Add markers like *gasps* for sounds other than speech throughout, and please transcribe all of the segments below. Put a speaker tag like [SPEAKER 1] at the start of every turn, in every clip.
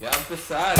[SPEAKER 1] Ya empezar.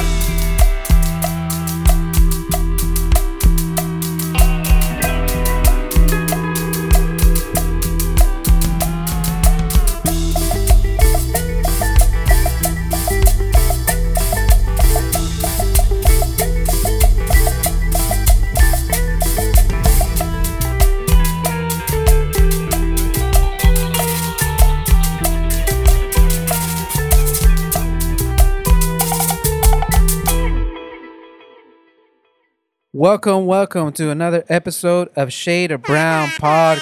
[SPEAKER 2] Welcome, welcome to another episode of Shade of Brown Podcast.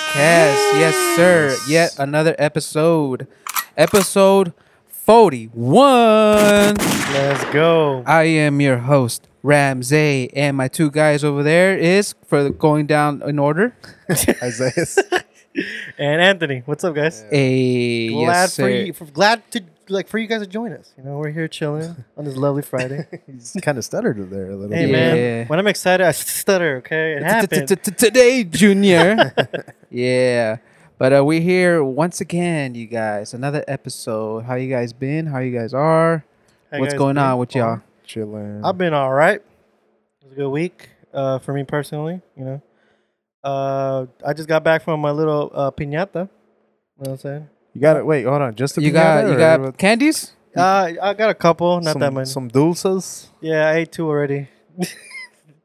[SPEAKER 2] Yes, sir. Yet another episode. Episode 41.
[SPEAKER 3] Let's go.
[SPEAKER 2] I am your host, Ramsey, and my two guys over there is for the- going down in order.
[SPEAKER 4] Isaiah's.
[SPEAKER 3] And Anthony, what's up, guys?
[SPEAKER 2] A
[SPEAKER 3] Glad
[SPEAKER 2] yes,
[SPEAKER 3] for
[SPEAKER 2] sir.
[SPEAKER 3] you. For, glad to like for you guys to join us. You know, we're here chilling on this lovely
[SPEAKER 2] *laughs*
[SPEAKER 3] Friday.
[SPEAKER 4] He's kind of stuttered there a little
[SPEAKER 3] hey
[SPEAKER 4] bit.
[SPEAKER 2] Yeah.
[SPEAKER 3] man, when I'm excited, I stutter. Okay, it happens.
[SPEAKER 2] Today, Junior. *laughs* yeah. But uh, we're here once again, you guys. Another episode. How you guys been? How you guys are?
[SPEAKER 3] How you
[SPEAKER 2] What's
[SPEAKER 3] guys
[SPEAKER 2] going
[SPEAKER 3] been?
[SPEAKER 2] on with y'all?
[SPEAKER 4] Chilling.
[SPEAKER 3] I've been all right. It was a good week uh, for me personally. You know, uh, I just got back from my little uh, piñata. You know what I'm saying?
[SPEAKER 4] you got it. Wait, hold on. Just a
[SPEAKER 2] You got
[SPEAKER 4] piñata
[SPEAKER 2] you
[SPEAKER 4] or
[SPEAKER 2] got
[SPEAKER 4] with
[SPEAKER 2] candies?
[SPEAKER 3] Uh, I got a couple, not
[SPEAKER 4] some,
[SPEAKER 3] that many.
[SPEAKER 4] Some dulces.
[SPEAKER 3] Yeah, I ate two already.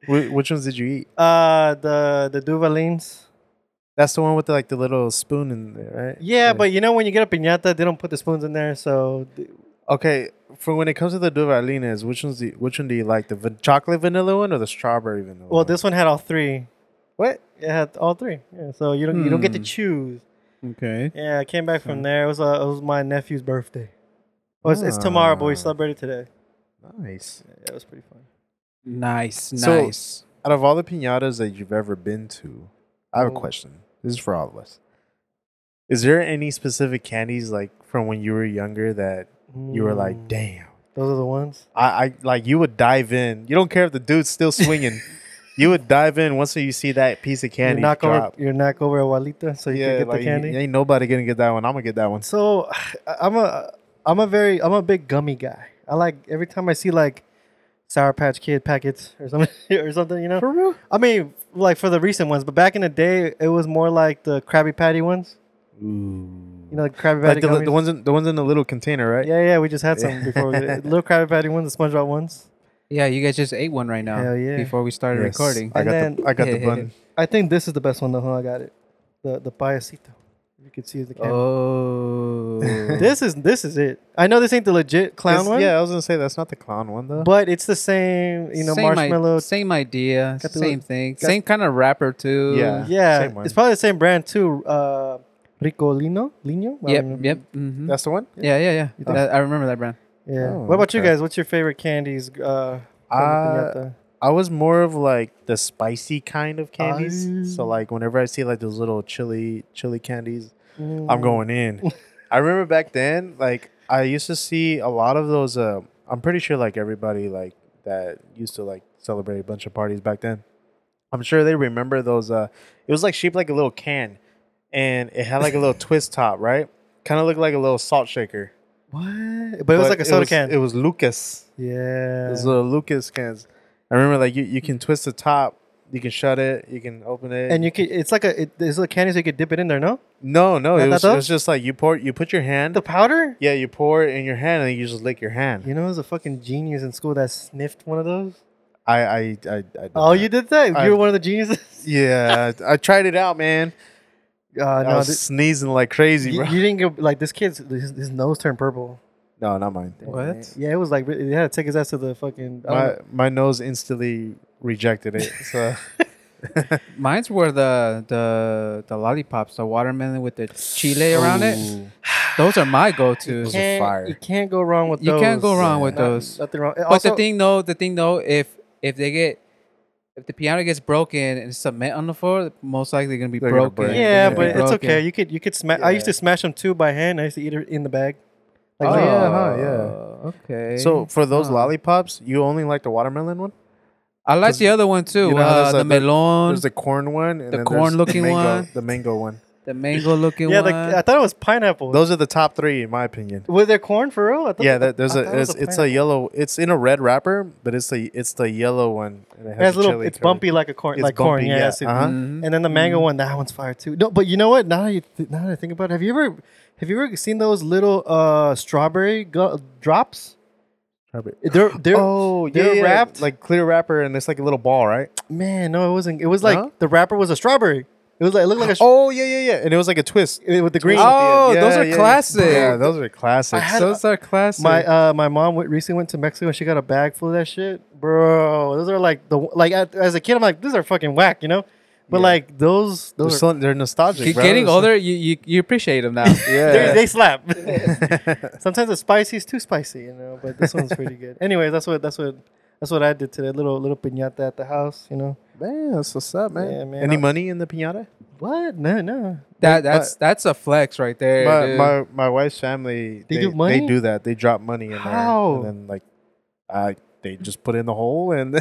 [SPEAKER 4] Wh- which ones did you eat?
[SPEAKER 3] Uh, the the Duvalines.
[SPEAKER 4] That's the one with the, like the little spoon in there, right?
[SPEAKER 3] Yeah,
[SPEAKER 4] Like-
[SPEAKER 3] but you know when you get a piñata, they don't put the spoons in there, so
[SPEAKER 4] okay. For when it comes to the Duvalines, which ones? Do you, which one do you like? The van- chocolate vanilla one or the strawberry vanilla?
[SPEAKER 3] Well,
[SPEAKER 4] one?
[SPEAKER 3] this one had all three.
[SPEAKER 4] what?
[SPEAKER 3] It had all three. Yeah, so you don't you don't get to
[SPEAKER 2] Hmm.
[SPEAKER 3] choose.
[SPEAKER 2] Okay.
[SPEAKER 3] Yeah, I came back
[SPEAKER 4] Hmm.
[SPEAKER 3] from there. It was uh, it was my nephew's birthday. Well, it's, it's tomorrow, but we
[SPEAKER 4] Ah.
[SPEAKER 3] celebrated today.
[SPEAKER 4] Nice.
[SPEAKER 3] Yeah, it was pretty fun.
[SPEAKER 2] Nice,
[SPEAKER 4] So-
[SPEAKER 2] nice.
[SPEAKER 4] Out of all the piñatas that you've ever been to, I have a
[SPEAKER 3] Oh.
[SPEAKER 4] question. This is for all of us. Is there any specific candies like from when you were younger that you were like,
[SPEAKER 3] Mm,
[SPEAKER 4] damn?
[SPEAKER 3] Those are the ones.
[SPEAKER 4] I, I like you would dive in. You don't care if the
[SPEAKER 3] *laughs*
[SPEAKER 4] dude's still swinging. you would dive in once you see that piece of
[SPEAKER 3] You
[SPEAKER 4] candy
[SPEAKER 3] knock
[SPEAKER 4] drop.
[SPEAKER 3] over, you knock over a walita, so you
[SPEAKER 4] yeah,
[SPEAKER 3] can get
[SPEAKER 4] like,
[SPEAKER 3] the candy.
[SPEAKER 4] ain't nobody gonna get that one. I'm gonna get that one.
[SPEAKER 3] So *sighs* I- I'm a I'm a very I'm a big gummy guy. I like every time I see like Sour Patch Kid packets or something *laughs* or something, you know.
[SPEAKER 4] For real?
[SPEAKER 3] I mean, like for the recent ones, but back in the day, it was more like the Krabby Patty ones. You know, the Krabby Patty
[SPEAKER 4] Like the,
[SPEAKER 3] gummies.
[SPEAKER 4] the ones in the ones in the little container, right?
[SPEAKER 3] Yeah, yeah, we just had some
[SPEAKER 4] Yeah.
[SPEAKER 3] before. We,
[SPEAKER 4] *laughs*
[SPEAKER 3] little Krabby Patty ones, the SpongeBob ones.
[SPEAKER 2] Yeah, you guys just ate one right now.
[SPEAKER 3] Hell yeah.
[SPEAKER 2] Before we started
[SPEAKER 4] Yes.
[SPEAKER 2] recording.
[SPEAKER 4] I
[SPEAKER 3] And
[SPEAKER 4] got
[SPEAKER 3] then-
[SPEAKER 4] the I got the bun.
[SPEAKER 3] I think this is the best one though. huh? I got it. The the payasito. You can see the camera.
[SPEAKER 2] Oh.
[SPEAKER 3] This is this is it. I know this ain't the legit clown
[SPEAKER 4] It's-
[SPEAKER 3] one.
[SPEAKER 4] Yeah, I was gonna say that's not the clown one though.
[SPEAKER 3] But it's the same, you know,
[SPEAKER 2] same i-
[SPEAKER 3] marshmallow.
[SPEAKER 2] same idea,
[SPEAKER 3] Got the
[SPEAKER 2] same
[SPEAKER 3] little-
[SPEAKER 2] thing,
[SPEAKER 3] got-
[SPEAKER 2] same kind of wrapper too.
[SPEAKER 4] Yeah.
[SPEAKER 3] yeah,
[SPEAKER 4] same one.
[SPEAKER 3] it's probably the same brand too. Uh, Ricolino, Lino. I
[SPEAKER 2] Yep.
[SPEAKER 3] don't know.
[SPEAKER 2] Yep. hmm
[SPEAKER 4] that's the one.
[SPEAKER 2] yeah. Yeah. Yeah.
[SPEAKER 3] think-
[SPEAKER 2] That- I remember that brand.
[SPEAKER 3] Yeah.
[SPEAKER 4] Oh,
[SPEAKER 3] what about you
[SPEAKER 4] okay.
[SPEAKER 3] guys? What's your favorite candies? Uh, from the
[SPEAKER 4] Uh,
[SPEAKER 3] piñata?
[SPEAKER 4] I was more of like the spicy kind of candies. so
[SPEAKER 3] Oh.
[SPEAKER 4] like whenever I see like those little chili chili candies,
[SPEAKER 3] Mm.
[SPEAKER 4] I'm
[SPEAKER 3] *laughs*
[SPEAKER 4] going in. I remember back then, like I used to see a lot of those. Uh, I'm pretty sure like everybody like that used to like celebrate a bunch of parties back then. I'm sure they remember those. Uh, it was like shaped like a little can, and it had like a
[SPEAKER 3] *laughs*
[SPEAKER 4] little twist top, right? Kind of looked like a little salt shaker.
[SPEAKER 3] What? But it was like a soda can.
[SPEAKER 4] It was Lucas.
[SPEAKER 3] yeah.
[SPEAKER 4] Those little Lucas cans. I remember like you, you can twist the top, you can shut it, you can open it,
[SPEAKER 3] and you could, it's like a, it, there's a candy so you could dip it in there, no?
[SPEAKER 4] No,
[SPEAKER 3] Not
[SPEAKER 4] no, it
[SPEAKER 3] that
[SPEAKER 4] was, it
[SPEAKER 3] though?
[SPEAKER 4] was just like you pour, you put your hand.
[SPEAKER 3] The powder?
[SPEAKER 4] Yeah, you pour it in your hand and you just lick your hand.
[SPEAKER 3] You know, there's a fucking genius in school that sniffed one of those.
[SPEAKER 4] I, I, I, I did
[SPEAKER 3] Oh,
[SPEAKER 4] that.
[SPEAKER 3] you did that?
[SPEAKER 4] I-
[SPEAKER 3] you were one of the geniuses?
[SPEAKER 4] Yeah, I I tried it out, man.
[SPEAKER 3] Uh,
[SPEAKER 4] *laughs*
[SPEAKER 3] *laughs*
[SPEAKER 4] I
[SPEAKER 3] no,
[SPEAKER 4] was
[SPEAKER 3] thi-
[SPEAKER 4] sneezing like crazy,
[SPEAKER 3] you,
[SPEAKER 4] bro.
[SPEAKER 3] you didn't get, like, this kid's, his, his nose turned purple.
[SPEAKER 4] no, not mine.
[SPEAKER 2] What?
[SPEAKER 3] Yeah, it was like, re- they had to take his ass to the fucking, um, I
[SPEAKER 4] My,
[SPEAKER 3] don't
[SPEAKER 4] my nose instantly rejected it.
[SPEAKER 3] *laughs*
[SPEAKER 4] So
[SPEAKER 2] Mine's were the the the lollipops, the watermelon with the chile around it.
[SPEAKER 4] Ooh.
[SPEAKER 2] Those are my
[SPEAKER 3] know.
[SPEAKER 2] go-tos.
[SPEAKER 4] was
[SPEAKER 3] Can't-
[SPEAKER 4] fire.
[SPEAKER 3] You can't go wrong with
[SPEAKER 2] You
[SPEAKER 3] those.
[SPEAKER 2] can't go wrong with
[SPEAKER 3] Not-
[SPEAKER 2] those.
[SPEAKER 3] Nothing wrong.
[SPEAKER 2] But the thing though, the thing though, if if they get if the piano gets broken and cement on the floor, most likely gonna be
[SPEAKER 4] They're gonna
[SPEAKER 2] broken.
[SPEAKER 4] break.
[SPEAKER 2] They're
[SPEAKER 3] Yeah,
[SPEAKER 2] gonna
[SPEAKER 3] but
[SPEAKER 2] be
[SPEAKER 3] it's
[SPEAKER 2] broken.
[SPEAKER 3] okay. You could you could smash. I used
[SPEAKER 4] Yeah.
[SPEAKER 3] to smash them too by hand. I used to eat it in the bag. Like,
[SPEAKER 4] Oh,
[SPEAKER 3] like-
[SPEAKER 4] yeah, huh, yeah.
[SPEAKER 2] Oh, Okay.
[SPEAKER 4] so for those
[SPEAKER 2] Huh.
[SPEAKER 4] lollipops, you only like the watermelon one.
[SPEAKER 2] I like
[SPEAKER 4] 'cause
[SPEAKER 2] the other one too.
[SPEAKER 4] you know how
[SPEAKER 2] uh,
[SPEAKER 4] there's
[SPEAKER 2] the
[SPEAKER 4] a- there-
[SPEAKER 2] melon.
[SPEAKER 4] There's the corn one, and
[SPEAKER 2] The
[SPEAKER 4] then there's
[SPEAKER 2] corn-looking
[SPEAKER 4] mango-
[SPEAKER 2] one.
[SPEAKER 4] the mango one.
[SPEAKER 2] the mango looking
[SPEAKER 3] yeah,
[SPEAKER 2] one.
[SPEAKER 3] like I thought it was pineapple.
[SPEAKER 4] Those are the top three in my opinion.
[SPEAKER 3] was there corn for real? I thought
[SPEAKER 4] Yeah,
[SPEAKER 3] that-
[SPEAKER 4] that, there's
[SPEAKER 3] I
[SPEAKER 4] a
[SPEAKER 3] thought it was
[SPEAKER 4] it's, it's a
[SPEAKER 3] pineapple.
[SPEAKER 4] yellow. It's in a red wrapper, but it's the it's the yellow one. And it
[SPEAKER 3] It has
[SPEAKER 4] the
[SPEAKER 3] little.
[SPEAKER 4] chili
[SPEAKER 3] It's
[SPEAKER 4] covered.
[SPEAKER 3] bumpy like a corn,
[SPEAKER 4] It's
[SPEAKER 3] like corn.
[SPEAKER 4] bumpy,
[SPEAKER 3] Yeah.
[SPEAKER 4] yeah,
[SPEAKER 3] acid.
[SPEAKER 4] uh-huh.
[SPEAKER 2] Mhm.
[SPEAKER 3] And then the mango one, that one's fire too. No, but you know what? Now that you th- now that I think about it, have you ever have you ever seen those little uh strawberry go- drops? They're they're
[SPEAKER 4] *gasps* oh, yeah,
[SPEAKER 3] they're
[SPEAKER 4] yeah,
[SPEAKER 3] wrapped
[SPEAKER 4] like clear wrapper, and it's like a little ball, right?
[SPEAKER 3] man. No, it wasn't. It was like
[SPEAKER 4] Huh?
[SPEAKER 3] the wrapper was a strawberry. It was like it looked like
[SPEAKER 4] *gasps*
[SPEAKER 3] a.
[SPEAKER 4] Oh yeah, yeah, yeah, and it was like a twist.
[SPEAKER 3] it- with the green.
[SPEAKER 2] Oh, those are classic.
[SPEAKER 4] Yeah, those are classic.
[SPEAKER 3] I had-
[SPEAKER 2] Those are classic.
[SPEAKER 3] My uh, my mom went, recently went to Mexico and she got a bag full of that shit, bro. Those are like the like at- as a kid I'm like these are fucking whack, you know. But
[SPEAKER 4] Yeah.
[SPEAKER 3] like those
[SPEAKER 4] they're,
[SPEAKER 3] those are,
[SPEAKER 4] so- they're nostalgic.
[SPEAKER 2] Keep
[SPEAKER 4] bro.
[SPEAKER 2] getting
[SPEAKER 4] It's-
[SPEAKER 2] older, you, you you appreciate them now.
[SPEAKER 3] they,
[SPEAKER 4] *laughs* Yeah,
[SPEAKER 3] they slap. *laughs* Sometimes the spicy is too spicy, you know. But this one's pretty *laughs* good. Anyways, that's what that's what that's what I did today. Little little piñata at the house, you know.
[SPEAKER 4] man, that's what's up, man.
[SPEAKER 3] Yeah, man.
[SPEAKER 4] Any
[SPEAKER 3] I-
[SPEAKER 4] money in the pinata?
[SPEAKER 3] What? No, no.
[SPEAKER 2] *laughs* That that's that's a flex right there.
[SPEAKER 4] My,
[SPEAKER 2] dude.
[SPEAKER 4] my my wife's family
[SPEAKER 3] They do money?
[SPEAKER 4] They do that. They drop money in
[SPEAKER 3] How?
[SPEAKER 4] there, and then like, I they just put it in the
[SPEAKER 3] *laughs*
[SPEAKER 4] hole, and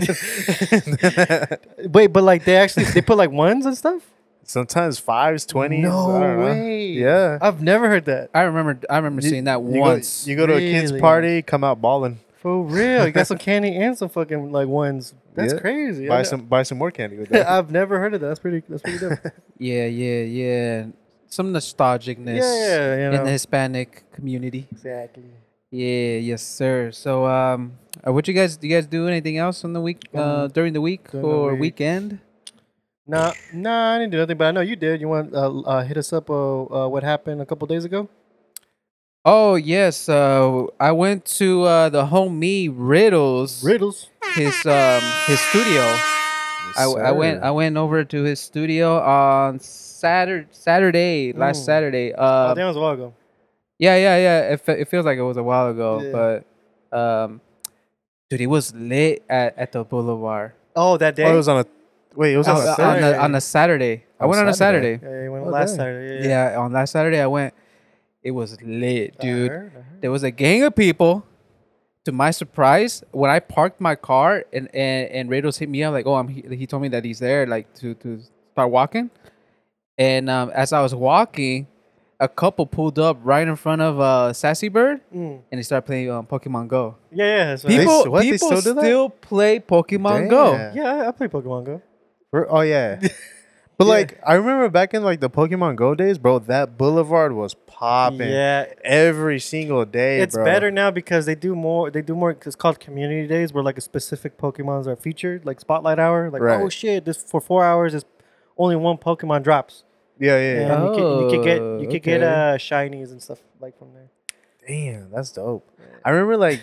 [SPEAKER 4] *laughs*
[SPEAKER 3] Wait, but like they actually they put like ones and stuff.
[SPEAKER 4] sometimes fives, twenties.
[SPEAKER 3] No
[SPEAKER 4] I don't know.
[SPEAKER 3] way.
[SPEAKER 4] Yeah.
[SPEAKER 3] I've never heard that.
[SPEAKER 2] I remember I remember seeing that
[SPEAKER 4] You go-
[SPEAKER 2] once.
[SPEAKER 4] you go to a kid's
[SPEAKER 3] Really?
[SPEAKER 4] party, come out balling.
[SPEAKER 3] For real, you got *laughs* some candy and some fucking like ones. That's
[SPEAKER 4] Yeah.
[SPEAKER 3] crazy.
[SPEAKER 4] Buy
[SPEAKER 3] I-
[SPEAKER 4] some buy some more candy with
[SPEAKER 3] *laughs*
[SPEAKER 4] that.
[SPEAKER 3] I've never heard of that. That's pretty. That's pretty
[SPEAKER 4] *laughs*
[SPEAKER 3] dope.
[SPEAKER 2] yeah, yeah, yeah. Some nostalgicness
[SPEAKER 3] Yeah, you
[SPEAKER 2] in
[SPEAKER 3] know.
[SPEAKER 2] the Hispanic community.
[SPEAKER 3] exactly.
[SPEAKER 2] Yeah, yes, sir. So, um, uh, what you guys do? You guys do anything else on the week uh, during the week
[SPEAKER 3] Um, during the
[SPEAKER 2] or
[SPEAKER 3] week.
[SPEAKER 2] weekend?
[SPEAKER 3] Nah, nah, I didn't do nothing, but I know you did. You want uh, uh hit us up? Uh, uh, what happened a couple days ago?
[SPEAKER 2] Oh yes, uh, I went to uh, the homie Riddles,
[SPEAKER 3] Riddles.
[SPEAKER 2] his um, his studio. I, I went I went over to his studio on Saturday Saturday last
[SPEAKER 3] Mm.
[SPEAKER 2] Saturday.
[SPEAKER 3] oh,
[SPEAKER 2] Um,
[SPEAKER 3] that was a while ago.
[SPEAKER 2] yeah, yeah, yeah. It, fe- it feels like it was a while ago,
[SPEAKER 3] Yeah.
[SPEAKER 2] but um, dude, it was lit at, at the Boulevard
[SPEAKER 3] Oh, that day.
[SPEAKER 4] Oh, it was on a wait. It was on,
[SPEAKER 2] on,
[SPEAKER 4] a
[SPEAKER 2] Uh, on
[SPEAKER 4] Saturday.
[SPEAKER 2] a, on a Saturday. I
[SPEAKER 4] On
[SPEAKER 2] went on a
[SPEAKER 4] Saturday.
[SPEAKER 2] Saturday.
[SPEAKER 3] yeah, you went
[SPEAKER 4] Oh,
[SPEAKER 3] last
[SPEAKER 4] dang.
[SPEAKER 3] Saturday. Yeah, yeah.
[SPEAKER 2] Yeah, on last Saturday I went. It was lit,
[SPEAKER 3] I
[SPEAKER 2] dude.
[SPEAKER 3] heard, I heard.
[SPEAKER 2] There was a gang of people. To my surprise, when I parked my car and and, and Rados hit me up like, "Oh, I'm he, he told me that he's there like to to start walking." And um, as I was walking, a couple pulled up right in front of uh, Sassy Bird
[SPEAKER 3] Mm.
[SPEAKER 2] and they started playing um, Pokemon Go.
[SPEAKER 3] Yeah, yeah. That's what I-
[SPEAKER 2] People,
[SPEAKER 4] what? They
[SPEAKER 2] people
[SPEAKER 4] still do
[SPEAKER 2] still,
[SPEAKER 4] that?
[SPEAKER 2] play Pokemon Go.
[SPEAKER 4] Damn.
[SPEAKER 3] yeah, I- I play Pokemon Go.
[SPEAKER 4] We're-
[SPEAKER 3] *laughs*
[SPEAKER 4] Oh yeah. But
[SPEAKER 3] Yeah.
[SPEAKER 4] like I remember back in like the Pokemon Go days, bro. That boulevard was popping
[SPEAKER 3] Yeah,
[SPEAKER 4] every single day.
[SPEAKER 3] it's
[SPEAKER 4] bro.
[SPEAKER 3] better now because they do more. They do more. It's called community days, where like a specific Pokemon's are featured, like Spotlight Hour. Like,
[SPEAKER 4] Right.
[SPEAKER 3] oh shit, this for four hours is only one Pokemon drops.
[SPEAKER 4] Yeah, yeah,
[SPEAKER 3] And
[SPEAKER 4] yeah.
[SPEAKER 3] you, can, you can get you
[SPEAKER 2] Oh,
[SPEAKER 3] can get
[SPEAKER 2] okay.
[SPEAKER 3] uh shinies and stuff like from there.
[SPEAKER 4] Damn, that's dope. I remember like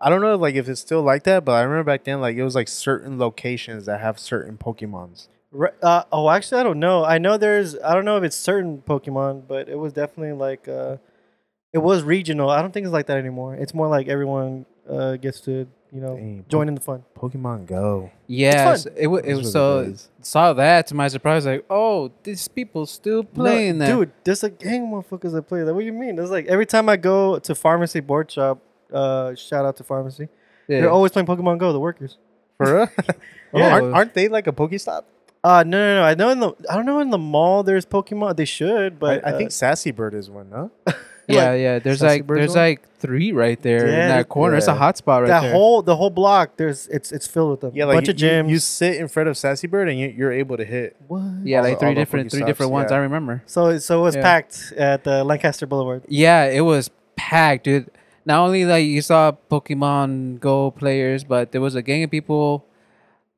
[SPEAKER 4] I don't know like if it's still like that, but I remember back then like it was like certain locations that have certain Pokemons.
[SPEAKER 3] Re- Uh, oh, actually, I don't know. I know there's. I don't know if it's certain Pokemon, but it was definitely like. Uh, it was regional. I don't think it's like that anymore. It's more like everyone uh, gets to you know
[SPEAKER 4] Dang,
[SPEAKER 3] join in the fun.
[SPEAKER 4] Pokemon Go.
[SPEAKER 2] Yeah,
[SPEAKER 3] It's
[SPEAKER 2] so it, wa- it was
[SPEAKER 4] That's what it
[SPEAKER 2] so
[SPEAKER 4] is.
[SPEAKER 2] saw that to my surprise like, "Oh, these people still
[SPEAKER 3] No,
[SPEAKER 2] playing that."
[SPEAKER 3] dude. There's a gang of motherfuckers that play that. What do you mean? It's like every time I go to pharmacy board shop. Uh, shout out to pharmacy.
[SPEAKER 2] Yeah.
[SPEAKER 3] They're always playing Pokemon Go. The workers.
[SPEAKER 4] For
[SPEAKER 3] *laughs*
[SPEAKER 4] real? *laughs* Oh,
[SPEAKER 2] Yeah.
[SPEAKER 4] aren't, aren't they like a Pokestop?
[SPEAKER 3] Uh, no, no, no. I know in the. I don't know in the mall. There's Pokemon. They should, but
[SPEAKER 4] But I,
[SPEAKER 3] uh,
[SPEAKER 4] think Sassy Bird is one, huh?
[SPEAKER 2] Yeah,
[SPEAKER 3] Like,
[SPEAKER 2] yeah. There's
[SPEAKER 4] Sassy
[SPEAKER 2] like
[SPEAKER 4] Bird's
[SPEAKER 2] there's
[SPEAKER 4] one?
[SPEAKER 2] like three right there
[SPEAKER 3] Yeah,
[SPEAKER 2] in
[SPEAKER 3] there's-
[SPEAKER 2] that corner. It's a
[SPEAKER 4] yeah.
[SPEAKER 2] hot spot right
[SPEAKER 3] that
[SPEAKER 2] there.
[SPEAKER 3] whole the whole block. There's it's it's filled with them.
[SPEAKER 4] Yeah, like
[SPEAKER 3] bunch
[SPEAKER 4] you,
[SPEAKER 3] of gyms.
[SPEAKER 4] You, you sit in front of Sassy Bird and you, you're able to hit.
[SPEAKER 3] What?
[SPEAKER 2] yeah,
[SPEAKER 4] all
[SPEAKER 2] like
[SPEAKER 4] the-
[SPEAKER 2] three
[SPEAKER 4] all the
[SPEAKER 2] different
[SPEAKER 4] Pokey
[SPEAKER 2] three
[SPEAKER 4] stops,
[SPEAKER 2] different ones.
[SPEAKER 4] yeah.
[SPEAKER 2] I remember.
[SPEAKER 3] So so it was
[SPEAKER 2] Yeah.
[SPEAKER 3] packed at the Lancaster Boulevard.
[SPEAKER 2] Yeah, it was packed, dude. Not only like you saw Pokemon Go players, but there was a gang of people.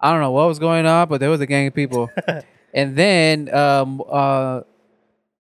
[SPEAKER 2] I don't know what was going on, but there was a gang of
[SPEAKER 3] *laughs*
[SPEAKER 2] people. and then um uh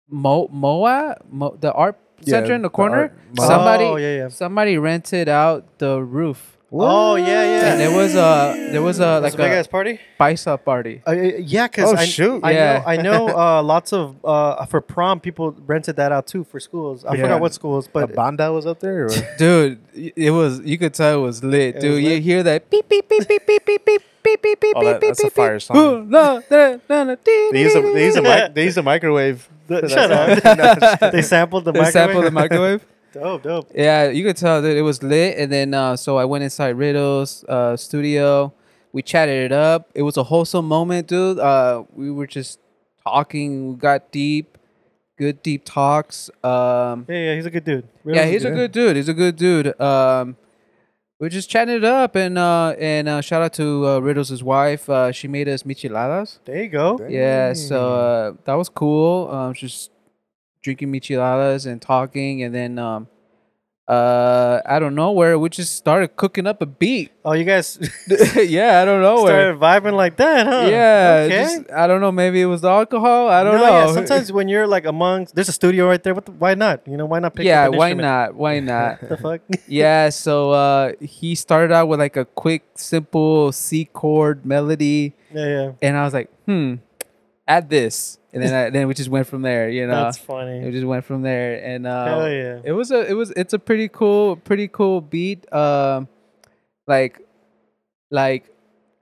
[SPEAKER 2] Mo Moa Mo, the art
[SPEAKER 4] Yeah,
[SPEAKER 2] center in the
[SPEAKER 4] the
[SPEAKER 2] corner.
[SPEAKER 4] art- Moa.
[SPEAKER 2] somebody
[SPEAKER 3] Oh, yeah, yeah.
[SPEAKER 2] somebody rented out the roof.
[SPEAKER 3] Oh yeah, yeah.
[SPEAKER 2] And there was a there was a like
[SPEAKER 3] That's a big
[SPEAKER 2] a
[SPEAKER 3] ass party.
[SPEAKER 2] paisa party.
[SPEAKER 3] Uh, yeah, cause
[SPEAKER 4] Oh,
[SPEAKER 3] I,
[SPEAKER 4] shoot.
[SPEAKER 3] I
[SPEAKER 2] Yeah.
[SPEAKER 3] know I
[SPEAKER 2] *laughs*
[SPEAKER 3] know uh, lots of uh, for prom people rented that out too for schools. I
[SPEAKER 4] Yeah.
[SPEAKER 3] forgot what schools,
[SPEAKER 4] But
[SPEAKER 3] but
[SPEAKER 4] Banda was
[SPEAKER 3] *laughs*
[SPEAKER 4] up there. Or?
[SPEAKER 2] dude y- it was you could tell it was lit
[SPEAKER 3] It
[SPEAKER 2] dude
[SPEAKER 3] was
[SPEAKER 2] you
[SPEAKER 3] lit.
[SPEAKER 2] hear that beep beep beep beep beep beep beep beep beep beep
[SPEAKER 4] Oh,
[SPEAKER 2] beep
[SPEAKER 4] that- that's a
[SPEAKER 2] beep,
[SPEAKER 4] fire
[SPEAKER 2] beep.
[SPEAKER 4] song.
[SPEAKER 2] Ooh, la, da, da, da, dee,
[SPEAKER 4] They use a
[SPEAKER 2] dee, dee,
[SPEAKER 4] they use a
[SPEAKER 2] dee.
[SPEAKER 4] mic, they use a
[SPEAKER 3] *laughs*
[SPEAKER 4] microwave. for that
[SPEAKER 3] shut
[SPEAKER 4] song.
[SPEAKER 3] *laughs*
[SPEAKER 4] No,
[SPEAKER 3] they sampled the
[SPEAKER 2] They
[SPEAKER 3] microwave.
[SPEAKER 2] sample the microwave *laughs*
[SPEAKER 3] dope, dope.
[SPEAKER 2] yeah you could tell dude it was lit and then uh so i went inside riddles uh studio we chatted it up it was a wholesome moment dude uh we were just talking we got deep good deep talks. Um,
[SPEAKER 3] Yeah, yeah, he's a good dude.
[SPEAKER 2] yeah,
[SPEAKER 3] Riddle's
[SPEAKER 2] he's a good dude. He's a good dude. Um, we just chatted it up, and uh, and uh, shout out to uh, Riddles' wife. Uh, she made us micheladas.
[SPEAKER 3] There you go.
[SPEAKER 2] Yeah, so uh, that was cool. Um, just drinking micheladas and talking, and then um, uh, I don't know where we just started cooking up a beat.
[SPEAKER 3] *laughs* Oh, you guys
[SPEAKER 2] yeah, I don't know where.
[SPEAKER 3] started vibing like that, huh?
[SPEAKER 2] Yeah,
[SPEAKER 3] Okay.
[SPEAKER 2] just, I don't know. Maybe it was the alcohol. I don't
[SPEAKER 3] No,
[SPEAKER 2] know.
[SPEAKER 3] yeah,
[SPEAKER 2] *laughs*
[SPEAKER 3] sometimes when you're like amongst, there's a studio right there. What? The, why not? You know, why not pick
[SPEAKER 2] yeah,
[SPEAKER 3] up an
[SPEAKER 2] why
[SPEAKER 3] instrument?
[SPEAKER 2] not? Why
[SPEAKER 3] *laughs*
[SPEAKER 2] not?
[SPEAKER 3] The fuck?
[SPEAKER 2] yeah, so uh, he started out with like a quick, simple C chord melody,
[SPEAKER 3] yeah, yeah.
[SPEAKER 2] and I was like, hmm, add this, and then I, then we just went from there.
[SPEAKER 3] *laughs*
[SPEAKER 2] You know,
[SPEAKER 3] That's funny.
[SPEAKER 2] we just went from there, and uh,
[SPEAKER 3] Hell yeah.
[SPEAKER 2] it was a it was it's a pretty cool pretty cool beat. Um, like, like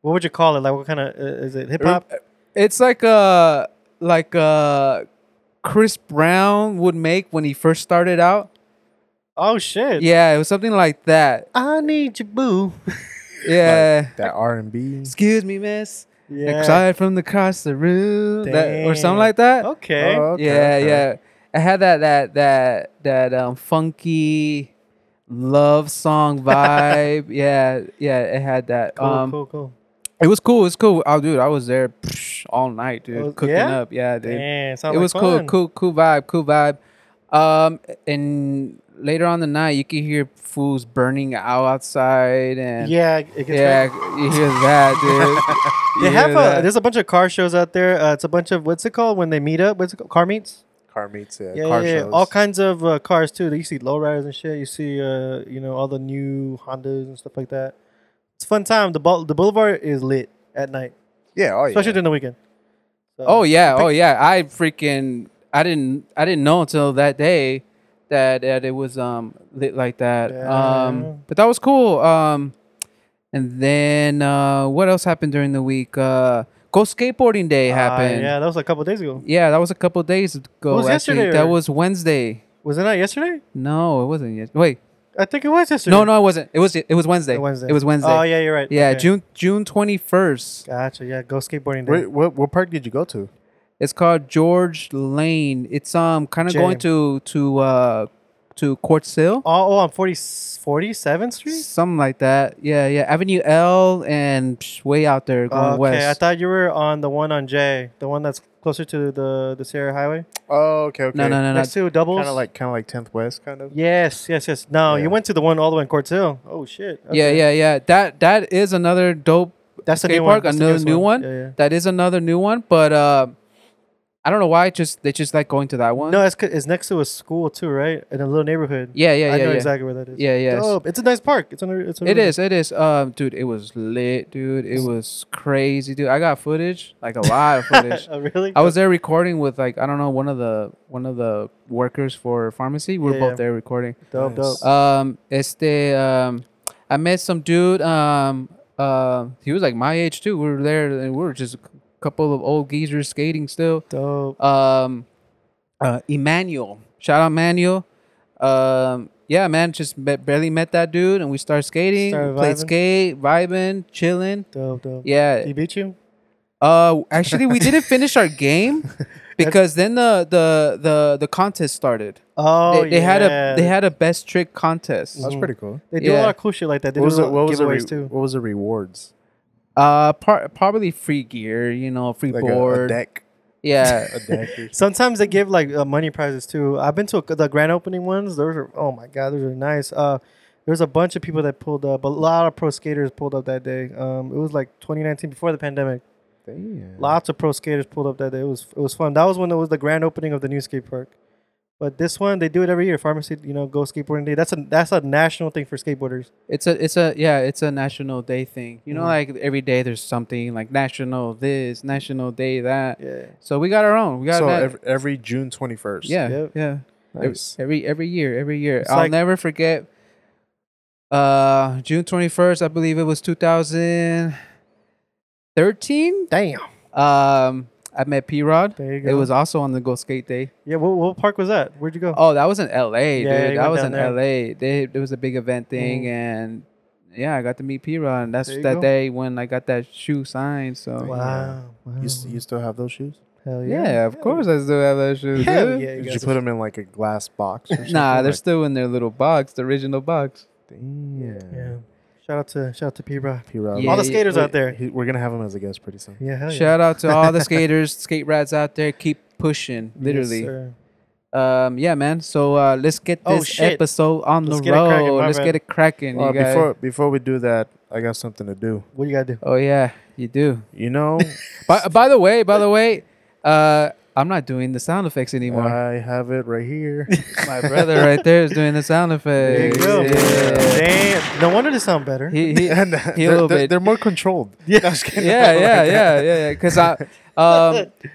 [SPEAKER 3] What would you call it? Like, what kind of uh, is it? Hip hop?
[SPEAKER 2] It's like a like a Chris Brown would make when he first started out.
[SPEAKER 3] Oh shit.
[SPEAKER 2] Yeah, it was something like that.
[SPEAKER 3] I need you,
[SPEAKER 2] *laughs*
[SPEAKER 3] boo.
[SPEAKER 2] Yeah.
[SPEAKER 4] that R and B.
[SPEAKER 2] Excuse me, miss.
[SPEAKER 3] Yeah.
[SPEAKER 2] Excited from the cross the room, that, or something
[SPEAKER 3] Damn.
[SPEAKER 2] like that.
[SPEAKER 3] Okay.
[SPEAKER 4] Oh,
[SPEAKER 2] yeah, yeah. I had that that that that um funky love
[SPEAKER 3] *laughs*
[SPEAKER 2] song vibe. yeah, yeah. It had that.
[SPEAKER 3] cool,
[SPEAKER 2] um,
[SPEAKER 3] cool. Cool.
[SPEAKER 2] it was cool. It was cool. Oh, dude, I was there psh, all night, dude,
[SPEAKER 3] Was-
[SPEAKER 2] cooking
[SPEAKER 3] Oh, yeah?
[SPEAKER 2] up. Yeah, dude.
[SPEAKER 3] Damn,
[SPEAKER 2] it was cool, cool, cool vibe, cool vibe. Um, and later on the night, you could hear fools burning out outside, and
[SPEAKER 3] Yeah, it gets
[SPEAKER 2] yeah, you hear that,
[SPEAKER 3] *laughs*
[SPEAKER 2] dude. You
[SPEAKER 3] They have
[SPEAKER 2] hear
[SPEAKER 3] a,
[SPEAKER 2] that.
[SPEAKER 3] there's a bunch of car shows out there. Uh, it's a bunch of what's it called when they meet up? What's it called? Car meets?
[SPEAKER 4] Car meets yeah,
[SPEAKER 3] Yeah,
[SPEAKER 4] car
[SPEAKER 3] yeah, yeah.
[SPEAKER 4] shows.
[SPEAKER 3] all kinds of uh, cars too. You see lowriders and shit. You see, uh, you know, all the new Hondas and stuff like that. It's a fun time. The bul- the boulevard is lit at night,
[SPEAKER 4] yeah, oh yeah.
[SPEAKER 3] especially during the weekend. So,
[SPEAKER 2] oh yeah, oh yeah. I freaking I didn't I didn't know until that day that that it was um lit like that.
[SPEAKER 3] Yeah.
[SPEAKER 2] Um, but that was cool. Um, and then uh, what else happened during the week? Uh, go skateboarding day
[SPEAKER 3] Ah,
[SPEAKER 2] Uh, happened.
[SPEAKER 3] yeah, that was a couple days ago.
[SPEAKER 2] Yeah, that was a couple days ago.
[SPEAKER 3] was
[SPEAKER 2] actually.
[SPEAKER 3] yesterday,
[SPEAKER 2] That
[SPEAKER 3] or-
[SPEAKER 2] was Wednesday.
[SPEAKER 3] Was it not yesterday?
[SPEAKER 2] No, it wasn't yet. Wait,
[SPEAKER 3] I think it was yesterday.
[SPEAKER 2] no, no, it wasn't. It was it was Wednesday.
[SPEAKER 3] Wednesday.
[SPEAKER 2] It was Wednesday.
[SPEAKER 3] Oh yeah, you're right.
[SPEAKER 2] Yeah,
[SPEAKER 3] Okay.
[SPEAKER 2] June June twenty first.
[SPEAKER 3] Gotcha. Yeah, go skateboarding. Day.
[SPEAKER 4] Wait, what what park did you go to?
[SPEAKER 2] It's called George Lane. It's um kind of going to
[SPEAKER 3] Jam.
[SPEAKER 2] to uh to Quartz Hill,
[SPEAKER 3] Oh, oh, on 40, 47th Street.
[SPEAKER 2] something like that. Yeah, yeah, Avenue L and psh, way out there going
[SPEAKER 3] Oh, okay,
[SPEAKER 2] west.
[SPEAKER 3] I thought you were on the one on J, the one that's closer to the the Sierra Highway.
[SPEAKER 4] Oh, okay, okay.
[SPEAKER 2] no, no, no, no.
[SPEAKER 3] Next to doubles.
[SPEAKER 4] Kind of like kind of like 10th West kind of.
[SPEAKER 3] Yes, yes, yes. No,
[SPEAKER 4] Yeah.
[SPEAKER 3] you went to the one all the way in Quartz Hill. Oh shit.
[SPEAKER 2] Yeah,
[SPEAKER 3] Okay.
[SPEAKER 2] yeah, yeah. That that is another dope
[SPEAKER 3] That's the
[SPEAKER 2] skate
[SPEAKER 3] new one.
[SPEAKER 2] park,
[SPEAKER 3] That's the
[SPEAKER 2] another
[SPEAKER 3] newest
[SPEAKER 2] new one.
[SPEAKER 3] Yeah, yeah.
[SPEAKER 2] That is another new one, but uh, I don't know why. Just they just like going to that one.
[SPEAKER 3] No, it's 'cause- it's next to a school too, right? In a little neighborhood.
[SPEAKER 2] Yeah, yeah, yeah,
[SPEAKER 3] I know
[SPEAKER 2] yeah.
[SPEAKER 3] exactly Oh, where that is.
[SPEAKER 2] Yeah, yeah.
[SPEAKER 3] Dope. It's a nice park. It's a. It's a
[SPEAKER 2] It is. It is. Um, dude, it was lit, dude. It was crazy, dude. I got footage, like a lot of
[SPEAKER 3] *laughs*
[SPEAKER 2] footage.
[SPEAKER 3] *laughs* oh, really?
[SPEAKER 2] I was there recording with like I don't know one of the one of the workers for pharmacy. We were
[SPEAKER 3] Yeah,
[SPEAKER 2] both
[SPEAKER 3] yeah.
[SPEAKER 2] there recording.
[SPEAKER 3] dope, dope.
[SPEAKER 2] Um, este, um, I met some dude. Um, uh, he was like my age too. We were there and we were just a c- couple of old geezers skating still.
[SPEAKER 3] dope.
[SPEAKER 2] um uh Emmanuel. Shout out Emmanuel. Um yeah, man, just ba- barely met that dude and we started skating,
[SPEAKER 3] Started
[SPEAKER 2] we played
[SPEAKER 3] vibing.
[SPEAKER 2] skate, vibing, chilling.
[SPEAKER 3] Dope, dope.
[SPEAKER 2] Yeah.
[SPEAKER 3] He beat you.
[SPEAKER 2] Uh actually we
[SPEAKER 4] *laughs*
[SPEAKER 2] didn't finish our game because then the the the the contest started.
[SPEAKER 3] Oh,
[SPEAKER 2] they, they
[SPEAKER 3] yeah.
[SPEAKER 2] had a they had a best trick contest.
[SPEAKER 4] That's pretty cool.
[SPEAKER 3] They do a
[SPEAKER 2] yeah.
[SPEAKER 3] lot of cool shit like that. They
[SPEAKER 4] What was
[SPEAKER 3] do
[SPEAKER 4] the,
[SPEAKER 3] little
[SPEAKER 4] what was the re-
[SPEAKER 3] giveaways too.
[SPEAKER 4] what was the rewards?
[SPEAKER 2] Uh par- probably free gear, you know, free
[SPEAKER 4] Like a, a
[SPEAKER 2] board.
[SPEAKER 3] *laughs*
[SPEAKER 4] deck,
[SPEAKER 2] Yeah.
[SPEAKER 4] *laughs*
[SPEAKER 2] *laughs*
[SPEAKER 4] a deck. or-
[SPEAKER 3] Sometimes they give like uh, money prizes too. I've been to a, the grand opening ones. Those are oh my god, those are nice. Uh, there's a bunch of people that pulled up. A lot of pro skaters pulled up that day. Um, it was like 2019 before the pandemic.
[SPEAKER 4] Damn.
[SPEAKER 3] Lots of pro skaters pulled up that day. It was it was fun. That was when it was the grand opening of the new skate park. But this one they do it every year. Pharmacy, you know, go skateboarding day. That's a that's a national thing for skateboarders.
[SPEAKER 2] It's a it's a yeah, it's a national day thing. You know,
[SPEAKER 3] Mhm.
[SPEAKER 4] Mm-hmm.
[SPEAKER 2] like every day there's something like national this, national day that.
[SPEAKER 3] Yeah.
[SPEAKER 2] So we got our own. We got
[SPEAKER 4] So
[SPEAKER 2] that.
[SPEAKER 4] every, every June 21st.
[SPEAKER 2] yeah,
[SPEAKER 3] Yep.
[SPEAKER 2] yeah. Every-
[SPEAKER 4] Nice.
[SPEAKER 2] Every every year, every year.
[SPEAKER 3] It's
[SPEAKER 2] I'll
[SPEAKER 3] like-
[SPEAKER 2] never forget. Uh, June twenty first, I believe it was two thousand thirteen.
[SPEAKER 3] Damn.
[SPEAKER 2] Um, I met P Rod.
[SPEAKER 3] There you go.
[SPEAKER 2] It was also on the Go Skate Day.
[SPEAKER 3] yeah. What, what park was that? Where'd you go?
[SPEAKER 2] Oh, that was in L.A.
[SPEAKER 3] Yeah,
[SPEAKER 2] dude.
[SPEAKER 3] you
[SPEAKER 2] That
[SPEAKER 3] went
[SPEAKER 2] was
[SPEAKER 3] down
[SPEAKER 2] in
[SPEAKER 3] there.
[SPEAKER 2] L.A. They, it was a big event thing,
[SPEAKER 3] Mhm.
[SPEAKER 2] and yeah, I got to meet P Rod. And that's
[SPEAKER 3] There you
[SPEAKER 2] that
[SPEAKER 3] go.
[SPEAKER 2] day when I got that shoe signed. So
[SPEAKER 3] wow. wow.
[SPEAKER 4] You, s- you still have those shoes?
[SPEAKER 3] Hell yeah.
[SPEAKER 2] Yeah, of course I still have that shit.
[SPEAKER 3] Hell
[SPEAKER 2] dude.
[SPEAKER 3] yeah, you
[SPEAKER 4] Did
[SPEAKER 3] guys
[SPEAKER 4] you
[SPEAKER 3] are-
[SPEAKER 4] put them in like a glass
[SPEAKER 2] *laughs*
[SPEAKER 4] box? Or something?
[SPEAKER 3] *laughs*
[SPEAKER 2] Nah, they're
[SPEAKER 4] Like,
[SPEAKER 2] still in their little box, the original box.
[SPEAKER 4] Damn.
[SPEAKER 3] Yeah. Shout out to shout out to P Rod.
[SPEAKER 4] P. Rob.
[SPEAKER 2] Yeah,
[SPEAKER 3] All the
[SPEAKER 2] yeah,
[SPEAKER 3] skaters
[SPEAKER 4] Wait,
[SPEAKER 3] out there.
[SPEAKER 4] he- We're gonna have him as a guest pretty soon.
[SPEAKER 3] Yeah, hell Oh, yeah.
[SPEAKER 2] Shout out to
[SPEAKER 3] *laughs*
[SPEAKER 2] all the skaters, skate rats out there. Keep pushing,
[SPEAKER 3] Yes,
[SPEAKER 2] literally.
[SPEAKER 3] sir.
[SPEAKER 2] um, yeah, man. So uh, let's get
[SPEAKER 3] Oh,
[SPEAKER 2] this
[SPEAKER 3] shit.
[SPEAKER 2] episode on
[SPEAKER 3] Let's
[SPEAKER 2] the
[SPEAKER 3] get it cracking,
[SPEAKER 2] road.
[SPEAKER 3] my
[SPEAKER 2] Let's
[SPEAKER 3] bad.
[SPEAKER 2] get it cracking,
[SPEAKER 4] Uh,
[SPEAKER 2] you guys.
[SPEAKER 4] before before we do that, I got something to do.
[SPEAKER 3] What do you gotta do?
[SPEAKER 2] oh yeah, you do. *laughs*
[SPEAKER 4] You know,
[SPEAKER 2] by, by the way, by the way, uh, I'm not doing the sound effects anymore.
[SPEAKER 3] Uh,
[SPEAKER 4] I have it right here.
[SPEAKER 2] *laughs* My
[SPEAKER 3] *laughs*
[SPEAKER 2] brother right there is doing the sound
[SPEAKER 3] There you
[SPEAKER 2] effects.
[SPEAKER 3] go.
[SPEAKER 2] Yeah.
[SPEAKER 3] Damn. No wonder they sound better. *laughs*
[SPEAKER 4] *laughs*
[SPEAKER 2] He, he,
[SPEAKER 4] and uh,
[SPEAKER 2] he a
[SPEAKER 4] they're,
[SPEAKER 2] little
[SPEAKER 4] they're-
[SPEAKER 2] bit.
[SPEAKER 4] they're more controlled.
[SPEAKER 3] Yeah.
[SPEAKER 4] No, I'm just kidding.
[SPEAKER 2] yeah, yeah, yeah, yeah, yeah. Because
[SPEAKER 3] *laughs*
[SPEAKER 2] um,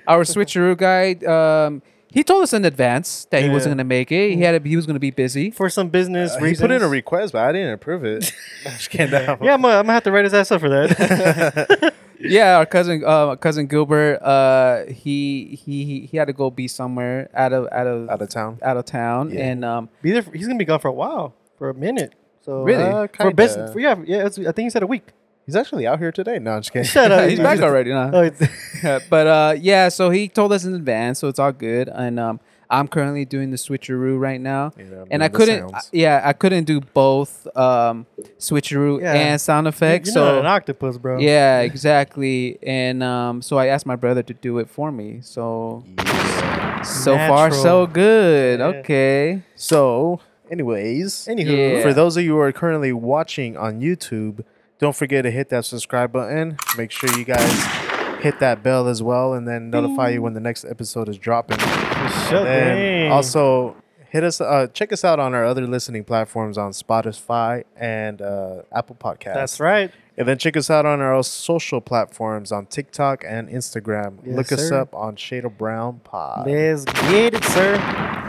[SPEAKER 2] our switcheroo guy, um, he told us in advance that he wasn't
[SPEAKER 3] Yeah.
[SPEAKER 2] gonna make it. He had a, he was gonna be busy.
[SPEAKER 3] *laughs* For some business
[SPEAKER 4] Uh, he
[SPEAKER 3] reasons.
[SPEAKER 4] put in a request, but I didn't
[SPEAKER 2] *laughs*
[SPEAKER 4] approve it. *laughs* No, I'm just kidding.
[SPEAKER 3] yeah, I'm gonna, I'm gonna have to write his ass up for that.
[SPEAKER 2] Yeah, our cousin, uh, cousin Gilbert, uh, he he he- he had to go be somewhere out of out of
[SPEAKER 4] out of town.
[SPEAKER 2] out of town,
[SPEAKER 4] Yeah.
[SPEAKER 2] and um,
[SPEAKER 3] Be there. For, he's gonna be gone for a while, for a minute. So
[SPEAKER 2] Really?
[SPEAKER 3] uh, for
[SPEAKER 4] kinda.
[SPEAKER 3] business. For, yeah, yeah. It's, I think he said
[SPEAKER 2] *laughs*
[SPEAKER 3] a week.
[SPEAKER 4] He's actually out here today. No, I'm just kidding.
[SPEAKER 3] Shut up.
[SPEAKER 2] he's back already now.
[SPEAKER 3] *laughs* Oh, it's,
[SPEAKER 2] Yeah, but uh, yeah, so he told us in advance, so it's all good. And um, I'm currently doing the switcheroo right now,
[SPEAKER 4] You know, I'm
[SPEAKER 2] and I
[SPEAKER 4] doing the
[SPEAKER 2] couldn't.
[SPEAKER 4] sounds.
[SPEAKER 2] yeah, I couldn't do both um, switcheroo
[SPEAKER 3] Yeah.
[SPEAKER 2] and sound effects.
[SPEAKER 3] you're
[SPEAKER 2] so
[SPEAKER 3] not an octopus, bro.
[SPEAKER 2] yeah, exactly. And um, so I asked my brother to do it for me. So so far so
[SPEAKER 3] Natural.
[SPEAKER 2] good.
[SPEAKER 3] Yeah.
[SPEAKER 2] Okay.
[SPEAKER 4] So, anyways,
[SPEAKER 3] Anywho.
[SPEAKER 2] Yeah.
[SPEAKER 4] for those of you who are currently watching on YouTube, don't forget to hit that subscribe button. Make sure you guys hit that bell as well, and then notify you when the next episode is dropping.
[SPEAKER 3] Shut
[SPEAKER 4] And
[SPEAKER 3] dang.
[SPEAKER 4] also hit us, uh, check us out on our other listening platforms on Spotify and uh, Apple Podcasts.
[SPEAKER 3] That's right.
[SPEAKER 4] And then check us out on our social platforms on TikTok and Instagram.
[SPEAKER 3] Yes,
[SPEAKER 4] Look us
[SPEAKER 3] sir.
[SPEAKER 4] up on Shade of Brown Pod.
[SPEAKER 3] Let's get it, sir.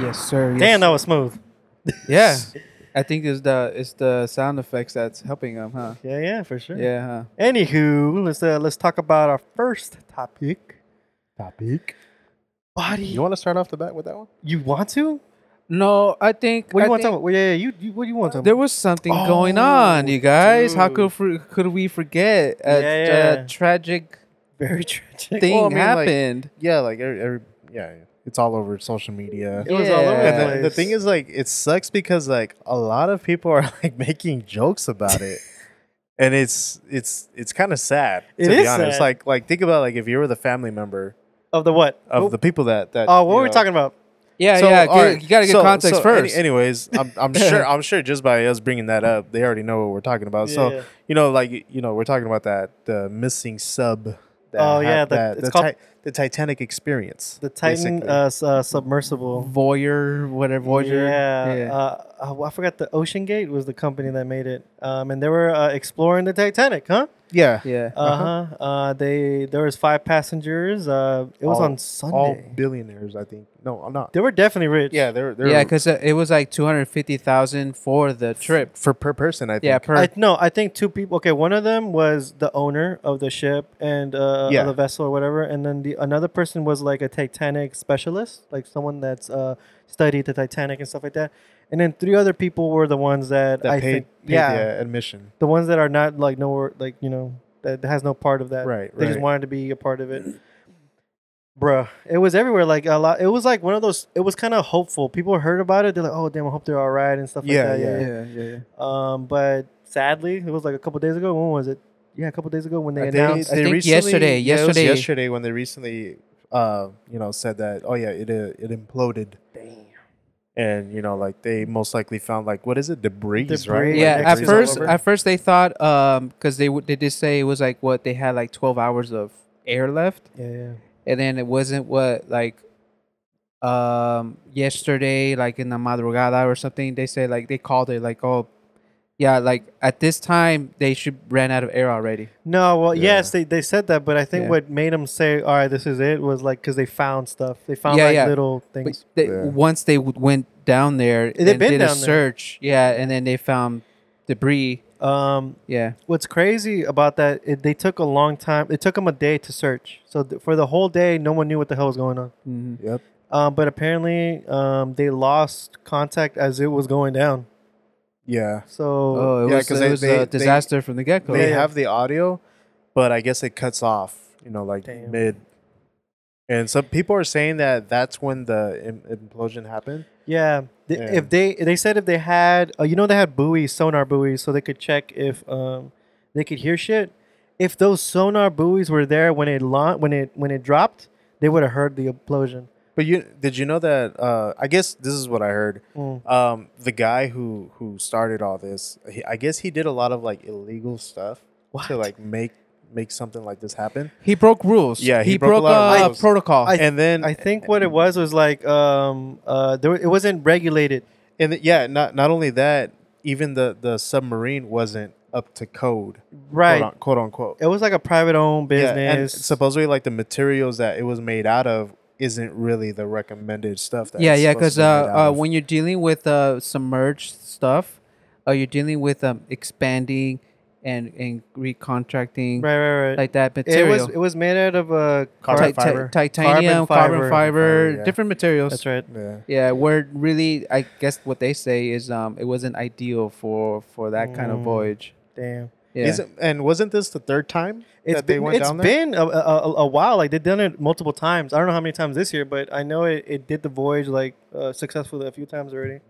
[SPEAKER 2] Yes, sir. Yes.
[SPEAKER 3] Damn, that was smooth.
[SPEAKER 2] Yeah. I think it's the it's the sound effects that's helping him, huh?
[SPEAKER 3] Yeah, yeah, for sure.
[SPEAKER 2] Yeah. Huh?
[SPEAKER 3] Anywho, let's uh, let's talk about our first topic.
[SPEAKER 4] Topic.
[SPEAKER 3] Body.
[SPEAKER 4] You
[SPEAKER 3] You want,
[SPEAKER 4] want to start off the bat with that one?
[SPEAKER 3] to?
[SPEAKER 2] No, I think.
[SPEAKER 3] What do
[SPEAKER 2] I
[SPEAKER 3] you want to
[SPEAKER 2] think
[SPEAKER 3] talk about? Yeah, yeah. You, you what do you want to talk
[SPEAKER 2] There
[SPEAKER 3] about?
[SPEAKER 2] was something going on,
[SPEAKER 3] Oh,
[SPEAKER 2] you guys. How
[SPEAKER 3] dude.
[SPEAKER 2] could for, could we forget a,
[SPEAKER 3] Yeah,
[SPEAKER 2] a
[SPEAKER 3] yeah.
[SPEAKER 2] tragic
[SPEAKER 3] Very tragic.
[SPEAKER 2] thing
[SPEAKER 4] Well, I mean, like,
[SPEAKER 2] happened?
[SPEAKER 4] Yeah, like every, every yeah, it's all over social media.
[SPEAKER 3] *laughs* It was all over
[SPEAKER 2] Yeah.
[SPEAKER 4] And
[SPEAKER 3] the
[SPEAKER 4] the,
[SPEAKER 3] place.
[SPEAKER 4] the thing is, like, it sucks because like a lot of people are *laughs* like making jokes
[SPEAKER 3] *laughs*
[SPEAKER 4] about it, and it's it's it's kind of sad to
[SPEAKER 3] It
[SPEAKER 4] be
[SPEAKER 3] is
[SPEAKER 4] honest.
[SPEAKER 3] sad.
[SPEAKER 4] Like like think about like if you were the family member
[SPEAKER 3] of the what?
[SPEAKER 4] of
[SPEAKER 3] Oh,
[SPEAKER 4] the people that that.
[SPEAKER 3] oh, what
[SPEAKER 4] you
[SPEAKER 3] were we
[SPEAKER 4] know-
[SPEAKER 3] talking about?
[SPEAKER 2] yeah,
[SPEAKER 4] So,
[SPEAKER 2] yeah.
[SPEAKER 4] all
[SPEAKER 2] get-
[SPEAKER 4] right,
[SPEAKER 2] you got to get
[SPEAKER 4] so-
[SPEAKER 2] context
[SPEAKER 4] so any-
[SPEAKER 2] first.
[SPEAKER 4] anyways, I'm, I'm sure
[SPEAKER 2] *laughs*
[SPEAKER 4] I'm sure just by us bringing that up, they already know what we're talking about. so
[SPEAKER 3] Yeah.
[SPEAKER 4] you know, like you know, we're talking about that the missing sub. That
[SPEAKER 3] Oh, yeah,
[SPEAKER 4] hap-
[SPEAKER 3] the-
[SPEAKER 4] that,
[SPEAKER 3] it's
[SPEAKER 4] the,
[SPEAKER 3] called-
[SPEAKER 4] Ti- the Titanic experience.
[SPEAKER 3] The Titan
[SPEAKER 4] basically.
[SPEAKER 3] uh, s- uh, submersible.
[SPEAKER 2] Voyeur, whatever. Voyager.
[SPEAKER 3] Yeah. Uh, oh, I forgot the Ocean Gate was the company that made it, um, and they were uh, exploring the Titanic, huh?
[SPEAKER 4] yeah,
[SPEAKER 2] yeah.
[SPEAKER 3] Uh huh. Uh, they there was five passengers. Uh, it was
[SPEAKER 4] All-
[SPEAKER 3] on Sunday.
[SPEAKER 4] all billionaires, I think. No, not.
[SPEAKER 3] they were definitely rich.
[SPEAKER 4] Yeah, they're they're
[SPEAKER 2] Yeah, because it was like two hundred fifty thousand for the trip.
[SPEAKER 4] for per person. I think.
[SPEAKER 2] Yeah, per
[SPEAKER 3] I, no, I think two people. Okay, one of them was the owner of the ship and uh,
[SPEAKER 4] Yeah.
[SPEAKER 3] of the vessel or whatever, and then the another person was like a Titanic specialist, like someone that's uh, studied the Titanic and stuff like that. And then three other people were the ones that,
[SPEAKER 4] that
[SPEAKER 3] I
[SPEAKER 4] paid,
[SPEAKER 3] think,
[SPEAKER 4] paid
[SPEAKER 3] yeah,
[SPEAKER 4] the admission.
[SPEAKER 3] the ones that are not like nowhere, like you know, that has no part of that.
[SPEAKER 4] Right,
[SPEAKER 3] They just
[SPEAKER 4] right.
[SPEAKER 3] wanted to be a part of it. Bruh, it was everywhere. Like a lot. It was like one of those. It was kind of hopeful. People heard about it. They're like, "Oh, damn! I hope they're all right and stuff
[SPEAKER 4] Yeah,
[SPEAKER 3] like that."
[SPEAKER 4] yeah.
[SPEAKER 2] yeah, yeah, yeah.
[SPEAKER 3] Um, but sadly, it was like a couple days ago. When was it? Yeah, a couple days ago when they
[SPEAKER 4] Uh,
[SPEAKER 3] announced.
[SPEAKER 2] I think yesterday-
[SPEAKER 4] yeah, it was
[SPEAKER 2] yesterday-
[SPEAKER 4] yesterday when they recently, uh, you know, said that. Oh yeah, it uh, it imploded. And you know, like they most likely found like what is it, debris, right?
[SPEAKER 3] Debris,
[SPEAKER 4] Like,
[SPEAKER 2] Yeah,
[SPEAKER 3] like
[SPEAKER 2] at
[SPEAKER 4] debris
[SPEAKER 3] Netflix
[SPEAKER 4] all
[SPEAKER 2] first,
[SPEAKER 4] over?
[SPEAKER 2] at first they thought, um, because they w- they did say it was like what they had like twelve hours of air left,
[SPEAKER 3] Yeah, yeah.
[SPEAKER 2] and then it wasn't what like, um, yesterday like in the madrugada or something. They said like they called it like oh, yeah, like at this time they should ran out of air already.
[SPEAKER 3] No, well,
[SPEAKER 4] Yeah.
[SPEAKER 3] yes, they, they said that, but I think
[SPEAKER 2] Yeah.
[SPEAKER 3] what made them say, "All right, this is it," was like because they found stuff. They found
[SPEAKER 2] Yeah,
[SPEAKER 3] like
[SPEAKER 2] yeah.
[SPEAKER 3] little
[SPEAKER 2] But
[SPEAKER 3] things.
[SPEAKER 2] they,
[SPEAKER 4] Yeah.
[SPEAKER 2] once they w- went down there,
[SPEAKER 3] They've
[SPEAKER 2] and
[SPEAKER 3] been
[SPEAKER 2] did a
[SPEAKER 3] down there.
[SPEAKER 2] search, yeah, and then they found debris,
[SPEAKER 3] um,
[SPEAKER 2] yeah.
[SPEAKER 3] what's crazy about that it, they took a long time it took them a day to search so th- for the whole day no one knew what the hell was going on
[SPEAKER 2] Mm-hmm.
[SPEAKER 4] Yep.
[SPEAKER 3] um, but apparently um, they lost contact as it was going down
[SPEAKER 4] Yeah.
[SPEAKER 3] so
[SPEAKER 2] Oh, it
[SPEAKER 4] Yeah,
[SPEAKER 2] was,
[SPEAKER 4] 'cause
[SPEAKER 2] it
[SPEAKER 4] they-
[SPEAKER 2] was
[SPEAKER 4] they-
[SPEAKER 2] a
[SPEAKER 4] they-
[SPEAKER 2] disaster from the get go.
[SPEAKER 4] They
[SPEAKER 3] Yeah.
[SPEAKER 4] have the audio, but I guess it cuts off. You know, like
[SPEAKER 3] Damn.
[SPEAKER 4] mid. And some people are saying that that's when the Im- implosion happened.
[SPEAKER 3] Yeah. Th-
[SPEAKER 4] Yeah.
[SPEAKER 3] If they they said if they had uh, you know they had buoys, sonar buoys, so they could check if um they could hear shit. If those sonar buoys were there when it launch when it when it dropped, they would have heard the explosion.
[SPEAKER 4] But you did you know that? Uh, I guess this is what I heard.
[SPEAKER 3] Mm.
[SPEAKER 4] Um, the guy who who started all this, he, I guess he did a lot of like illegal stuff to like make make something like this happen.
[SPEAKER 2] He broke rules.
[SPEAKER 4] Yeah,
[SPEAKER 2] he,
[SPEAKER 4] he broke a
[SPEAKER 2] broke,
[SPEAKER 4] lot of
[SPEAKER 2] uh,
[SPEAKER 4] rules.
[SPEAKER 2] protocol.
[SPEAKER 3] I-
[SPEAKER 4] and then
[SPEAKER 3] I think what it was was like um uh there it wasn't regulated.
[SPEAKER 4] and th- yeah, not not only that, even the the submarine wasn't up to code,
[SPEAKER 3] Right.
[SPEAKER 4] Quote, un- quote unquote.
[SPEAKER 3] It was like a private owned
[SPEAKER 4] Yeah, and
[SPEAKER 3] business.
[SPEAKER 4] supposedly like the materials that it was made out of isn't really the recommended stuff. That
[SPEAKER 2] yeah,
[SPEAKER 4] it's
[SPEAKER 2] yeah, because
[SPEAKER 4] supposed to be made out
[SPEAKER 2] uh, uh,
[SPEAKER 4] of.
[SPEAKER 2] when you're dealing with uh, submerged stuff, uh, you're dealing with um, expanding and and recontracting
[SPEAKER 3] right, right, right.
[SPEAKER 2] like that
[SPEAKER 3] it
[SPEAKER 2] material.
[SPEAKER 3] was it was made out of uh,
[SPEAKER 4] Carbon
[SPEAKER 2] Ti-
[SPEAKER 3] car-
[SPEAKER 2] ti-
[SPEAKER 4] fiber.
[SPEAKER 2] titanium, carbon fiber,
[SPEAKER 3] Carbon fiber.
[SPEAKER 4] yeah.
[SPEAKER 2] different materials.
[SPEAKER 3] That's right.
[SPEAKER 4] yeah.
[SPEAKER 2] Yeah, where really, I guess what they say is um, it wasn't ideal for for that kind of
[SPEAKER 3] Mm.
[SPEAKER 2] voyage.
[SPEAKER 3] Damn.
[SPEAKER 2] Yeah,
[SPEAKER 4] Isn't, and wasn't this the third time
[SPEAKER 3] It's
[SPEAKER 4] that they
[SPEAKER 3] been,
[SPEAKER 4] went
[SPEAKER 3] it's
[SPEAKER 4] down there?
[SPEAKER 3] been a, a, a- a while. Like they've done it multiple times. I don't know how many times this year, but I know it, it did the voyage like uh, successfully a few times already.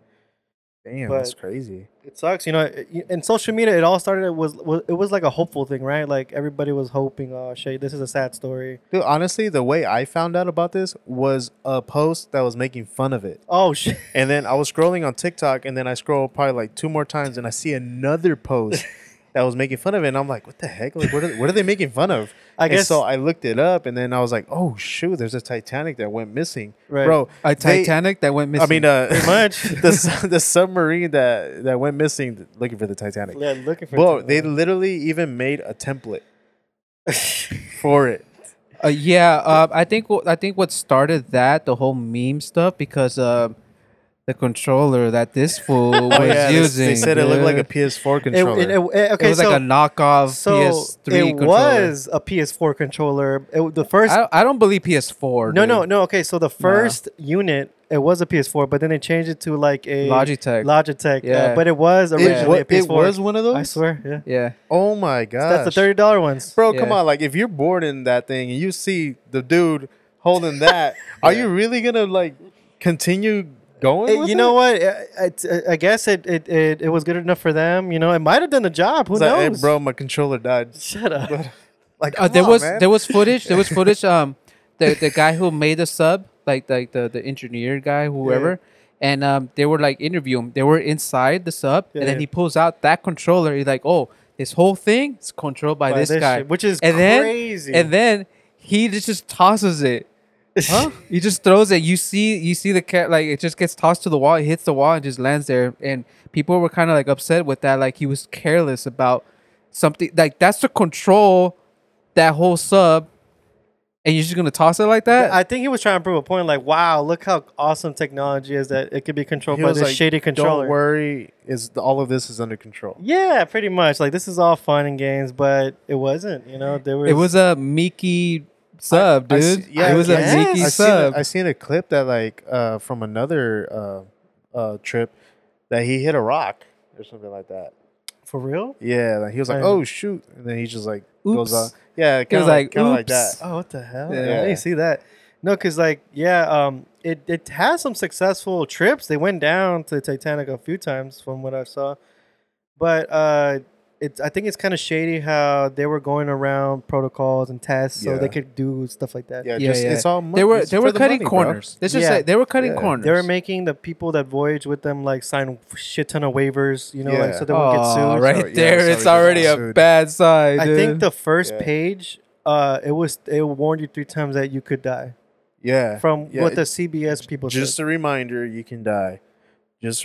[SPEAKER 4] Damn,
[SPEAKER 3] but-
[SPEAKER 4] that's crazy.
[SPEAKER 3] It sucks, you know. it- you- And social media, it all started it was, was it was like a hopeful thing, right? Like everybody was hoping, oh shit, this is a sad story.
[SPEAKER 4] Dude, honestly, the way I found out about this was a post that was making fun of it.
[SPEAKER 3] Oh *laughs* shit,
[SPEAKER 4] And then I was scrolling on TikTok and then I scroll probably like two more times and I see another
[SPEAKER 3] *laughs*
[SPEAKER 4] post that was making fun of it. And I'm like, what the heck? Like, what are, what are they making fun of?
[SPEAKER 3] *laughs* I
[SPEAKER 4] And
[SPEAKER 3] guess-
[SPEAKER 4] so I looked it up and then I was like, oh, shoot, there's a Titanic that went missing.
[SPEAKER 3] Right.
[SPEAKER 4] Bro,
[SPEAKER 2] a
[SPEAKER 4] they-
[SPEAKER 2] Titanic that went missing.
[SPEAKER 4] I mean, uh,
[SPEAKER 3] pretty much.
[SPEAKER 4] *laughs* the, su- the submarine that, that went missing looking for the Titanic.
[SPEAKER 3] yeah, looking for.
[SPEAKER 4] Bro,
[SPEAKER 3] it.
[SPEAKER 4] they literally even made
[SPEAKER 3] *laughs*
[SPEAKER 4] a template for it.
[SPEAKER 2] Uh, yeah, uh, I think wh- I think what started that the whole meme stuff because uh, the controller that
[SPEAKER 4] *laughs*
[SPEAKER 2] this fool was
[SPEAKER 4] Oh, yeah, they-
[SPEAKER 2] using.
[SPEAKER 4] They, said it looked like a
[SPEAKER 2] dude.
[SPEAKER 4] PS4
[SPEAKER 3] It,
[SPEAKER 4] controller.
[SPEAKER 3] it, it, it- okay,
[SPEAKER 2] it was
[SPEAKER 3] so,
[SPEAKER 2] like a knockoff
[SPEAKER 3] so
[SPEAKER 2] PS3
[SPEAKER 3] it
[SPEAKER 2] controller.
[SPEAKER 3] was a PS4 controller. It, the first
[SPEAKER 2] I, I don't believe PS4.
[SPEAKER 3] No,
[SPEAKER 2] dude.
[SPEAKER 3] no, no. Okay, so the first unit it was a PS4, but then they changed it to like a
[SPEAKER 2] Logitech.
[SPEAKER 3] Logitech, yeah.
[SPEAKER 2] Yeah.
[SPEAKER 3] but it was
[SPEAKER 4] It
[SPEAKER 3] originally
[SPEAKER 4] wa-
[SPEAKER 3] a PS4.
[SPEAKER 4] it was one of those.
[SPEAKER 3] I swear. Yeah.
[SPEAKER 2] Yeah,
[SPEAKER 4] Oh my god.
[SPEAKER 3] That's the thirty dollar ones.
[SPEAKER 4] Bro, come
[SPEAKER 2] Yeah.
[SPEAKER 4] on. Like, if you're bored in that thing and you see the dude holding that, *laughs* are you really gonna like continue going?
[SPEAKER 3] It-
[SPEAKER 4] with
[SPEAKER 3] you
[SPEAKER 4] it?
[SPEAKER 3] know what? I, I, I guess it, it, it, it was good enough for them. You know, it might have done the job. Who
[SPEAKER 4] It's like,
[SPEAKER 3] knows?
[SPEAKER 4] hey, bro, my controller died.
[SPEAKER 3] Shut up.
[SPEAKER 4] Like,
[SPEAKER 2] uh,
[SPEAKER 4] come
[SPEAKER 2] there
[SPEAKER 4] on,
[SPEAKER 2] was
[SPEAKER 4] man.
[SPEAKER 2] there was footage. There was footage. Um, the the guy who made the sub, like like the the engineer guy, whoever. And um, they were like interview him. They were inside the sub,
[SPEAKER 3] Yeah,
[SPEAKER 2] and then
[SPEAKER 3] yeah.
[SPEAKER 2] he pulls out that controller. He's like, "Oh, this whole thing is controlled by,
[SPEAKER 3] By
[SPEAKER 2] this, guy,"
[SPEAKER 3] shit, which is
[SPEAKER 2] and
[SPEAKER 3] crazy.
[SPEAKER 2] then and then he just, just tosses it. Huh? he just throws it. You see, you see the cat like it just gets tossed to the wall. It hits the wall and just lands there. And people were kind of like upset with that. Like he was careless about something. Like that's to control that whole sub, and you're just gonna toss it like
[SPEAKER 4] *laughs*
[SPEAKER 2] that.
[SPEAKER 3] I think he was trying to prove a point. Like, wow, look how awesome technology is that it could be controlled
[SPEAKER 4] He
[SPEAKER 3] by
[SPEAKER 4] was
[SPEAKER 3] this
[SPEAKER 4] like,
[SPEAKER 3] shady controller.
[SPEAKER 4] Don't worry, is all of this is under control.
[SPEAKER 3] Yeah, pretty much. Like this is all fun and games, but it wasn't. You know, there was.
[SPEAKER 2] it was a Mickey sub,
[SPEAKER 4] I
[SPEAKER 2] dude.
[SPEAKER 4] see- yeah,
[SPEAKER 2] it was
[SPEAKER 3] I
[SPEAKER 2] a
[SPEAKER 3] guess.
[SPEAKER 2] Mickey
[SPEAKER 4] I seen,
[SPEAKER 2] sub.
[SPEAKER 4] a, I seen a clip that like uh, from another uh, uh, trip that he hit a rock or something like that.
[SPEAKER 3] for real.
[SPEAKER 4] Yeah, like he was like,
[SPEAKER 3] Right.
[SPEAKER 4] "Oh shoot," and then he just like
[SPEAKER 2] Oops.
[SPEAKER 4] goes on. Yeah,
[SPEAKER 2] was
[SPEAKER 4] kind of
[SPEAKER 2] like,
[SPEAKER 4] like, kinda like
[SPEAKER 2] "Oops." Uh,
[SPEAKER 4] that.
[SPEAKER 3] Oh, what the hell?
[SPEAKER 4] Yeah.
[SPEAKER 3] I didn't see that. No, because like, yeah, um, it it has some successful trips. They went down to Titanic a few times, from what I saw, but uh, it's I think it's kind of shady how they were going around protocols and tests so they
[SPEAKER 4] Yeah.
[SPEAKER 3] could do stuff like that.
[SPEAKER 4] Yeah,
[SPEAKER 2] Yeah,
[SPEAKER 4] just
[SPEAKER 2] yeah.
[SPEAKER 4] it's all.
[SPEAKER 2] they
[SPEAKER 4] money-
[SPEAKER 2] were
[SPEAKER 4] it's
[SPEAKER 2] they
[SPEAKER 4] for
[SPEAKER 2] were
[SPEAKER 4] the
[SPEAKER 2] cutting
[SPEAKER 4] money, bro.
[SPEAKER 2] corners. Let's just
[SPEAKER 3] Yeah.
[SPEAKER 2] say they were cutting
[SPEAKER 4] Yeah.
[SPEAKER 2] corners.
[SPEAKER 3] They were making the people that voyage with them like sign shit ton of waivers, you know, like
[SPEAKER 4] Yeah.
[SPEAKER 3] so they won't get
[SPEAKER 2] Aw,
[SPEAKER 3] sued.
[SPEAKER 2] right
[SPEAKER 4] So- yeah,
[SPEAKER 2] there, it's
[SPEAKER 4] so we just
[SPEAKER 2] already
[SPEAKER 4] got
[SPEAKER 2] a
[SPEAKER 4] sued.
[SPEAKER 2] bad sign.
[SPEAKER 3] I think
[SPEAKER 2] dude.
[SPEAKER 3] the first
[SPEAKER 4] Yeah.
[SPEAKER 3] page, uh, it was it warned you three times that you could die
[SPEAKER 4] Yeah,
[SPEAKER 3] from
[SPEAKER 4] yeah,
[SPEAKER 3] what the
[SPEAKER 4] it-
[SPEAKER 3] CBS people said.
[SPEAKER 4] Just a reminder, you can die. Just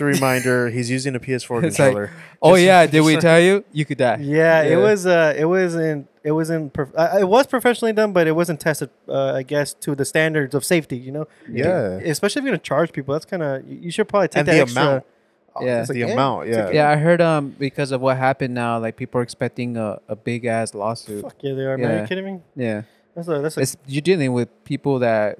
[SPEAKER 2] *laughs*
[SPEAKER 4] a reminder, he's using a
[SPEAKER 2] *laughs*
[SPEAKER 4] PS4
[SPEAKER 2] It's like,
[SPEAKER 4] controller.
[SPEAKER 2] Oh
[SPEAKER 4] Just- *laughs*
[SPEAKER 2] yeah, did we tell you? You could die.
[SPEAKER 3] Yeah,
[SPEAKER 2] Yeah.
[SPEAKER 3] it was. Uh, it wasn't. It wasn't. Prof- uh, it was professionally done, but it wasn't tested. Uh, I guess to the standards of safety. You know.
[SPEAKER 4] Yeah.
[SPEAKER 3] Especially if you're gonna charge people, that's kind of. You you should probably take
[SPEAKER 4] And
[SPEAKER 3] that
[SPEAKER 4] the
[SPEAKER 3] extra.
[SPEAKER 4] amount.
[SPEAKER 3] Oh,
[SPEAKER 2] Yeah.
[SPEAKER 3] it's
[SPEAKER 4] the
[SPEAKER 3] like, eh,
[SPEAKER 4] amount.
[SPEAKER 3] it's
[SPEAKER 4] Yeah,
[SPEAKER 3] okay.
[SPEAKER 2] Yeah, I heard um because of what happened now, like people are expecting a, a big ass lawsuit.
[SPEAKER 3] Fuck yeah, they are. man. Are
[SPEAKER 2] Yeah.
[SPEAKER 3] you kidding me?
[SPEAKER 2] Yeah,
[SPEAKER 3] That's a, that's a
[SPEAKER 2] it's you're dealing with people that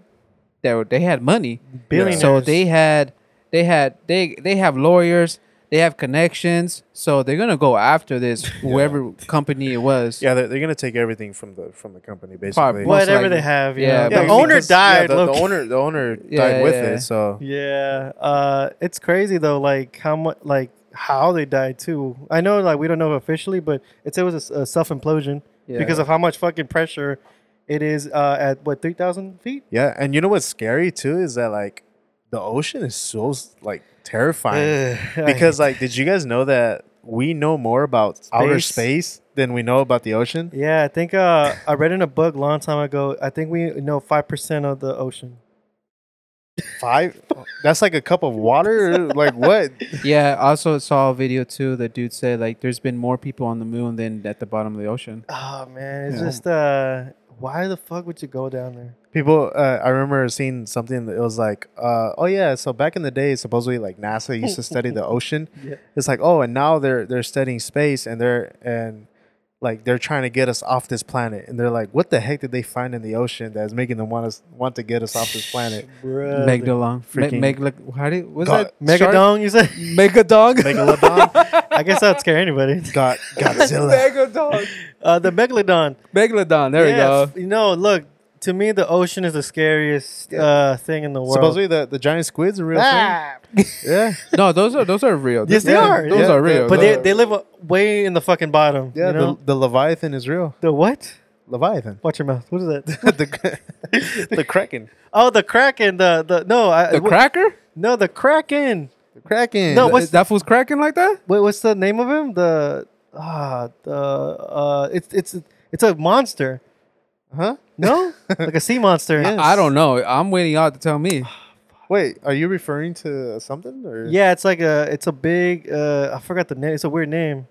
[SPEAKER 2] that were- they had money,
[SPEAKER 3] billionaires.
[SPEAKER 2] so they had they had they they have lawyers. They have connections, so they're gonna go after
[SPEAKER 3] *laughs*
[SPEAKER 2] this whoever company it was.
[SPEAKER 4] Yeah, they're, they're gonna take everything from the from the company
[SPEAKER 2] Probably.
[SPEAKER 4] basically.
[SPEAKER 2] Most
[SPEAKER 3] Whatever
[SPEAKER 2] likely.
[SPEAKER 3] they have. you
[SPEAKER 2] Yeah,
[SPEAKER 3] know.
[SPEAKER 2] but I
[SPEAKER 4] Yeah,
[SPEAKER 3] uh, The
[SPEAKER 2] mean,
[SPEAKER 3] owner
[SPEAKER 4] because- yeah,
[SPEAKER 3] died.
[SPEAKER 4] the, the
[SPEAKER 3] look.
[SPEAKER 4] owner, the owner
[SPEAKER 2] Yeah,
[SPEAKER 4] died with
[SPEAKER 2] yeah, yeah.
[SPEAKER 4] it. So
[SPEAKER 3] Yeah, uh, it's crazy though. Like how much, like how they died too. I know, like we don't know officially, but it said it was a s- a, self implosion
[SPEAKER 2] Yeah.
[SPEAKER 3] because of how much fucking pressure it is uh, at what three thousand feet.
[SPEAKER 4] yeah, and you know what's scary too is that like the ocean is so like terrifying
[SPEAKER 3] *laughs*
[SPEAKER 4] because like did you guys know that we know more about outer
[SPEAKER 3] Space.
[SPEAKER 4] space than we know about the ocean?
[SPEAKER 3] yeah, I think uh, I read in a book long time ago. I think we know five percent of the ocean.
[SPEAKER 4] Five. That's like a cup of water. or, like what?
[SPEAKER 2] yeah. Also, saw a video too. The dude said like, "There's been more people on the moon than at the bottom of the ocean."
[SPEAKER 3] Oh man, it's
[SPEAKER 4] Yeah.
[SPEAKER 3] just uh, why the fuck would you go down there?
[SPEAKER 4] People, uh, I remember seeing something that was like, uh, oh yeah, so back in the day, supposedly like NASA used to
[SPEAKER 3] *laughs*
[SPEAKER 4] study the ocean.
[SPEAKER 3] Yeah.
[SPEAKER 4] It's like, oh, and now they're they're studying space and they're and like they're trying to get us off this planet. And they're like, what the heck did they find in the ocean that's making them want us want to get us off this
[SPEAKER 3] *laughs*
[SPEAKER 4] planet?
[SPEAKER 3] Brother.
[SPEAKER 2] Megalodon.
[SPEAKER 4] freaking-
[SPEAKER 2] Me- Meg, like, how did was
[SPEAKER 4] God.
[SPEAKER 2] that shark?
[SPEAKER 3] Megadong, you said? *laughs*
[SPEAKER 2] Megadong.
[SPEAKER 4] Megalodon
[SPEAKER 3] I guess that'd scare anybody.
[SPEAKER 4] got *laughs*
[SPEAKER 3] *laughs*
[SPEAKER 2] *laughs*
[SPEAKER 4] Godzilla.
[SPEAKER 2] Megalodon.
[SPEAKER 3] Uh, the megalodon.
[SPEAKER 2] Megalodon. There
[SPEAKER 3] Yeah,
[SPEAKER 2] we go.
[SPEAKER 3] f- You know, look, to me, the ocean is the scariest uh, thing in the world.
[SPEAKER 4] Supposedly the, the giant squid's a real
[SPEAKER 3] Ah!
[SPEAKER 4] thing. Yeah,
[SPEAKER 2] No, those are those are real.
[SPEAKER 3] Yes, they
[SPEAKER 2] Yeah,
[SPEAKER 3] are.
[SPEAKER 2] Those
[SPEAKER 4] Yeah,
[SPEAKER 2] are
[SPEAKER 4] they-
[SPEAKER 2] real.
[SPEAKER 3] but they,
[SPEAKER 2] Those-
[SPEAKER 3] they live uh, way in the fucking bottom.
[SPEAKER 4] yeah.
[SPEAKER 3] you know?
[SPEAKER 4] The, the Leviathan is real.
[SPEAKER 3] the, what?
[SPEAKER 4] Leviathan. *laughs*
[SPEAKER 3] Watch your mouth. What is that?
[SPEAKER 4] the *laughs* the
[SPEAKER 3] *laughs*
[SPEAKER 4] Kraken.
[SPEAKER 3] oh, the kraken. The the no, I,
[SPEAKER 2] the
[SPEAKER 3] wha-
[SPEAKER 2] cracker.
[SPEAKER 3] no, the kraken.
[SPEAKER 4] The Kraken.
[SPEAKER 3] No, what's-
[SPEAKER 2] Is that fool's cracking like that?
[SPEAKER 3] Wait, what's the name of him? The ah, the uh, it's it's it's a monster.
[SPEAKER 4] huh?
[SPEAKER 2] *laughs*
[SPEAKER 3] No, like a sea monster.
[SPEAKER 4] Yeah.
[SPEAKER 2] I don't know. I'm waiting y'all to tell me.
[SPEAKER 4] Wait, are you referring to something or
[SPEAKER 3] Yeah, it's like a it's a big uh, I forgot the name. It's a weird name.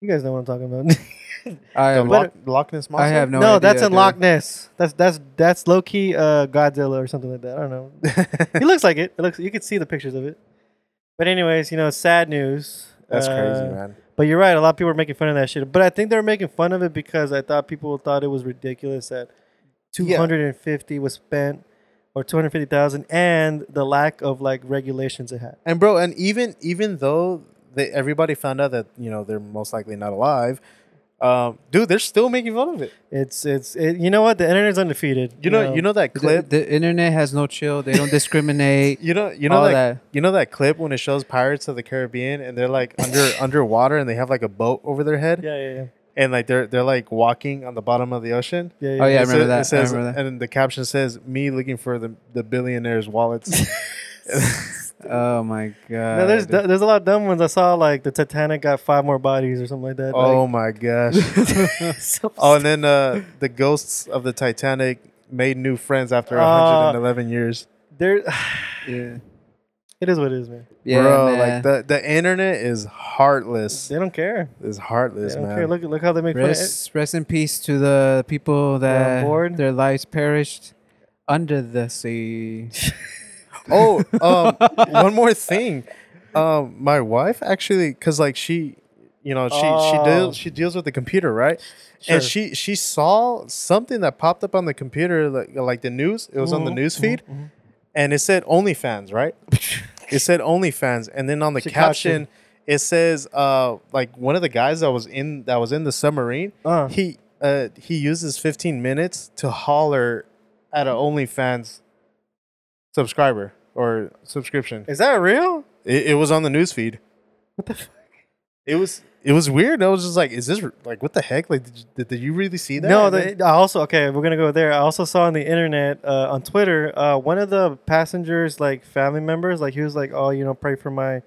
[SPEAKER 3] You guys know what I'm talking
[SPEAKER 2] *laughs*
[SPEAKER 3] about.
[SPEAKER 2] I
[SPEAKER 4] The
[SPEAKER 2] am.
[SPEAKER 4] Loch, Loch Ness monster?
[SPEAKER 2] I have no.
[SPEAKER 3] No, that's
[SPEAKER 2] idea,
[SPEAKER 3] in
[SPEAKER 2] dude.
[SPEAKER 3] Loch Ness. That's that's that's low key uh, Godzilla or something like that. I
[SPEAKER 2] *laughs*
[SPEAKER 3] don't know. It looks like it. It looks. You can see the pictures of it. But anyways, you know, sad news.
[SPEAKER 4] That's
[SPEAKER 3] Uh,
[SPEAKER 4] crazy, man.
[SPEAKER 3] But you're right. A lot of people are making fun of that shit. But I think they were making fun of it because I thought people thought it was ridiculous that 250 was spent or 250,000 and the lack of like regulations it had.
[SPEAKER 4] And bro, and even even though they, everybody found out that you know they're most likely not alive, um, dude, they're still making fun of it.
[SPEAKER 3] It's it's it, you know what the internet's undefeated.
[SPEAKER 4] You know, you know that
[SPEAKER 2] The,
[SPEAKER 4] clip.
[SPEAKER 2] the internet has no chill. They don't
[SPEAKER 3] *laughs*
[SPEAKER 2] discriminate.
[SPEAKER 4] you know, you know
[SPEAKER 2] all
[SPEAKER 4] that,
[SPEAKER 2] that.
[SPEAKER 4] you know that clip when it shows Pirates of the Caribbean and they're like
[SPEAKER 2] *laughs*
[SPEAKER 4] under underwater and they have like a boat over their head
[SPEAKER 3] Yeah, yeah, yeah.
[SPEAKER 4] and like they're they're like walking on the bottom of the ocean.
[SPEAKER 3] yeah,
[SPEAKER 2] Oh, yeah. I
[SPEAKER 4] It sa-
[SPEAKER 2] remember that. I
[SPEAKER 4] It says,
[SPEAKER 2] remember that.
[SPEAKER 4] and the caption says, "Me looking for the the
[SPEAKER 2] *laughs*
[SPEAKER 4] billionaires' wallets."
[SPEAKER 2] Oh my god.
[SPEAKER 3] No, there's
[SPEAKER 2] dude.
[SPEAKER 3] du- there's a lot of dumb ones. I saw like the Titanic got five more bodies or something like that.
[SPEAKER 4] oh my gosh!
[SPEAKER 3] like, *laughs* so-
[SPEAKER 4] *laughs* Oh, and then uh, the ghosts of the Titanic made new friends after
[SPEAKER 3] Uh,
[SPEAKER 2] Oh.
[SPEAKER 4] 111 years.
[SPEAKER 3] there,
[SPEAKER 2] yeah,
[SPEAKER 3] *sighs* it is what it is, man.
[SPEAKER 2] yeah
[SPEAKER 4] Bro,
[SPEAKER 2] man.
[SPEAKER 4] like the, the internet is heartless.
[SPEAKER 3] They don't care.
[SPEAKER 4] Is
[SPEAKER 3] They
[SPEAKER 4] heartless,
[SPEAKER 3] don't
[SPEAKER 4] man.
[SPEAKER 3] care. Look look how they make fun. Of
[SPEAKER 2] rest, rest in peace to the people
[SPEAKER 3] They're on
[SPEAKER 2] that
[SPEAKER 3] board.
[SPEAKER 2] their lives perished under the sea.
[SPEAKER 3] *laughs*
[SPEAKER 4] Oh, um, one more thing. Um, my wife actually, cause like she, you know, she she
[SPEAKER 3] Oh.
[SPEAKER 4] deals she deals with the computer, right?
[SPEAKER 3] Sure.
[SPEAKER 4] And she she saw something that popped up on the computer, like like the news. It was on the
[SPEAKER 3] Mhm,
[SPEAKER 4] news feed, and it said OnlyFans,
[SPEAKER 3] *laughs*
[SPEAKER 4] right? it said OnlyFans, and then on the
[SPEAKER 3] She caught you.
[SPEAKER 4] caption, it says uh like one of the guys that was in that was in the submarine.
[SPEAKER 3] Uh.
[SPEAKER 4] He uh he uses 15 minutes to holler at an OnlyFans subscriber or subscription.
[SPEAKER 3] Is that real?
[SPEAKER 4] It, it was on the newsfeed.
[SPEAKER 3] What the fuck?
[SPEAKER 4] It was it was weird. I was just like, is this r- like what the heck? Like, did, you- did you really see that?
[SPEAKER 3] No,
[SPEAKER 4] And
[SPEAKER 3] the,
[SPEAKER 4] then-
[SPEAKER 3] I also okay. We're gonna go there. I also saw on the internet, uh, on Twitter, uh, one of the passengers, like family members, like he was like, "Oh, you know, pray for my,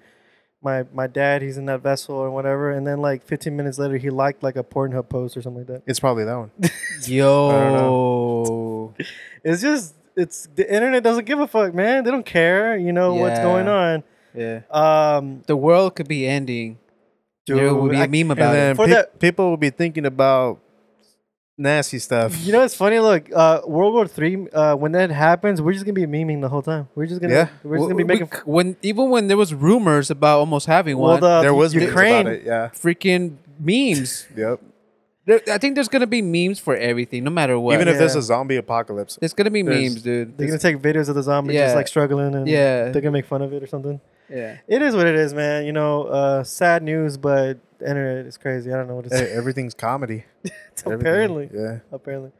[SPEAKER 3] my, my dad. He's in that vessel or whatever." And then like 15 minutes later, he liked like a Pornhub post or something like that.
[SPEAKER 4] it's probably that one.
[SPEAKER 2] Yo,
[SPEAKER 3] It's just it's the internet doesn't give a fuck, man. They don't care. You know what's
[SPEAKER 2] Yeah.
[SPEAKER 3] going on.
[SPEAKER 2] *laughs* yeah,
[SPEAKER 3] Um,
[SPEAKER 2] the world could be ending. there will
[SPEAKER 3] Dude,
[SPEAKER 2] be a
[SPEAKER 3] I-
[SPEAKER 2] meme
[SPEAKER 4] And
[SPEAKER 2] about
[SPEAKER 4] then
[SPEAKER 2] it.
[SPEAKER 3] For
[SPEAKER 4] peop-
[SPEAKER 3] the-
[SPEAKER 4] people will be thinking about nasty stuff.
[SPEAKER 3] you know it's funny. Look, uh, World War Three. Uh, when that happens, we're just gonna be memeing the whole time. We're just gonna
[SPEAKER 4] Yeah.
[SPEAKER 3] we're just gonna be
[SPEAKER 2] W- we
[SPEAKER 3] making.
[SPEAKER 2] c- when even when there was rumors about almost having
[SPEAKER 3] Well,
[SPEAKER 2] one,
[SPEAKER 3] the
[SPEAKER 4] there was memes
[SPEAKER 3] Ukraine.
[SPEAKER 4] about it. Yeah.
[SPEAKER 2] freaking memes.
[SPEAKER 4] Yep.
[SPEAKER 2] There, I think there's gonna be memes for everything, no matter what.
[SPEAKER 4] Even if there's
[SPEAKER 3] Yeah.
[SPEAKER 4] a zombie apocalypse,
[SPEAKER 2] there's gonna be
[SPEAKER 4] there's-
[SPEAKER 2] memes, dude.
[SPEAKER 3] They're gonna take videos of the zombies just
[SPEAKER 2] Yeah.
[SPEAKER 3] like struggling and
[SPEAKER 2] Yeah.
[SPEAKER 3] they're gonna make fun of it or something.
[SPEAKER 2] Yeah.
[SPEAKER 3] It is what it is, man. You know, uh, sad news, but the internet is crazy. I don't know what to
[SPEAKER 2] Eh,
[SPEAKER 4] Hey,
[SPEAKER 3] say.
[SPEAKER 4] e,
[SPEAKER 3] *laughs*
[SPEAKER 4] everything's comedy. Everything.
[SPEAKER 3] apparently,
[SPEAKER 4] Yeah.
[SPEAKER 3] apparently.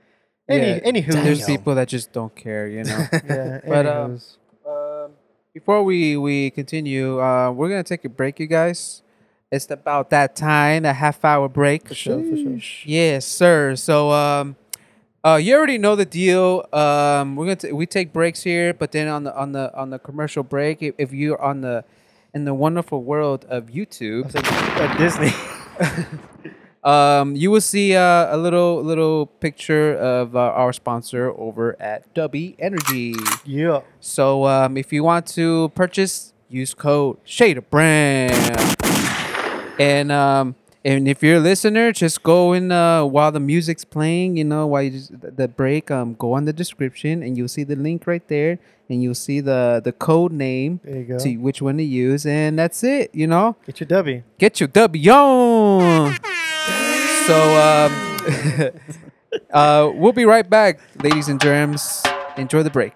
[SPEAKER 3] Any,
[SPEAKER 2] Yeah.
[SPEAKER 3] anywho,
[SPEAKER 2] There's
[SPEAKER 4] Damn.
[SPEAKER 2] people that just don't care, you *laughs* know.
[SPEAKER 3] yeah,
[SPEAKER 2] But, um,
[SPEAKER 3] anywho's.
[SPEAKER 2] um, before we we continue, uh, we're gonna take a break, you guys. It's about that time, a half hour break.
[SPEAKER 3] for sure, for sure.
[SPEAKER 2] Yes, sir. So um, uh, you already know the deal. Um, we're gonna t- we take breaks here, but then on the on the on the commercial break, if, if you're on the in the wonderful world of
[SPEAKER 3] I
[SPEAKER 2] YouTube,
[SPEAKER 3] said, uh, Disney. *laughs*
[SPEAKER 2] um, you will see uh, a little little picture of uh, our sponsor over at Dubby Energy.
[SPEAKER 3] yeah.
[SPEAKER 2] So um, if you want to purchase, use code ShadeOfBrand. And um, and if you're a listener, just go in uh, while the music's playing. You know, while you just, the- the break, um, go on the description and you'll see the link right there, and you'll see the the code name
[SPEAKER 3] There you go.
[SPEAKER 2] to which one to use, and that's it. You know,
[SPEAKER 3] Get your W.
[SPEAKER 2] get your W on. So um, *laughs* uh, we'll be right back, ladies and germs. Enjoy the break.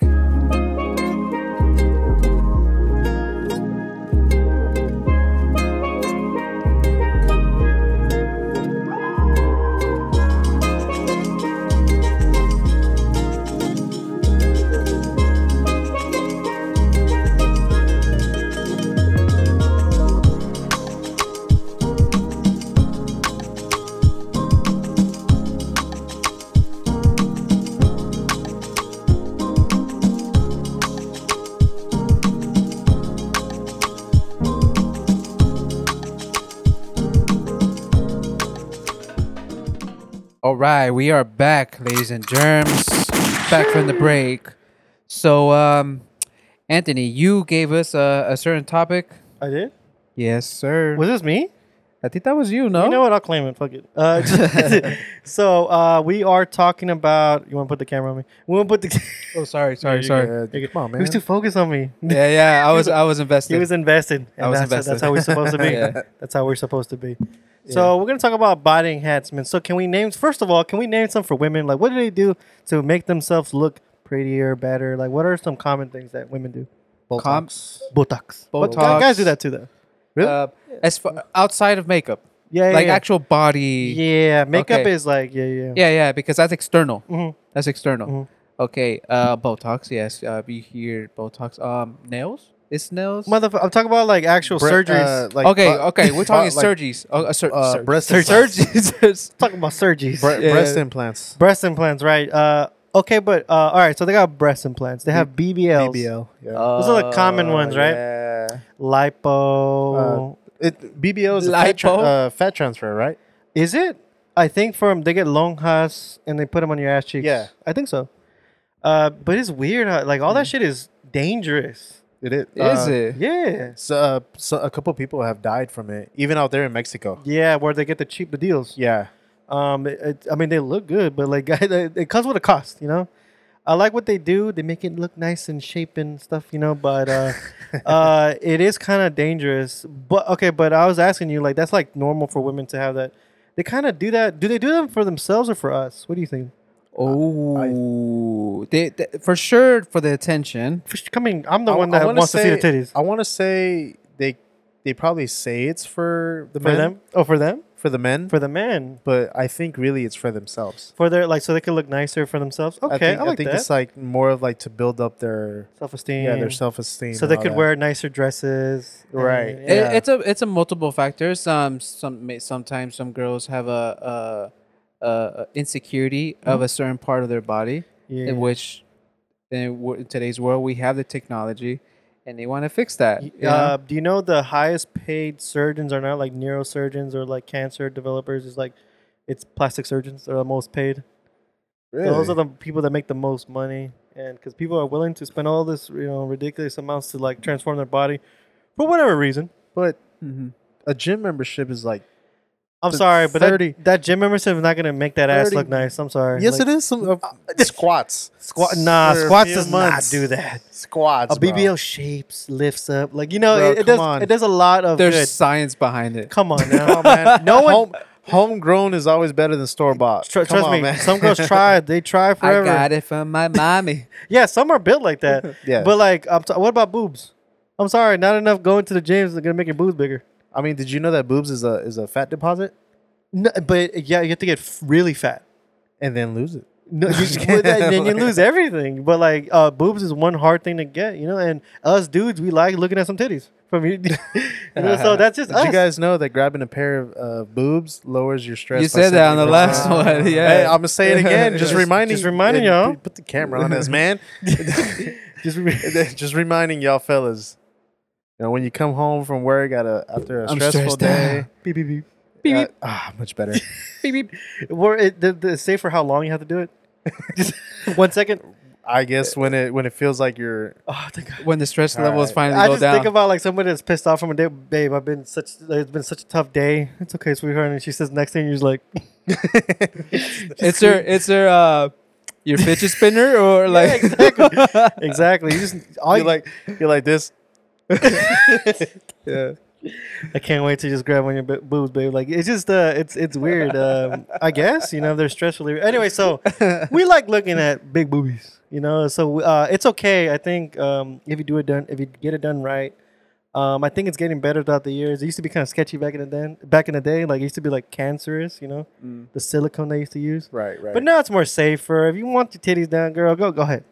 [SPEAKER 2] All right, we are back, ladies and germs, back from the break. So, um, Anthony, you gave us a, a certain topic.
[SPEAKER 3] I did.
[SPEAKER 2] Yes, sir.
[SPEAKER 3] Was this me?
[SPEAKER 2] I think that was you, no?
[SPEAKER 3] You know what? I'll claim it. Fuck it. Uh, *laughs*
[SPEAKER 2] *laughs*
[SPEAKER 3] so uh, we are talking about. You want to put the camera on me? We want to put the. *laughs*
[SPEAKER 2] oh, sorry, sorry, sorry.
[SPEAKER 4] Yeah, come on,
[SPEAKER 3] He
[SPEAKER 4] man.
[SPEAKER 3] was too focused on me.
[SPEAKER 2] Yeah, yeah, I was, I was invested.
[SPEAKER 3] He was invested. And
[SPEAKER 2] I was
[SPEAKER 3] that's,
[SPEAKER 2] invested.
[SPEAKER 3] That's how we're supposed to be.
[SPEAKER 2] Yeah.
[SPEAKER 3] That's how we're supposed to be. So we're gonna talk about body enhancements. So can we name? First of all, can we name some for women? Like, what do they do to make themselves look prettier, better? Like, what are some common things that women do?
[SPEAKER 2] Comps.
[SPEAKER 3] Botox. But
[SPEAKER 2] Botox.
[SPEAKER 3] guys do that too, though. Really?
[SPEAKER 2] Uh, as far outside of makeup,
[SPEAKER 3] Yeah.
[SPEAKER 2] like
[SPEAKER 3] yeah,
[SPEAKER 2] actual body. Yeah.
[SPEAKER 3] Yeah, makeup
[SPEAKER 2] Okay.
[SPEAKER 3] is like yeah, yeah.
[SPEAKER 2] yeah, because that's external.
[SPEAKER 3] Mhm.
[SPEAKER 2] That's external.
[SPEAKER 3] Mhm.
[SPEAKER 2] Okay, uh, Botox. Yes, uh, you hear Botox. Um, nails. It's nails.
[SPEAKER 3] Motherfucker, I'm talking about like actual
[SPEAKER 4] Bre-
[SPEAKER 3] surgeries.
[SPEAKER 4] uh, like
[SPEAKER 2] okay,
[SPEAKER 4] bu-
[SPEAKER 2] okay, we're
[SPEAKER 4] bu-
[SPEAKER 2] talking
[SPEAKER 4] like,
[SPEAKER 2] surgeries. Oh, uh, sur-
[SPEAKER 4] uh,
[SPEAKER 2] sur-
[SPEAKER 4] breast implants.
[SPEAKER 3] *laughs*
[SPEAKER 2] surgeries.
[SPEAKER 3] talking about surgeries.
[SPEAKER 4] Bre-
[SPEAKER 2] Yeah.
[SPEAKER 4] breast implants.
[SPEAKER 3] breast implants, right? Uh, okay, but uh, all right. So they got breast implants. They have BBLs,
[SPEAKER 4] BBL. Yeah.
[SPEAKER 3] Those are the
[SPEAKER 4] Uh,
[SPEAKER 3] common ones, right?
[SPEAKER 4] Yeah.
[SPEAKER 3] lipo.
[SPEAKER 4] Uh, It, BBL is a fat, tra-
[SPEAKER 2] Lipo?
[SPEAKER 4] uh, fat transfer, right?
[SPEAKER 3] Is it? I think from they get longhas and they put them on your ass cheeks.
[SPEAKER 4] Yeah.
[SPEAKER 3] I think so. Uh, but it's weird. How, like all that
[SPEAKER 4] Mm.
[SPEAKER 3] shit is dangerous.
[SPEAKER 4] It is.
[SPEAKER 2] Is it?
[SPEAKER 3] Yeah.
[SPEAKER 4] So, uh, so a couple people have died from it, even out there in Mexico.
[SPEAKER 3] Yeah, where they get the cheap the deals.
[SPEAKER 4] Yeah.
[SPEAKER 3] Um, it, it- I mean, they look good, but like, *laughs* it it comes with a cost, you know. I like what they do; they make it look nice and shape and stuff, you know. But
[SPEAKER 4] *laughs*
[SPEAKER 3] uh, uh, it is kind of dangerous. But okay, but I was asking you, like, that's like normal for women to have that. They kind of do that. Do they do them for themselves or for us? What do you think?
[SPEAKER 2] Oh, they, they, for sure for the attention.
[SPEAKER 3] For sh- I mean, I'm the
[SPEAKER 4] I-
[SPEAKER 3] one
[SPEAKER 4] I
[SPEAKER 3] that
[SPEAKER 4] wanna
[SPEAKER 3] wants to see the
[SPEAKER 4] say-
[SPEAKER 3] titties.
[SPEAKER 4] I want to say they they probably say it's for the
[SPEAKER 3] for
[SPEAKER 4] men,
[SPEAKER 3] them? Oh, for them?
[SPEAKER 4] for the men,
[SPEAKER 3] For the men?
[SPEAKER 4] but I think really it's for themselves.
[SPEAKER 3] For their like, so they can look nicer for themselves. Okay, I,
[SPEAKER 4] I think,
[SPEAKER 3] like
[SPEAKER 4] think
[SPEAKER 3] that.
[SPEAKER 4] it's like more of like to build up their
[SPEAKER 3] Self-esteem.
[SPEAKER 4] yeah their self esteem.
[SPEAKER 3] so they could wear nicer dresses.
[SPEAKER 4] Right.
[SPEAKER 3] and-
[SPEAKER 2] It-
[SPEAKER 4] Yeah.
[SPEAKER 2] it's a it's a multiple factors. Um, some may- sometimes some girls have a, a, a, a insecurity
[SPEAKER 3] Mm-hmm.
[SPEAKER 2] of a certain part of their body,
[SPEAKER 3] yeah.
[SPEAKER 2] in which in, w- in today's world we have the technology, and they want to fix that.
[SPEAKER 3] Y-
[SPEAKER 2] you know?
[SPEAKER 3] Uh, do you know the highest paid surgeons are not like neurosurgeons or like cancer developers? It's like it's plastic surgeons that are the most paid. Those are the people that make the most money, and because people are willing to spend all this you know ridiculous amounts to like transform their body for whatever reason.
[SPEAKER 4] but
[SPEAKER 3] Mm-hmm.
[SPEAKER 2] Mhm.
[SPEAKER 4] a gym membership is like
[SPEAKER 3] I'm
[SPEAKER 4] Th-
[SPEAKER 3] sorry, but
[SPEAKER 4] 30.
[SPEAKER 3] that, that gym membership is not gonna make that ass
[SPEAKER 4] 30.
[SPEAKER 3] look nice. I'm sorry.
[SPEAKER 4] yes, it
[SPEAKER 3] *laughs*
[SPEAKER 4] is some uh, squats.
[SPEAKER 3] Squat, nah,
[SPEAKER 4] For a
[SPEAKER 3] squats
[SPEAKER 4] few
[SPEAKER 3] does
[SPEAKER 4] months.
[SPEAKER 3] not do that.
[SPEAKER 4] Squats.
[SPEAKER 3] A
[SPEAKER 4] bro.
[SPEAKER 3] BBL shapes lifts up, like you know,
[SPEAKER 4] Bro,
[SPEAKER 3] it, it
[SPEAKER 4] come
[SPEAKER 3] does.
[SPEAKER 4] on.
[SPEAKER 3] It does a lot of
[SPEAKER 2] There's
[SPEAKER 3] good.
[SPEAKER 2] science behind it.
[SPEAKER 3] Come
[SPEAKER 4] *laughs*
[SPEAKER 3] on now.
[SPEAKER 4] Come on, man.
[SPEAKER 3] No one-
[SPEAKER 4] Home, homegrown is always better than store bought.
[SPEAKER 3] Tr- trust me, some
[SPEAKER 4] *laughs*
[SPEAKER 3] girls try. They try
[SPEAKER 2] I
[SPEAKER 3] forever. *laughs*
[SPEAKER 2] got it from my mommy.
[SPEAKER 3] Yeah, some are built like that.
[SPEAKER 4] *laughs* Yeah.
[SPEAKER 3] But like, I'm t- what about boobs? I'm sorry, not enough going to the gyms is gonna make your boobs bigger.
[SPEAKER 4] I mean, did you know that boobs is a is a fat deposit,
[SPEAKER 3] No, but yeah, you have to get f- really fat.
[SPEAKER 4] and then lose it.
[SPEAKER 3] No, you, well, that, then you lose everything. But like, uh, boobs is one hard thing to get, you know. And us dudes, we like looking at some titties from *laughs* you. you know, so that's just
[SPEAKER 4] Did
[SPEAKER 3] us.
[SPEAKER 4] you
[SPEAKER 3] *laughs*
[SPEAKER 4] guys *laughs* know that grabbing a pair of uh, boobs lowers your stress?
[SPEAKER 2] You
[SPEAKER 4] by
[SPEAKER 2] said that on the
[SPEAKER 4] 70%?
[SPEAKER 2] last one. *laughs* Yeah.
[SPEAKER 4] Hey, I'm gonna say it
[SPEAKER 2] *laughs*
[SPEAKER 4] again. Just
[SPEAKER 2] Yes.
[SPEAKER 4] reminding,
[SPEAKER 3] Just reminding
[SPEAKER 4] and
[SPEAKER 3] y'all.
[SPEAKER 4] p- Put the camera on us, man. *laughs*
[SPEAKER 3] just re-
[SPEAKER 4] just reminding y'all, fellas. You know, when you come home from work at a, after a
[SPEAKER 2] I'm
[SPEAKER 4] stressful
[SPEAKER 2] stressed out.
[SPEAKER 4] day,
[SPEAKER 3] beep, beep, beep.
[SPEAKER 2] Beep,
[SPEAKER 4] uh,
[SPEAKER 2] beep.
[SPEAKER 4] ah, much better.
[SPEAKER 2] Beep, beep.
[SPEAKER 3] Or it, the, the, say for how long you have to do it. *laughs* just one second.
[SPEAKER 4] I guess when it when it feels like you're
[SPEAKER 3] Oh, thank God.
[SPEAKER 2] When the stress levels
[SPEAKER 4] Alright.
[SPEAKER 2] finally
[SPEAKER 3] I
[SPEAKER 2] go
[SPEAKER 3] just
[SPEAKER 2] down.
[SPEAKER 3] think about like somebody that's pissed off from a day, babe. I've been such, it's been such a tough day. It's okay, sweetheart. And she says next thing, you're just like, *laughs*
[SPEAKER 2] it's her. It's her. Uh, your fidget spinner
[SPEAKER 3] *laughs*
[SPEAKER 2] or like.
[SPEAKER 3] exactly. exactly. You just all
[SPEAKER 4] you're
[SPEAKER 3] you-
[SPEAKER 4] like you're like this.
[SPEAKER 2] yeah.
[SPEAKER 3] I can't wait to just grab on your bo- boobs, babe. Like it's just uh, it's it's weird. Um, I guess you know they're stress reliever. Anyway, so we like looking at big boobies. You know, so uh, it's okay. I think um, if you do it done, if you get it done right, um, I think it's getting better throughout the years. It used to be kind of sketchy back in the then, back in the day. Like it used to be like cancerous. You know, the silicone they used to use.
[SPEAKER 4] Mm. Right, right.
[SPEAKER 3] But now it's more safer. If you want your titties down, girl, go go ahead.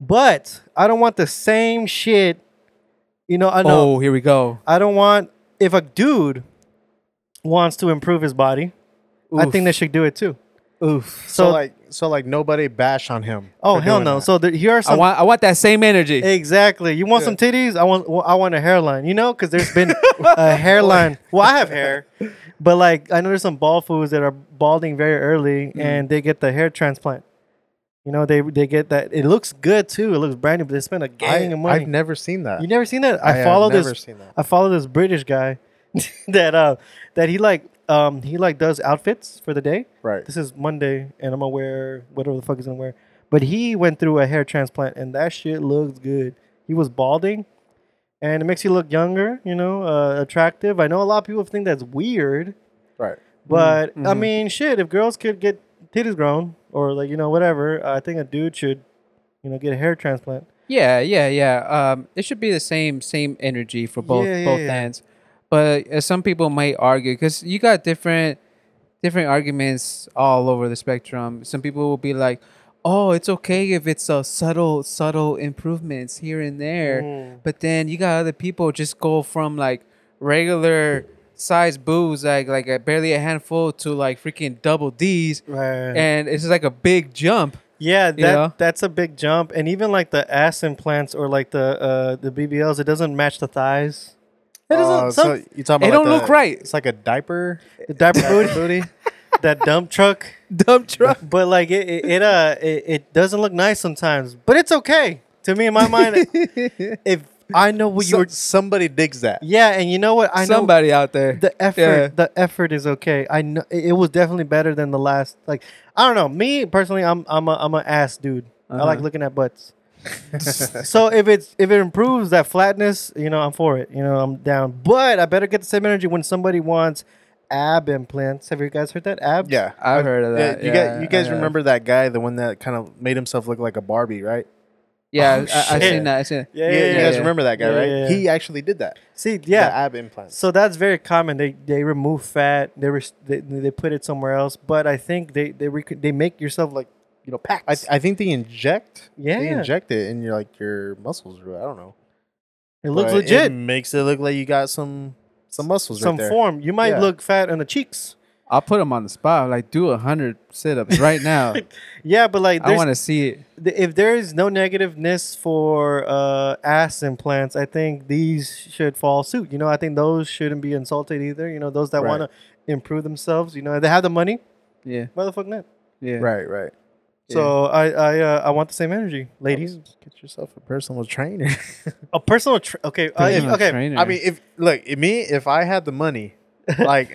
[SPEAKER 3] But I don't want the same shit. You know, I know.
[SPEAKER 2] *laughs* Oh, here we go.
[SPEAKER 3] I don't want if a dude wants to improve his body, I think they should do it too.
[SPEAKER 2] Oof.
[SPEAKER 4] so,
[SPEAKER 3] So, like,
[SPEAKER 4] like so like nobody bash on him.
[SPEAKER 3] oh
[SPEAKER 4] for
[SPEAKER 3] hell
[SPEAKER 4] doing
[SPEAKER 3] no.
[SPEAKER 4] that.
[SPEAKER 3] So there, here are
[SPEAKER 2] I
[SPEAKER 3] some
[SPEAKER 2] want. I want that same energy.
[SPEAKER 3] exactly. You want some titties? I want. Well, I want a hairline. You know, because there's
[SPEAKER 4] *laughs*
[SPEAKER 3] been a hairline. Well, I have hair, but like I know there's some bald foods that are balding very early,
[SPEAKER 4] Mm.
[SPEAKER 3] and they get the hair transplant. You know, they they get that. It looks good too. It looks brand new, but they spend a gang of
[SPEAKER 4] I,
[SPEAKER 3] money.
[SPEAKER 4] have never seen that.
[SPEAKER 3] You never seen that?
[SPEAKER 4] I
[SPEAKER 3] I,
[SPEAKER 4] have
[SPEAKER 3] follow
[SPEAKER 4] never
[SPEAKER 3] this.
[SPEAKER 4] seen that.
[SPEAKER 3] I follow this British guy *laughs* that uh that he like um he like does outfits for the day.
[SPEAKER 4] right.
[SPEAKER 3] This is Monday, and I'm gonna wear whatever the fuck he's gonna wear. But he went through a hair transplant, and that shit looks good. He was balding, and it makes you look younger. You know, uh, attractive. I know a lot of people think that's weird.
[SPEAKER 4] Right.
[SPEAKER 3] But I
[SPEAKER 2] mhm.
[SPEAKER 3] mean, shit, if girls could get titties grown or like you know whatever, I think a dude should, you know, get a hair transplant.
[SPEAKER 2] Yeah, yeah, yeah. Um, it should be the same same energy for both
[SPEAKER 3] Yeah, yeah,
[SPEAKER 2] both
[SPEAKER 3] yeah.
[SPEAKER 2] ends. But uh, some people might argue because you got different different arguments all over the spectrum. Some people will be like, "Oh, it's okay if it's a subtle subtle improvements here and there,"
[SPEAKER 3] Mm.
[SPEAKER 2] but then you got other people just go from like regular size boobs like like a, barely a handful to like freaking double D's,
[SPEAKER 3] Right.
[SPEAKER 2] and it's just like a big jump.
[SPEAKER 3] Yeah, that
[SPEAKER 2] You know?
[SPEAKER 3] that's a big jump, and even like the ass implants or like the uh, the BBLs, it doesn't match the thighs. It
[SPEAKER 2] Uh,
[SPEAKER 3] doesn't.
[SPEAKER 4] Oh,
[SPEAKER 3] some,
[SPEAKER 4] so you
[SPEAKER 2] It
[SPEAKER 4] talking about like
[SPEAKER 2] don't
[SPEAKER 4] the-
[SPEAKER 3] uh,
[SPEAKER 2] look right.
[SPEAKER 4] It's like a diaper.
[SPEAKER 3] the diaper booty, *laughs* that
[SPEAKER 2] *laughs*
[SPEAKER 3] dump truck,
[SPEAKER 2] Dump truck.
[SPEAKER 3] but like it, it, it uh, it, it doesn't look nice sometimes. But it's okay to me in
[SPEAKER 2] *laughs*
[SPEAKER 3] my mind. if I know what you
[SPEAKER 4] So-
[SPEAKER 3] were,
[SPEAKER 4] somebody digs that.
[SPEAKER 3] yeah, and you know what, I know
[SPEAKER 2] Somebody out there.
[SPEAKER 3] the effort
[SPEAKER 2] Yeah.
[SPEAKER 3] the effort is okay i know it it was definitely better than the last like i don't know me personally i'm i'm a i'm an ass dude i like
[SPEAKER 2] Uh-huh.
[SPEAKER 3] looking at butts *laughs* so if it's if it improves that flatness you know i'm for it you know i'm down but i better get the same energy when somebody wants ab implants have you guys heard that ab
[SPEAKER 4] Yeah,
[SPEAKER 2] I've heard of that,
[SPEAKER 4] you
[SPEAKER 2] yeah,
[SPEAKER 4] guys, you guys
[SPEAKER 2] I have.
[SPEAKER 4] remember that guy, the one that kind of made himself look like a Barbie, right?
[SPEAKER 2] Yeah,
[SPEAKER 3] Oh,
[SPEAKER 2] I, I've
[SPEAKER 3] shit.
[SPEAKER 2] seen that. I've seen that.
[SPEAKER 3] yeah,
[SPEAKER 4] you,
[SPEAKER 3] yeah,
[SPEAKER 4] you
[SPEAKER 3] yeah,
[SPEAKER 4] guys
[SPEAKER 2] yeah.
[SPEAKER 4] remember that guy,
[SPEAKER 3] Yeah,
[SPEAKER 4] right?
[SPEAKER 3] yeah, yeah.
[SPEAKER 4] He actually did that.
[SPEAKER 3] see yeah
[SPEAKER 4] the ab implants.
[SPEAKER 3] So that's very common. They they remove fat. They rest they, they put it somewhere else. But I think they they rec- they make yourself like you know packs.
[SPEAKER 4] I, I think they inject. they
[SPEAKER 3] Yeah.
[SPEAKER 4] inject it in your like your muscles. Or, I don't know.
[SPEAKER 3] it looks
[SPEAKER 4] But
[SPEAKER 3] legit.
[SPEAKER 4] It makes it look like you got some some muscles
[SPEAKER 3] some
[SPEAKER 4] right Mm, there.
[SPEAKER 3] form. You might
[SPEAKER 4] Yeah.
[SPEAKER 3] look fat on the cheeks.
[SPEAKER 2] I'll put him on the spot. Like, do a hundred sit-ups right now.
[SPEAKER 3] Yeah, but like,
[SPEAKER 2] I
[SPEAKER 3] there's,
[SPEAKER 2] want to see it.
[SPEAKER 3] th- if there is no negativeness for uh, ass implants, I think these should fall suit. You know, I think those shouldn't be insulted either. You know, those that
[SPEAKER 4] Right.
[SPEAKER 3] want to improve themselves, you know, if they have the money,
[SPEAKER 2] Yeah,
[SPEAKER 3] motherfucking that.
[SPEAKER 2] yeah.
[SPEAKER 4] Right, right.
[SPEAKER 3] So I I uh, I want the same energy, ladies.
[SPEAKER 4] Get yourself a
[SPEAKER 3] *laughs*
[SPEAKER 4] personal trainer.
[SPEAKER 3] A personal tra- okay uh,
[SPEAKER 2] Personal
[SPEAKER 3] okay.
[SPEAKER 2] trainer.
[SPEAKER 4] I mean, if look if me, if I had the money, like,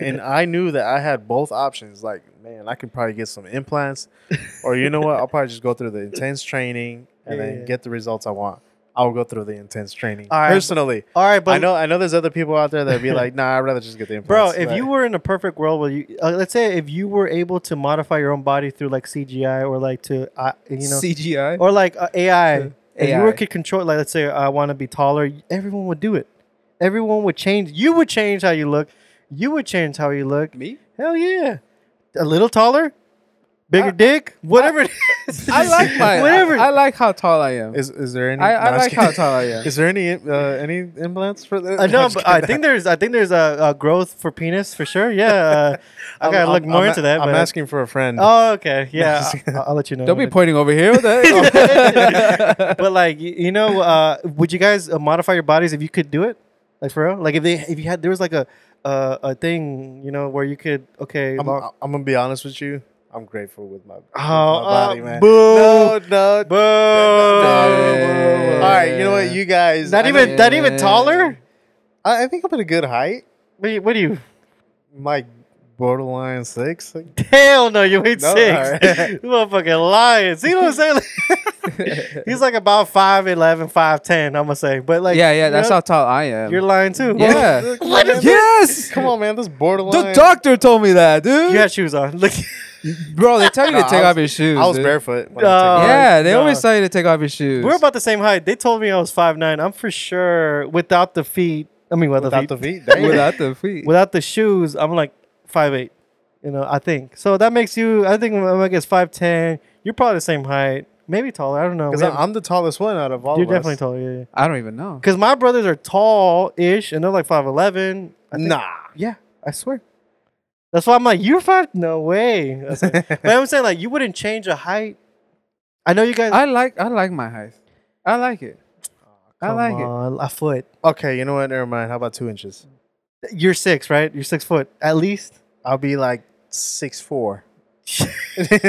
[SPEAKER 3] *laughs*
[SPEAKER 4] and I knew that I had both options, like, man, I could probably get some implants, or you know what, I'll probably just go through the intense training and
[SPEAKER 3] Yeah,
[SPEAKER 4] then
[SPEAKER 3] yeah.
[SPEAKER 4] get the results I want. I'll go through the intense training
[SPEAKER 3] All right, but-
[SPEAKER 4] personally.
[SPEAKER 3] All right, but
[SPEAKER 4] I know, I know. There's other people out there that be like, nah, I'd rather just get
[SPEAKER 3] *laughs*
[SPEAKER 4] the
[SPEAKER 3] Bro,
[SPEAKER 4] implants.
[SPEAKER 3] if
[SPEAKER 4] Like,
[SPEAKER 3] you were in a perfect world where you, uh, let's say, if you were able to modify your own body through like CGI or like to, uh, you know,
[SPEAKER 2] CGI.
[SPEAKER 3] or like uh, AI. If
[SPEAKER 2] AI.
[SPEAKER 3] you were could control, like let's say uh, I want to be taller, everyone would do it. Everyone would change. You would change how you look. You would change how you look.
[SPEAKER 2] me?
[SPEAKER 3] Hell yeah, a little taller, bigger
[SPEAKER 2] I-
[SPEAKER 3] dick,
[SPEAKER 2] *laughs*
[SPEAKER 3] whatever. it is.
[SPEAKER 2] I like my
[SPEAKER 3] *laughs* whatever.
[SPEAKER 2] I, I like how tall I am.
[SPEAKER 4] Is is there any?
[SPEAKER 2] I,
[SPEAKER 4] no,
[SPEAKER 2] I
[SPEAKER 4] I'm
[SPEAKER 2] like
[SPEAKER 4] just
[SPEAKER 2] how
[SPEAKER 4] kidding.
[SPEAKER 2] tall I am.
[SPEAKER 4] *laughs* Is there any uh, any implants for that?
[SPEAKER 3] I
[SPEAKER 4] No,
[SPEAKER 3] know,
[SPEAKER 4] *laughs* I'm just
[SPEAKER 3] Uh, but I
[SPEAKER 4] kidding.
[SPEAKER 3] think there's I think there's a, a growth for penis for sure. Yeah,
[SPEAKER 2] *laughs*
[SPEAKER 3] uh, I
[SPEAKER 4] I'm-
[SPEAKER 3] gotta look
[SPEAKER 4] I'm-
[SPEAKER 3] more
[SPEAKER 4] I'm-
[SPEAKER 3] into that.
[SPEAKER 4] I'm
[SPEAKER 3] but,
[SPEAKER 4] asking for a friend.
[SPEAKER 3] Oh, okay. Yeah, I, I'll let you know.
[SPEAKER 2] Don't be
[SPEAKER 3] when it-
[SPEAKER 2] pointing over here. What *laughs* the hell?
[SPEAKER 3] but like y- you know, uh, would you guys uh, modify your bodies if you could do it? Like for real? Like if they if you had there was like a uh, a thing you know where you could okay.
[SPEAKER 4] I'm,
[SPEAKER 3] lo-
[SPEAKER 4] I'm gonna be honest with you. I'm grateful with my, with my
[SPEAKER 3] Oh,
[SPEAKER 4] body,
[SPEAKER 3] oh,
[SPEAKER 4] man.
[SPEAKER 3] boo.
[SPEAKER 4] No, no,
[SPEAKER 3] Boo.
[SPEAKER 4] All right, you know what, you guys.
[SPEAKER 3] Not
[SPEAKER 4] I
[SPEAKER 3] even
[SPEAKER 4] mean,
[SPEAKER 3] not even taller.
[SPEAKER 4] I, I think I'm at a good height.
[SPEAKER 3] What do you? What do you
[SPEAKER 4] Like borderline six.
[SPEAKER 3] *laughs*
[SPEAKER 4] Like,
[SPEAKER 3] hell no, you ain't
[SPEAKER 4] No, all
[SPEAKER 3] six. *laughs*
[SPEAKER 4] right.
[SPEAKER 3] you motherfucking lying. See what I'm saying?
[SPEAKER 2] *laughs*
[SPEAKER 3] He's like about 5'11", 5'10", I'm gonna say. But like
[SPEAKER 2] yeah, yeah, that's
[SPEAKER 3] you
[SPEAKER 2] how tall I am.
[SPEAKER 3] you're lying too. *laughs*
[SPEAKER 2] yeah.
[SPEAKER 4] What is
[SPEAKER 2] yes.
[SPEAKER 4] Come on, man. This borderline.
[SPEAKER 2] The doctor told me that, dude.
[SPEAKER 3] You had shoes on. Look
[SPEAKER 2] Bro, they tell you
[SPEAKER 4] No,
[SPEAKER 2] to take
[SPEAKER 4] I was-
[SPEAKER 2] off your shoes.
[SPEAKER 4] I was
[SPEAKER 2] dude.
[SPEAKER 4] barefoot. When
[SPEAKER 3] Oh,
[SPEAKER 4] I took it.
[SPEAKER 2] Yeah, they
[SPEAKER 3] no.
[SPEAKER 2] always tell you to take off your shoes.
[SPEAKER 3] We're about the same height. They told me I was five nine. I'm for sure without the feet. I mean, without,
[SPEAKER 4] without
[SPEAKER 3] the
[SPEAKER 4] the
[SPEAKER 3] feet,
[SPEAKER 4] feet. Dang.
[SPEAKER 2] without the feet.
[SPEAKER 3] without the shoes, I'm like five eight. You know, I think so. That makes you. I think I'm like it's five ten. You're probably the same height, maybe taller. I don't know.
[SPEAKER 4] Because
[SPEAKER 3] We haven't-
[SPEAKER 4] I'm the tallest one out of all
[SPEAKER 3] you're
[SPEAKER 4] of us.
[SPEAKER 3] definitely taller. Yeah, yeah.
[SPEAKER 2] I don't even know.
[SPEAKER 3] Because my brothers are tall ish, and they're like five eleven.
[SPEAKER 4] Nah.
[SPEAKER 3] Yeah, I swear. That's why I'm like, you're five. No way. That's like- but I'm saying like you wouldn't change a height. I know you guys.
[SPEAKER 2] I like I like my height. I like it. I like it.
[SPEAKER 3] it. A foot.
[SPEAKER 4] Okay, you know what? Never mind. How about two inches?
[SPEAKER 3] You're six, right? You're six foot at least.
[SPEAKER 4] I'll be like six four.
[SPEAKER 3] *laughs* Damn,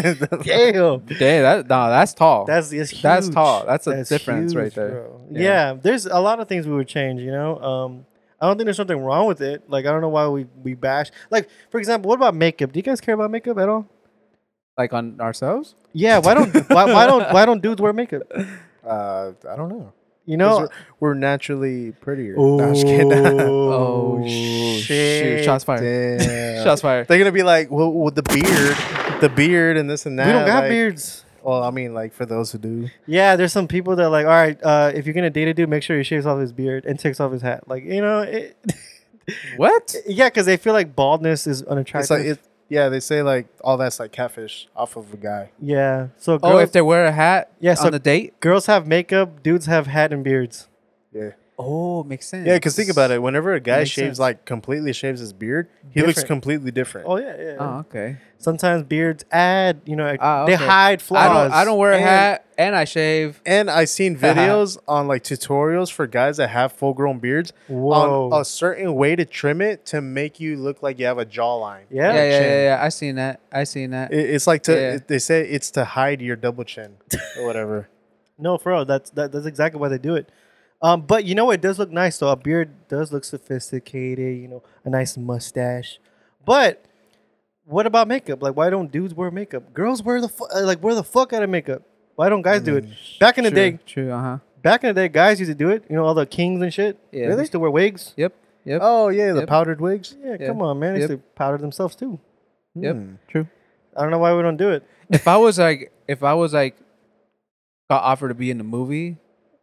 [SPEAKER 2] Dang, that no, that's tall.
[SPEAKER 3] that's that's huge.
[SPEAKER 2] That's tall. That's a difference right there.
[SPEAKER 3] bro.
[SPEAKER 2] Yeah.
[SPEAKER 3] Yeah. there's a lot of things we would change. You know, um, I don't think there's something wrong with it. Like I don't know why we we bash. Like for example, what about makeup? Do you guys care about makeup at all?
[SPEAKER 2] like on ourselves?
[SPEAKER 3] Yeah,
[SPEAKER 2] *laughs*
[SPEAKER 3] why don't why, why don't why don't dudes wear makeup?
[SPEAKER 4] Uh, I don't know.
[SPEAKER 3] You
[SPEAKER 4] 'Cause
[SPEAKER 3] know,
[SPEAKER 4] we're, we're naturally prettier. No, I'm just kidding.
[SPEAKER 2] *laughs*
[SPEAKER 4] *laughs*
[SPEAKER 3] Oh,
[SPEAKER 2] Shoot,
[SPEAKER 3] shit.
[SPEAKER 2] shots fired.
[SPEAKER 3] *laughs*
[SPEAKER 4] Damn.
[SPEAKER 2] Shots fired.
[SPEAKER 4] They're gonna be like, well, with the beard, the beard, and this and that.
[SPEAKER 3] we don't got
[SPEAKER 4] like-
[SPEAKER 3] beards.
[SPEAKER 4] Well, I mean, like for those who do.
[SPEAKER 3] Yeah, there's some people that are like, all right, uh, if you're gonna date a dude, make sure he shaves off his beard and takes off his hat. Like you know, it,
[SPEAKER 2] What?
[SPEAKER 3] yeah, because they feel like baldness is
[SPEAKER 4] It's
[SPEAKER 3] unattractive.
[SPEAKER 4] like it. Yeah, they say like all that's like catfish off of a guy.
[SPEAKER 3] yeah, so girls,
[SPEAKER 2] Oh, if they wear a hat
[SPEAKER 3] Yeah,
[SPEAKER 2] on
[SPEAKER 3] so-
[SPEAKER 2] the date?
[SPEAKER 3] girls have makeup, dudes have hat and beards.
[SPEAKER 4] Yeah.
[SPEAKER 2] Oh, makes sense.
[SPEAKER 4] Yeah, because think about it. Whenever a guy
[SPEAKER 3] Makes
[SPEAKER 4] shaves
[SPEAKER 3] sense.
[SPEAKER 4] like completely shaves his beard, he looks
[SPEAKER 3] Different.
[SPEAKER 4] completely different.
[SPEAKER 3] Oh yeah, yeah.
[SPEAKER 2] Oh, okay.
[SPEAKER 3] Sometimes beards add, you know,
[SPEAKER 2] Ah,
[SPEAKER 3] they
[SPEAKER 2] okay.
[SPEAKER 3] hide
[SPEAKER 2] I
[SPEAKER 3] flaws.
[SPEAKER 2] don't I don't wear a
[SPEAKER 4] And-
[SPEAKER 2] hat and I shave.
[SPEAKER 4] And
[SPEAKER 3] *laughs*
[SPEAKER 4] I've seen videos on like tutorials for guys that have full grown beards
[SPEAKER 3] Whoa.
[SPEAKER 4] on oh, a certain way to trim it to make you look like you have a jawline.
[SPEAKER 3] yeah.
[SPEAKER 2] Yeah, yeah,
[SPEAKER 4] chin.
[SPEAKER 2] yeah, yeah. I seen that. I seen that.
[SPEAKER 4] It- It's like to
[SPEAKER 2] Yeah.
[SPEAKER 4] it- they say it's to hide your double chin
[SPEAKER 3] *laughs*
[SPEAKER 4] or whatever.
[SPEAKER 3] No, for real, that's that, that's exactly why they do it. Um, but you know, it does look nice. though. a beard does look sophisticated. You know, a nice mustache. But what about makeup? Like, why don't dudes wear makeup? Girls wear the fu- uh, like wear the fuck out of makeup. Why don't guys do it? Back in the
[SPEAKER 2] true,
[SPEAKER 3] day,
[SPEAKER 2] true, uh-huh.
[SPEAKER 3] back in the day, guys used to do it. You know, all the kings and shit.
[SPEAKER 2] Yeah.
[SPEAKER 3] they used to wear wigs.
[SPEAKER 2] Yep. Yep.
[SPEAKER 4] Oh yeah, the
[SPEAKER 2] Yep.
[SPEAKER 4] powdered wigs.
[SPEAKER 3] Yeah,
[SPEAKER 2] Yeah.
[SPEAKER 3] come on, man. They
[SPEAKER 2] Yep.
[SPEAKER 3] used to powder themselves too.
[SPEAKER 2] Yep.
[SPEAKER 4] Hmm.
[SPEAKER 2] True.
[SPEAKER 3] I don't know why we don't do it.
[SPEAKER 2] if I was like, if I was like, got offered to be in the movie,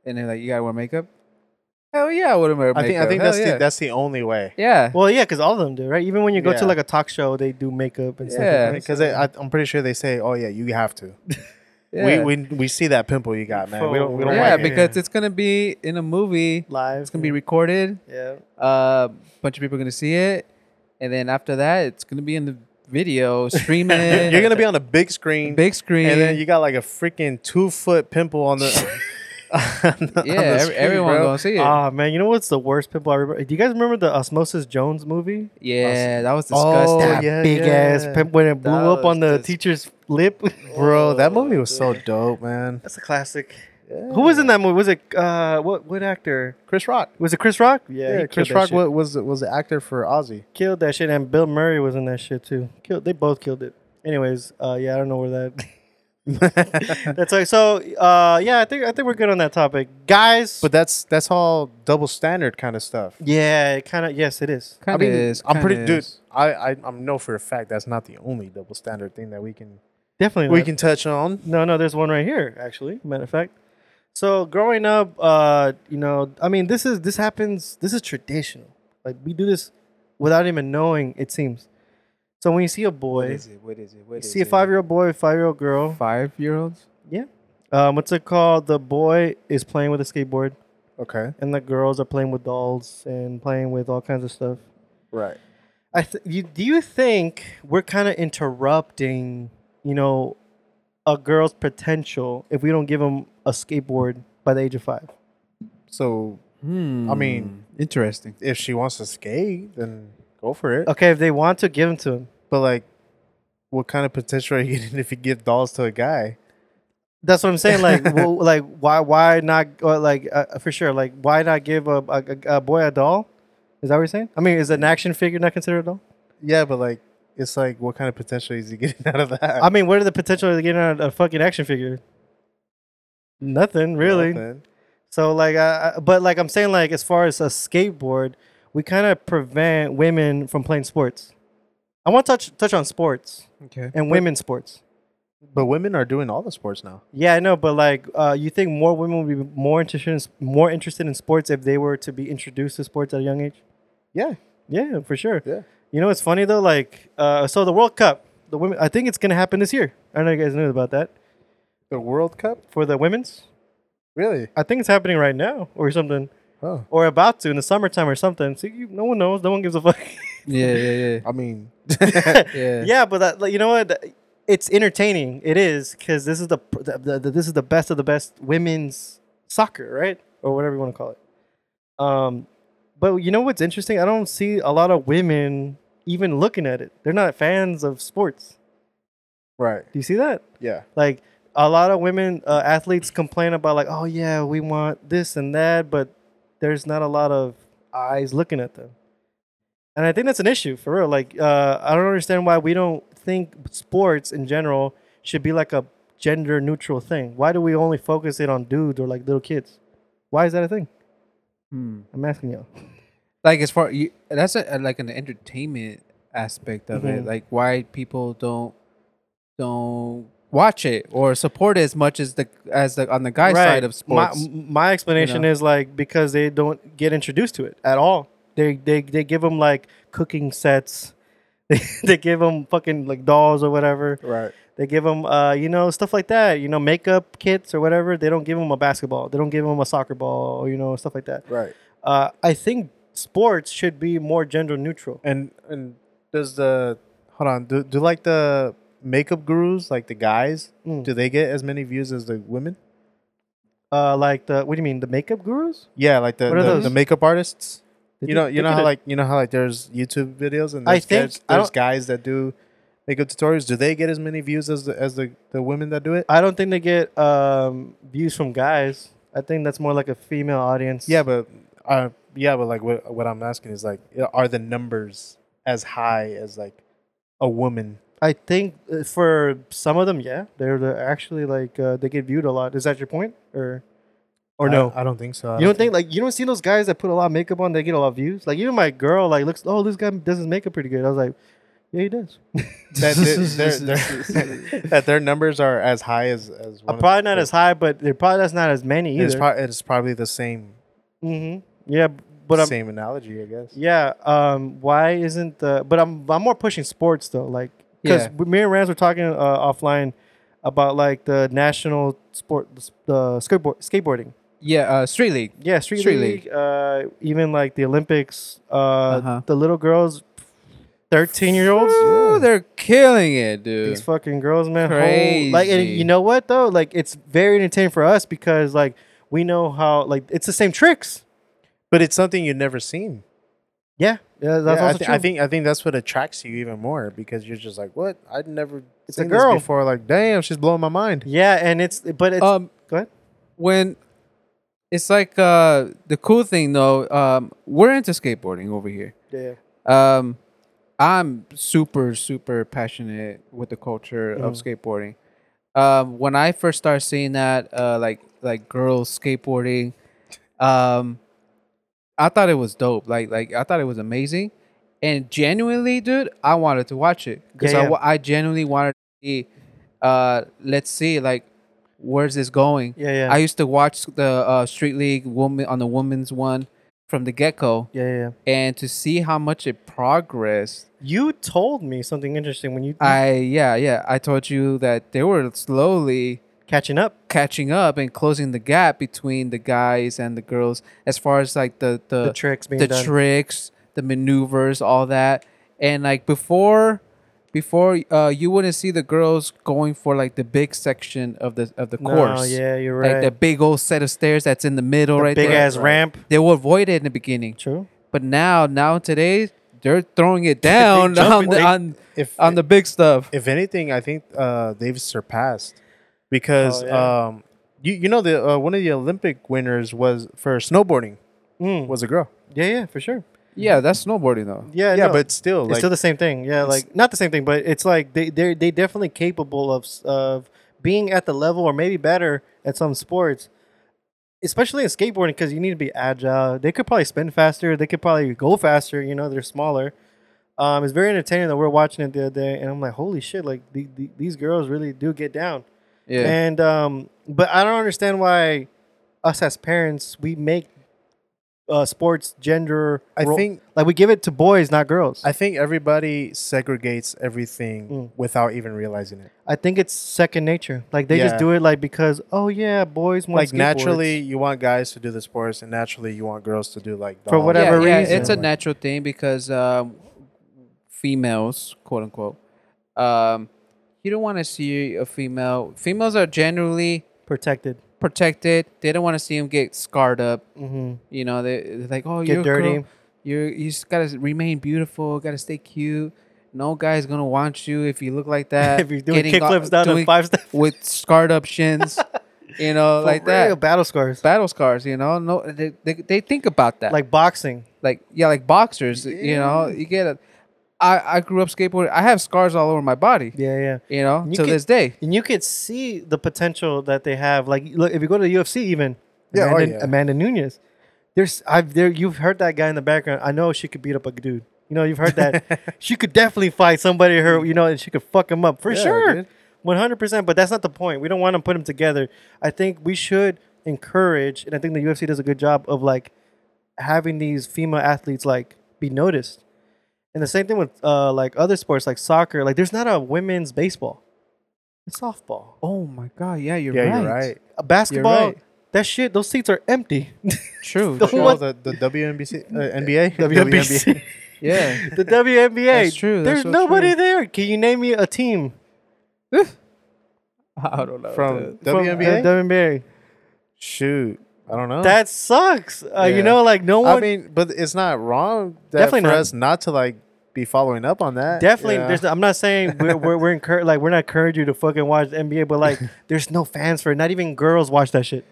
[SPEAKER 2] and they're like, you gotta wear makeup. Hell yeah, I would have wear makeup.
[SPEAKER 4] I think I think
[SPEAKER 2] Hell
[SPEAKER 4] that's
[SPEAKER 2] yeah.
[SPEAKER 4] the, that's the only way.
[SPEAKER 2] yeah.
[SPEAKER 3] Well, yeah, because all of them do, right? Even when you go
[SPEAKER 4] Yeah.
[SPEAKER 3] to like a talk show, they do makeup and stuff.
[SPEAKER 2] Yeah.
[SPEAKER 3] like that,
[SPEAKER 4] Because
[SPEAKER 3] so-
[SPEAKER 4] I'm pretty sure they say, "Oh yeah, you have to."
[SPEAKER 2] yeah.
[SPEAKER 4] We, we we see that pimple you got, man. We don't we don't
[SPEAKER 2] yeah,
[SPEAKER 4] like it.
[SPEAKER 2] because it's gonna be in a movie.
[SPEAKER 3] live,
[SPEAKER 2] It's gonna be recorded.
[SPEAKER 3] yeah.
[SPEAKER 2] A bunch of people are gonna see it, and then after that, it's gonna be in the
[SPEAKER 4] *laughs*
[SPEAKER 2] video streaming.
[SPEAKER 4] You're, you're gonna be on a big
[SPEAKER 2] *laughs*
[SPEAKER 4] screen,
[SPEAKER 2] big screen.
[SPEAKER 4] and then you got like a freaking two foot pimple
[SPEAKER 2] *laughs*
[SPEAKER 4] on the. *laughs* on the- on
[SPEAKER 2] yeah,
[SPEAKER 4] the
[SPEAKER 2] every,
[SPEAKER 4] screen,
[SPEAKER 2] everyone
[SPEAKER 4] bro. Oh,
[SPEAKER 2] gonna see it.
[SPEAKER 3] Ah man, you know what's the worst pimple I remember? Do you guys remember the Osmosis Jones movie?
[SPEAKER 2] yeah, that was
[SPEAKER 4] Oh,
[SPEAKER 2] disgusting.
[SPEAKER 3] That
[SPEAKER 4] yeah,
[SPEAKER 3] big ass
[SPEAKER 4] yeah.
[SPEAKER 3] pimp when it blew
[SPEAKER 2] That
[SPEAKER 3] up on
[SPEAKER 2] was
[SPEAKER 3] the
[SPEAKER 2] dis-
[SPEAKER 3] teacher's lip. *laughs*
[SPEAKER 2] "Oh,
[SPEAKER 4] bro. That movie was so dope, man.
[SPEAKER 3] That's a classic. Who was in that movie? Was it uh what what actor?
[SPEAKER 4] Chris Rock.
[SPEAKER 3] Was it Chris Rock? Yeah, he
[SPEAKER 4] Yeah, Chris
[SPEAKER 3] killed that
[SPEAKER 4] Rock
[SPEAKER 3] shit.
[SPEAKER 4] was, was the- was the actor for Ozzy.
[SPEAKER 3] killed that shit, and Bill Murray was in that shit too. Killed. They both killed it. Anyways, uh yeah, I don't know where that. *laughs* That's like so. Uh, yeah, I think I think we're good on that topic, guys.
[SPEAKER 4] But that's that's all double standard kind of stuff.
[SPEAKER 3] yeah, it kind of yes, it is.
[SPEAKER 2] Kinda is,
[SPEAKER 4] I'm pretty
[SPEAKER 2] kinda
[SPEAKER 4] dude.
[SPEAKER 2] is.
[SPEAKER 4] I, I I'm know for a fact that's not the only double standard thing that we can
[SPEAKER 3] Definitely.
[SPEAKER 4] we
[SPEAKER 3] not.
[SPEAKER 4] can touch on.
[SPEAKER 3] No, no, there's one right here actually. Matter of fact, So growing up, uh, you know, I mean, this is this happens. This is traditional. Like we do this without even knowing. It seems. So when you see a
[SPEAKER 2] What
[SPEAKER 3] boy,
[SPEAKER 2] is it? What is it?
[SPEAKER 3] you see a five-year-old boy, five-year-old girl.
[SPEAKER 2] five year olds.
[SPEAKER 3] Um, what's it called? The boy is playing with a skateboard,
[SPEAKER 4] Okay.
[SPEAKER 3] and the girls are playing with dolls and playing with all kinds of stuff.
[SPEAKER 4] Right.
[SPEAKER 3] I th- you, do you think we're kind of interrupting, you know, a girl's potential if we don't give them a skateboard by the age of five?
[SPEAKER 4] So
[SPEAKER 2] Hmm.
[SPEAKER 4] mean-
[SPEAKER 2] interesting.
[SPEAKER 4] if she wants to skate, then go for it.
[SPEAKER 3] Okay, if they want to, give them to them.
[SPEAKER 4] But like, what kind of potential are you *laughs* getting if you give dolls to a guy?
[SPEAKER 3] That's what I'm saying. Like, well, like why why not? Or like uh, for sure, like why not give a, a a boy a doll? Is that what you're saying? I mean, is an action figure not considered a doll?
[SPEAKER 4] Yeah, but like, it's like, what kind of potential is he *laughs* getting out of that?
[SPEAKER 3] I mean, what are the potential of getting a, a fucking action figure? Nothing really.
[SPEAKER 4] Nothing.
[SPEAKER 3] So like, I, I- but like I'm saying, like as far as a skateboard, we kind of prevent women from playing sports. I want to touch touch on sports
[SPEAKER 2] Okay.
[SPEAKER 3] and women's sports.
[SPEAKER 4] But women are doing all the sports now.
[SPEAKER 3] Yeah, I know, but like, uh, you think more women would be more interested in, more interested in sports if they were to be introduced to sports at a young age?
[SPEAKER 4] Yeah.
[SPEAKER 3] Yeah, for sure.
[SPEAKER 4] Yeah.
[SPEAKER 3] You know, it's funny though. Like, uh, so the World Cup, the women. I think it's gonna happen this year. I don't know if you guys knew about that
[SPEAKER 4] The World Cup?
[SPEAKER 3] for the women's.
[SPEAKER 4] Really?
[SPEAKER 3] I think it's happening right now or something,
[SPEAKER 4] Oh.
[SPEAKER 3] or about to in the summertime or something. See, you, no one knows. No one gives a fuck.
[SPEAKER 2] Yeah, yeah,
[SPEAKER 4] I mean,
[SPEAKER 2] yeah, yeah.
[SPEAKER 3] yeah, but that, like, you know what? It's entertaining. It is because this is the, pr- the, the, the this is the best of the best women's soccer, right, or whatever you want to call it. Um, but you know what's interesting? I don't see a lot of women even looking at it. They're not fans of sports.
[SPEAKER 4] right.
[SPEAKER 3] Do you see that?
[SPEAKER 4] Yeah.
[SPEAKER 3] Like a lot of women uh, athletes complain about like, oh yeah, we want this and that, but there's not a lot of eyes looking at them. And I think that's an issue for real. Like uh, I don't understand why we don't think sports in general should be like a gender neutral thing. Why do we only focus it on dudes or like little kids? Why is that a thing?
[SPEAKER 2] Hmm.
[SPEAKER 3] I'm asking y'all.
[SPEAKER 2] Like as far you, that's a, a- like an entertainment aspect of it.
[SPEAKER 3] Mhm.
[SPEAKER 2] Like why people don't don't watch it or support it as much as the as the on the guy side of sports.
[SPEAKER 3] My, m- my explanation is like because they don't get introduced to it at all. They they they give them like cooking sets. *laughs* They, they give them fucking like dolls or whatever.
[SPEAKER 4] Right.
[SPEAKER 3] They give them uh you know stuff like that. You know makeup kits or whatever. They don't give them a basketball. They don't give them a soccer ball. You know stuff like that.
[SPEAKER 4] Right.
[SPEAKER 3] Uh, I think sports should be more gender neutral.
[SPEAKER 4] And and does the hold on? Do do like the makeup gurus, like the guys,
[SPEAKER 3] Mm.
[SPEAKER 4] do they get as many views as the women?
[SPEAKER 3] Uh, like the what do you mean the makeup gurus?
[SPEAKER 4] Yeah, like the
[SPEAKER 3] What are
[SPEAKER 4] the,
[SPEAKER 3] those?
[SPEAKER 4] the makeup artists.
[SPEAKER 3] They
[SPEAKER 4] you
[SPEAKER 3] do-
[SPEAKER 4] know,
[SPEAKER 3] they
[SPEAKER 4] you know
[SPEAKER 3] could-
[SPEAKER 4] how like you know how like there's YouTube videos and
[SPEAKER 3] I
[SPEAKER 4] there's,
[SPEAKER 3] think-
[SPEAKER 4] there's,
[SPEAKER 3] I
[SPEAKER 4] there's
[SPEAKER 3] don't-
[SPEAKER 4] guys that do makeup tutorials. Do they get as many views as the as the, the women that do it?
[SPEAKER 3] I don't think they get um views from guys. I think that's more like a female audience.
[SPEAKER 4] Yeah, but uh, yeah, but like what what I'm asking is like, are the numbers as high as like a woman?
[SPEAKER 3] I think uh, for some of them, yeah, they're, they're actually like uh, they get viewed a lot. Is that your point, or or
[SPEAKER 4] I-
[SPEAKER 3] no?
[SPEAKER 4] I, don't think so. I
[SPEAKER 3] you don't think like you don't see those guys that put a lot of makeup on? They get a lot of views. Like even my girl, like looks. Oh, this guy does his makeup pretty good. I was like, yeah, he does.
[SPEAKER 4] that,
[SPEAKER 3] *laughs*
[SPEAKER 4] their- their- *laughs* that their numbers are as high as as
[SPEAKER 3] Uh,
[SPEAKER 4] one of-
[SPEAKER 3] probably not as high, but they're probably that's not as many
[SPEAKER 4] It's,
[SPEAKER 3] either.
[SPEAKER 4] pro- it's probably the same
[SPEAKER 3] hmm Yeah, b- but I'm,
[SPEAKER 4] same analogy, I guess.
[SPEAKER 3] Yeah. Um. Why isn't the? But I'm I'm more pushing sports though. Like because
[SPEAKER 2] Yeah.
[SPEAKER 3] me and Rans were talking uh, offline about like the national sport, the s- the skateboard skateboarding.
[SPEAKER 2] yeah, uh, street league.
[SPEAKER 3] Yeah, street,
[SPEAKER 2] Street
[SPEAKER 3] league. Uh, even like the Olympics. Uh,
[SPEAKER 2] Uh-huh.
[SPEAKER 3] the little girls, thirteen year olds.
[SPEAKER 2] Ooh, they're killing it,
[SPEAKER 3] These
[SPEAKER 2] dude.
[SPEAKER 3] fucking girls, man. Whole, like, and
[SPEAKER 2] Crazy.
[SPEAKER 3] you know what though? Like, it's very entertaining for us because like we know how like it's the same tricks.
[SPEAKER 4] But it's something you've never seen.
[SPEAKER 3] Yeah, yeah, that's
[SPEAKER 4] Yeah, I,
[SPEAKER 3] also
[SPEAKER 4] thi-
[SPEAKER 3] true.
[SPEAKER 4] I think I think that's what attracts you even more because you're just like, what? I'd never
[SPEAKER 3] It's a
[SPEAKER 4] seen this
[SPEAKER 3] girl.
[SPEAKER 4] before. Like, damn, she's blowing my mind.
[SPEAKER 3] yeah, and it's but it's
[SPEAKER 2] Um,
[SPEAKER 3] go ahead.
[SPEAKER 2] when it's like uh, the cool thing though, um, we're into skateboarding over here.
[SPEAKER 3] Yeah.
[SPEAKER 2] Um, I'm super, super passionate with the culture of
[SPEAKER 3] Mm-hmm.
[SPEAKER 2] skateboarding. Um, when I first started seeing that, uh, like like girls skateboarding, um, I thought it was dope. Like like I thought it was amazing, and genuinely, dude, I wanted to watch it because
[SPEAKER 3] Yeah,
[SPEAKER 2] I
[SPEAKER 3] yeah.
[SPEAKER 2] wa- I genuinely wanted to see. Uh, let's see, like where's this going?
[SPEAKER 3] Yeah, yeah.
[SPEAKER 2] I used to watch the uh, Street League woman on the women's one from the get go,
[SPEAKER 3] yeah, yeah, yeah.
[SPEAKER 2] and to see how much it progressed.
[SPEAKER 3] You told me something interesting when you
[SPEAKER 2] I yeah yeah I told you that they were slowly
[SPEAKER 3] catching up.
[SPEAKER 2] catching up and closing the gap between the guys and the girls as far as like the the,
[SPEAKER 3] The tricks being
[SPEAKER 2] the
[SPEAKER 3] done.
[SPEAKER 2] tricks, the maneuvers, all that. And like before before uh you wouldn't see the girls going for like the big section of the of the
[SPEAKER 3] No,
[SPEAKER 2] course.
[SPEAKER 3] yeah, you're
[SPEAKER 2] Like
[SPEAKER 3] right.
[SPEAKER 2] the big old set of stairs that's in the middle
[SPEAKER 3] The
[SPEAKER 2] right
[SPEAKER 3] big
[SPEAKER 2] there.
[SPEAKER 3] ass ramp.
[SPEAKER 2] They will avoid it in the beginning.
[SPEAKER 3] True.
[SPEAKER 2] But now now today they're throwing it down on
[SPEAKER 4] jumping-
[SPEAKER 2] the
[SPEAKER 4] they-
[SPEAKER 2] on,
[SPEAKER 4] if
[SPEAKER 2] on the big stuff.
[SPEAKER 4] if anything, I think uh, they've surpassed because
[SPEAKER 3] Oh, yeah.
[SPEAKER 4] um, you you know the uh, one of the Olympic winners was for snowboarding
[SPEAKER 3] Mm.
[SPEAKER 4] was a girl.
[SPEAKER 3] Yeah, yeah, for sure.
[SPEAKER 2] Yeah, that's snowboarding though.
[SPEAKER 3] Yeah,
[SPEAKER 4] yeah,
[SPEAKER 3] no,
[SPEAKER 4] but still,
[SPEAKER 3] it's
[SPEAKER 4] like,
[SPEAKER 3] still the same thing. Yeah, like not the same thing, but it's like they they they definitely capable of s- of being at the level or maybe better at some sports, especially in skateboarding because you need to be agile. They could probably spin faster. They could probably go faster. You know, they're smaller. Um, it's very entertaining that we're watching it the other day, and I'm like, holy shit! Like the, the, these girls really do get down.
[SPEAKER 2] Yeah.
[SPEAKER 3] And um, but I don't understand why us as parents we make uh, sports gender.
[SPEAKER 4] I
[SPEAKER 3] ro-
[SPEAKER 4] think-
[SPEAKER 3] like we give it to boys, not girls.
[SPEAKER 4] I think everybody segregates everything
[SPEAKER 3] Mm.
[SPEAKER 4] without even realizing it.
[SPEAKER 3] I think it's second nature. Like they just
[SPEAKER 4] Yeah.
[SPEAKER 3] do it like because oh yeah, boys want
[SPEAKER 4] Like
[SPEAKER 3] skateboards.
[SPEAKER 4] naturally, you want guys to do the sports, and naturally, you want girls to do like the
[SPEAKER 3] For
[SPEAKER 4] all-
[SPEAKER 3] whatever
[SPEAKER 2] yeah,
[SPEAKER 3] reason.
[SPEAKER 2] Yeah, it's a natural thing because um, females, quote unquote, um, you don't want to see a female. Females are generally
[SPEAKER 3] protected.
[SPEAKER 2] protected. They don't want to see them get scarred up.
[SPEAKER 3] Mm-hmm.
[SPEAKER 2] You know, they they're like, oh,
[SPEAKER 3] Get
[SPEAKER 2] you're
[SPEAKER 3] dirty.
[SPEAKER 2] Girl, you're you just gotta remain beautiful. Gotta stay cute. No guy's gonna want you if you look like that.
[SPEAKER 3] *laughs* if you're doing
[SPEAKER 2] getting all-
[SPEAKER 3] kickflips down a
[SPEAKER 2] doing-
[SPEAKER 3] five step,
[SPEAKER 2] with scarred up shins, you know, *laughs* like that.
[SPEAKER 3] battle scars,
[SPEAKER 2] Battle scars, you know. No, they, they, they think about that
[SPEAKER 3] like boxing.
[SPEAKER 2] like yeah, like boxers. You know, you get a. I I grew up skateboarding. I have scars all over my body.
[SPEAKER 3] Yeah, yeah.
[SPEAKER 2] You know,
[SPEAKER 3] You
[SPEAKER 2] to
[SPEAKER 3] could-
[SPEAKER 2] this day.
[SPEAKER 3] And you could see the potential that they have. Like, look, if you go to the UFC, even
[SPEAKER 4] Yeah, oh,
[SPEAKER 3] Amanda,
[SPEAKER 4] yeah.
[SPEAKER 3] Amanda Nunez. There's, I've there. You've heard that guy in the background. I know she could beat up a dude. You know, you've heard
[SPEAKER 4] *laughs*
[SPEAKER 3] that. she could definitely fight somebody. Her, you know, and she could fuck him up for
[SPEAKER 4] Yeah,
[SPEAKER 3] sure,
[SPEAKER 4] dude.
[SPEAKER 3] one hundred percent. But that's not the point. We don't want to put them together. I think we should encourage, and I think the UFC does a good job of like having these female athletes like be noticed. And the same thing with uh, like other sports like soccer. Like, there's not a women's baseball. It's softball
[SPEAKER 2] Oh my god! Yeah, you're
[SPEAKER 4] yeah,
[SPEAKER 2] right.
[SPEAKER 4] you're right.
[SPEAKER 3] a basketball.
[SPEAKER 2] right.
[SPEAKER 3] That shit, those seats are empty. *laughs*
[SPEAKER 2] True.
[SPEAKER 3] The
[SPEAKER 2] true.
[SPEAKER 3] What?
[SPEAKER 4] Oh, the the WNBC, uh,
[SPEAKER 3] *laughs*
[SPEAKER 4] NBA,
[SPEAKER 3] WNBA.
[SPEAKER 2] Yeah.
[SPEAKER 3] the WNBA.
[SPEAKER 2] That's true, that's
[SPEAKER 3] There's
[SPEAKER 2] so
[SPEAKER 3] nobody
[SPEAKER 2] true.
[SPEAKER 3] there. Can you name me a team
[SPEAKER 2] *laughs* I don't know.
[SPEAKER 4] from
[SPEAKER 2] dude.
[SPEAKER 3] from uh, the
[SPEAKER 4] WNBA.
[SPEAKER 3] WNBA?
[SPEAKER 4] Shoot, I don't know.
[SPEAKER 3] That sucks. Uh,
[SPEAKER 4] Yeah.
[SPEAKER 3] You know, like no one.
[SPEAKER 4] I mean, but it's not wrong that
[SPEAKER 3] Definitely
[SPEAKER 4] for
[SPEAKER 3] not.
[SPEAKER 4] us not to like be following up on that.
[SPEAKER 3] definitely.
[SPEAKER 4] Yeah. *laughs*
[SPEAKER 3] There's. I'm not saying we're we're, we're encouraged. Like we're not encouraging you to fucking watch the NBA, but like there's no fans for it. Not even girls watch that shit.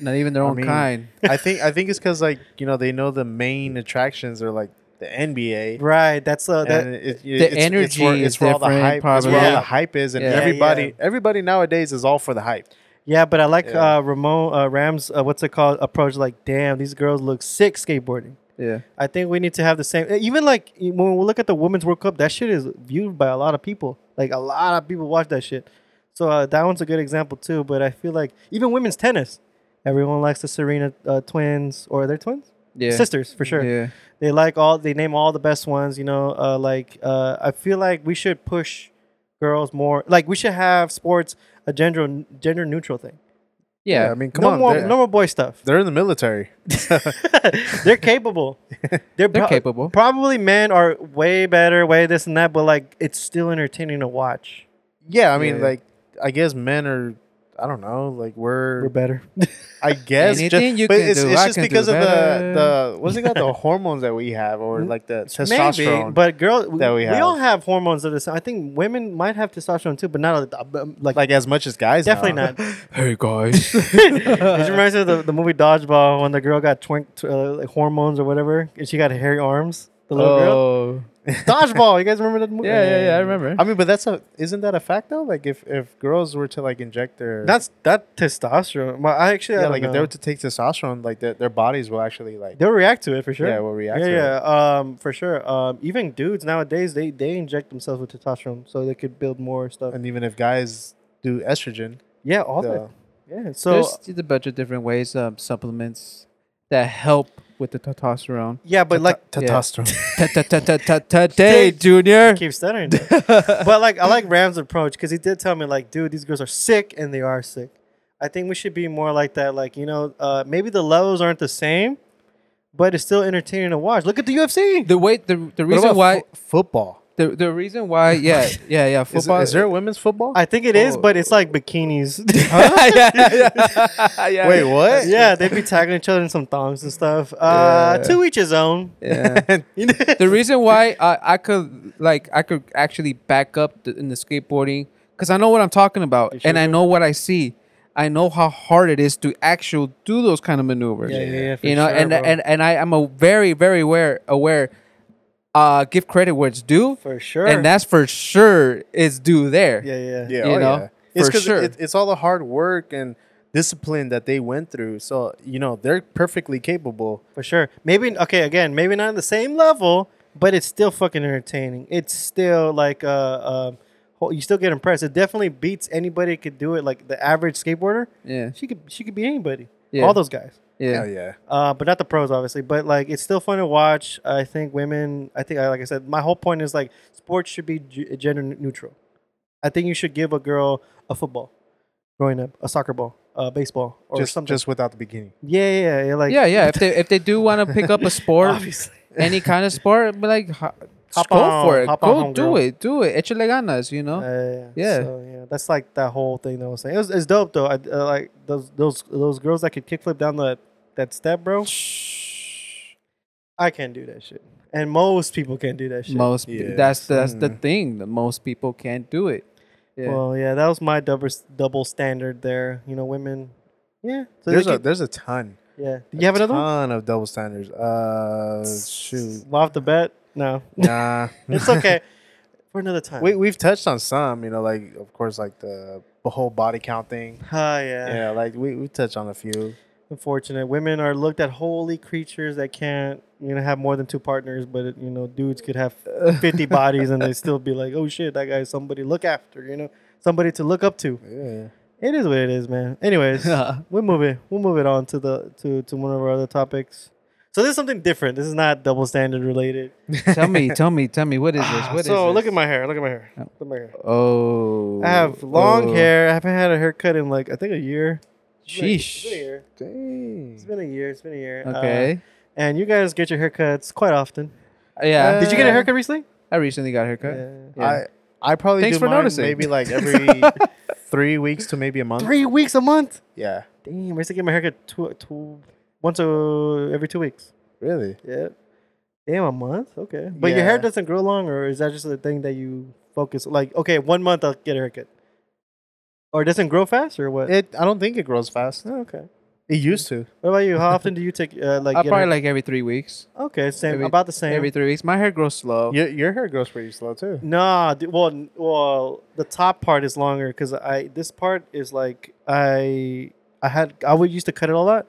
[SPEAKER 2] not even their
[SPEAKER 4] I
[SPEAKER 2] own
[SPEAKER 4] mean,
[SPEAKER 2] kind.
[SPEAKER 4] I think I think it's because like you know they know the main attractions are like the NBA.
[SPEAKER 3] Right. That's uh. That,
[SPEAKER 4] and it, it,
[SPEAKER 2] the
[SPEAKER 4] it's, it's where,
[SPEAKER 2] energy
[SPEAKER 4] it's
[SPEAKER 2] is
[SPEAKER 4] where all the
[SPEAKER 2] different,
[SPEAKER 4] hype. It's where all
[SPEAKER 3] probably.
[SPEAKER 4] the hype is, and
[SPEAKER 2] Yeah. Yeah,
[SPEAKER 4] everybody,
[SPEAKER 3] yeah.
[SPEAKER 4] everybody nowadays is all for the hype.
[SPEAKER 3] yeah, but I like
[SPEAKER 4] Yeah.
[SPEAKER 3] uh, Ramon uh, Rams. Uh, what's it called? Approach. Like, damn, these girls look sick skateboarding.
[SPEAKER 2] Yeah.
[SPEAKER 3] I think we need to have the same. eh, Even like e, when we look at the women's World Cup, that shit is viewed by a lot of people. Like a lot of people watch that shit. So uh, that one's a good example too. But I feel like even women's tennis, everyone likes the Serena uh, twins, or they're twins,
[SPEAKER 2] Yeah.
[SPEAKER 3] sisters for sure.
[SPEAKER 2] Yeah.
[SPEAKER 3] They like all. They name all the best ones. You know, uh, like uh, I feel like we should push girls more. Like we should have sports a gender gender neutral thing.
[SPEAKER 2] Yeah.
[SPEAKER 4] I mean, come
[SPEAKER 3] no
[SPEAKER 4] on,
[SPEAKER 3] more
[SPEAKER 4] they're,
[SPEAKER 3] no more boy stuff.
[SPEAKER 4] they're in the military.
[SPEAKER 3] they're capable. They're,
[SPEAKER 2] They're
[SPEAKER 3] pro-
[SPEAKER 2] capable.
[SPEAKER 3] Probably men are way better, way this and that, but like it's still entertaining to watch.
[SPEAKER 4] Yeah, I mean,
[SPEAKER 2] Yeah.
[SPEAKER 4] like I guess men are. I don't know. Like we're,
[SPEAKER 3] We're *laughs* better.
[SPEAKER 4] I guess, just-
[SPEAKER 2] Anything you
[SPEAKER 4] but
[SPEAKER 2] can
[SPEAKER 4] it's,
[SPEAKER 2] do,
[SPEAKER 4] it's
[SPEAKER 2] I
[SPEAKER 4] just
[SPEAKER 2] can do
[SPEAKER 4] because of
[SPEAKER 2] better.
[SPEAKER 4] the the what's it called the hormones that we have, or like the testosterone.
[SPEAKER 3] Maybe, but girl, we,
[SPEAKER 4] that we
[SPEAKER 3] we,
[SPEAKER 4] have.
[SPEAKER 3] all have hormones of this. I think women might have testosterone too, but not uh, um, like,
[SPEAKER 4] like as much as
[SPEAKER 3] *laughs*
[SPEAKER 4] guys,
[SPEAKER 3] definitely
[SPEAKER 4] now.
[SPEAKER 3] not. it
[SPEAKER 2] Hey guys.
[SPEAKER 3] just reminds me of the, the movie Dodgeball when the girl got twink tw- uh, like hormones or whatever, and she got hairy arms. The little girl.
[SPEAKER 2] oh.
[SPEAKER 3] Dodgeball. You guys remember that um, movie?
[SPEAKER 2] Yeah, yeah, yeah. I remember.
[SPEAKER 4] I mean, but that's a isn't that a fact though? Like if if girls were to like inject their
[SPEAKER 3] That's that testosterone. Well, I actually I
[SPEAKER 4] yeah,
[SPEAKER 3] don't
[SPEAKER 4] like if
[SPEAKER 3] know.
[SPEAKER 4] they were to take testosterone, like their, their bodies will actually like
[SPEAKER 3] They'll react to it for sure.
[SPEAKER 4] Yeah, we'll react
[SPEAKER 3] Yeah,
[SPEAKER 4] to
[SPEAKER 3] yeah, um, for sure. Um, even dudes nowadays, they they inject themselves with testosterone so they could build more stuff.
[SPEAKER 4] and even if guys do estrogen,
[SPEAKER 3] Yeah, all
[SPEAKER 4] the-
[SPEAKER 3] that. Yeah. So
[SPEAKER 2] There's a bunch of different ways, um, supplements that help with the testosterone.
[SPEAKER 3] yeah, but like
[SPEAKER 4] Te-
[SPEAKER 2] yeah.
[SPEAKER 4] testosterone. *laughs*
[SPEAKER 2] Today, Junior.
[SPEAKER 3] keep stuttering. but like I like Ram's approach because he did tell me like, dude, these girls are sick and they are sick. I think we should be more like that. Like you know, uh, maybe the levels aren't the same, but it's still entertaining to watch. Look at the UFC.
[SPEAKER 2] The way the the
[SPEAKER 4] What
[SPEAKER 2] reason
[SPEAKER 4] about
[SPEAKER 2] why
[SPEAKER 4] fo- football?
[SPEAKER 2] the the reason why yeah yeah yeah
[SPEAKER 4] Is,
[SPEAKER 2] football *laughs*
[SPEAKER 4] is there women's football?
[SPEAKER 3] I think it is,
[SPEAKER 2] Oh.
[SPEAKER 3] but it's like bikinis. *laughs*
[SPEAKER 4] *laughs*
[SPEAKER 2] yeah, yeah, yeah.
[SPEAKER 4] Wait, what?
[SPEAKER 3] yeah, they'd be tagging each other in some thongs and stuff. Uh,
[SPEAKER 2] Yeah.
[SPEAKER 3] To each his own.
[SPEAKER 2] Yeah.
[SPEAKER 3] *laughs*
[SPEAKER 2] the reason why I, I could like I could actually back up the, in the skateboarding because I know what I'm talking about
[SPEAKER 3] You
[SPEAKER 2] and I
[SPEAKER 3] sure?
[SPEAKER 2] know what I see. I know how hard it is to actually do those kind of maneuvers.
[SPEAKER 3] Yeah, yeah, yeah. for
[SPEAKER 2] you know,
[SPEAKER 3] sure,
[SPEAKER 2] and,
[SPEAKER 3] bro.
[SPEAKER 2] and and I am a very very aware aware. Uh, give credit where it's due,
[SPEAKER 3] for sure.
[SPEAKER 2] and that's for sure is due there.
[SPEAKER 3] yeah, yeah,
[SPEAKER 4] Yeah,
[SPEAKER 2] You
[SPEAKER 4] oh,
[SPEAKER 2] know,
[SPEAKER 4] yeah. It's
[SPEAKER 2] for
[SPEAKER 4] 'cause
[SPEAKER 2] sure.
[SPEAKER 4] it, it's all the hard work and discipline that they went through. So you know they're perfectly capable.
[SPEAKER 3] for sure. Maybe okay, again, maybe not on the same level, but it's still fucking entertaining. It's still like uh, um, ho- you still get impressed. It definitely beats anybody that could do it. Like the average skateboarder,
[SPEAKER 2] yeah,
[SPEAKER 3] she could she could beat anybody.
[SPEAKER 2] Yeah.
[SPEAKER 3] All those guys.
[SPEAKER 2] yeah.
[SPEAKER 4] Hell Oh, yeah.
[SPEAKER 3] Uh, but not the pros, obviously. But like, it's still fun to watch. I think women. I think, like I said, my whole point is like, sports should be g- gender n- neutral. I think you should give a girl a football, growing up, a soccer ball, a baseball, or
[SPEAKER 4] just
[SPEAKER 3] something.
[SPEAKER 4] just without the beginning.
[SPEAKER 3] yeah, yeah, yeah, yeah, like
[SPEAKER 2] yeah,
[SPEAKER 3] *laughs*
[SPEAKER 2] yeah. If they if they do want to pick up a sport, *laughs*
[SPEAKER 3] obviously.
[SPEAKER 2] any kind of sport, be like, ho- just go
[SPEAKER 3] on,
[SPEAKER 2] for it,
[SPEAKER 3] hop
[SPEAKER 2] go
[SPEAKER 3] on,
[SPEAKER 2] do
[SPEAKER 3] homegirl.
[SPEAKER 2] it, do it. Echale ganas, you know.
[SPEAKER 3] Uh,
[SPEAKER 2] Yeah.
[SPEAKER 3] So, yeah, that's like that whole thing that I was saying. It was, it's dope though. I uh, like those those those girls that could kickflip down the that step, bro. I can't do that shit, and most people can't do that shit.
[SPEAKER 2] most pe-
[SPEAKER 4] Yeah.
[SPEAKER 2] that's that's the
[SPEAKER 4] Mhm.
[SPEAKER 2] thing that most people can't do *laughs* it. Yeah.
[SPEAKER 3] Well, yeah, that was my double double standard there. You know, women. Yeah. So
[SPEAKER 4] there's
[SPEAKER 3] they
[SPEAKER 4] a
[SPEAKER 3] keep-
[SPEAKER 4] there's a ton.
[SPEAKER 3] yeah. Do you have another one?
[SPEAKER 4] ton of double standards. Uh, shoot.
[SPEAKER 3] Well, off the bat, no.
[SPEAKER 4] *laughs* Nah.
[SPEAKER 3] It's okay. For another time.
[SPEAKER 4] we we've touched on some. You know, like of course, like the the whole body count thing.
[SPEAKER 3] Ah, yeah.
[SPEAKER 4] Yeah, like we we touched on a few.
[SPEAKER 3] Unfortunate. Women are looked at holy creatures that can't, you know, have more than two partners, but you know, dudes could have fifty bodies and they still be like, oh shit, that guy's somebody to look after. You know, somebody to look up to.
[SPEAKER 4] Yeah.
[SPEAKER 3] It is what it is, man.
[SPEAKER 2] *laughs*
[SPEAKER 3] Anyways, we'll move it. We'll move it on to the to to one of our other topics. So this is something different. This is not double standard
[SPEAKER 2] *laughs*
[SPEAKER 3] related.
[SPEAKER 2] tell me, tell me, tell me, what is this? What is
[SPEAKER 3] Ah, so look
[SPEAKER 2] this?
[SPEAKER 3] at my hair. Look at my hair.
[SPEAKER 2] Oh.
[SPEAKER 3] Look at my hair.
[SPEAKER 2] Oh,
[SPEAKER 3] I have long
[SPEAKER 2] oh.
[SPEAKER 3] hair. I haven't had a haircut in like I think a year. It's been a- It's been a
[SPEAKER 2] Sheesh.
[SPEAKER 3] year. It's
[SPEAKER 4] Dang.
[SPEAKER 3] been a year. It's been a year. Uh,
[SPEAKER 2] Okay.
[SPEAKER 3] and you guys get your haircuts quite often.
[SPEAKER 2] yeah.
[SPEAKER 3] Did you get a
[SPEAKER 4] Uh,
[SPEAKER 3] haircut
[SPEAKER 2] *laughs*
[SPEAKER 3] recently?
[SPEAKER 2] I recently got a haircut.
[SPEAKER 3] Yeah.
[SPEAKER 2] Yeah.
[SPEAKER 4] I I probably
[SPEAKER 2] Thanks
[SPEAKER 4] do
[SPEAKER 2] for
[SPEAKER 4] mine
[SPEAKER 2] noticing.
[SPEAKER 4] Maybe like *laughs* every three weeks to maybe a month.
[SPEAKER 3] *laughs* Three weeks a month.
[SPEAKER 4] Yeah.
[SPEAKER 3] Damn, I used to get my haircut two, two, once a, every two weeks.
[SPEAKER 4] Really.
[SPEAKER 3] Yeah. Damn, a month. Okay. But your hair
[SPEAKER 4] Yeah.
[SPEAKER 3] doesn't grow long, or is that just a thing that you focus? Like, okay, one month I'll get a haircut. Or it doesn't grow fast, or what?
[SPEAKER 4] It. I don't think it grows fast.
[SPEAKER 3] Oh, okay.
[SPEAKER 4] It used to.
[SPEAKER 3] What about you? How often do you take uh, like?
[SPEAKER 2] I
[SPEAKER 3] get a
[SPEAKER 2] probably like every three weeks.
[SPEAKER 3] haircut? okay, same.
[SPEAKER 2] every-
[SPEAKER 3] about the same.
[SPEAKER 2] Every three weeks, my hair grows slow.
[SPEAKER 4] Your your hair grows pretty slow too.
[SPEAKER 3] Nah, d- well, n- well, the top part is longer because I this part is like I I had I would used to cut it a lot,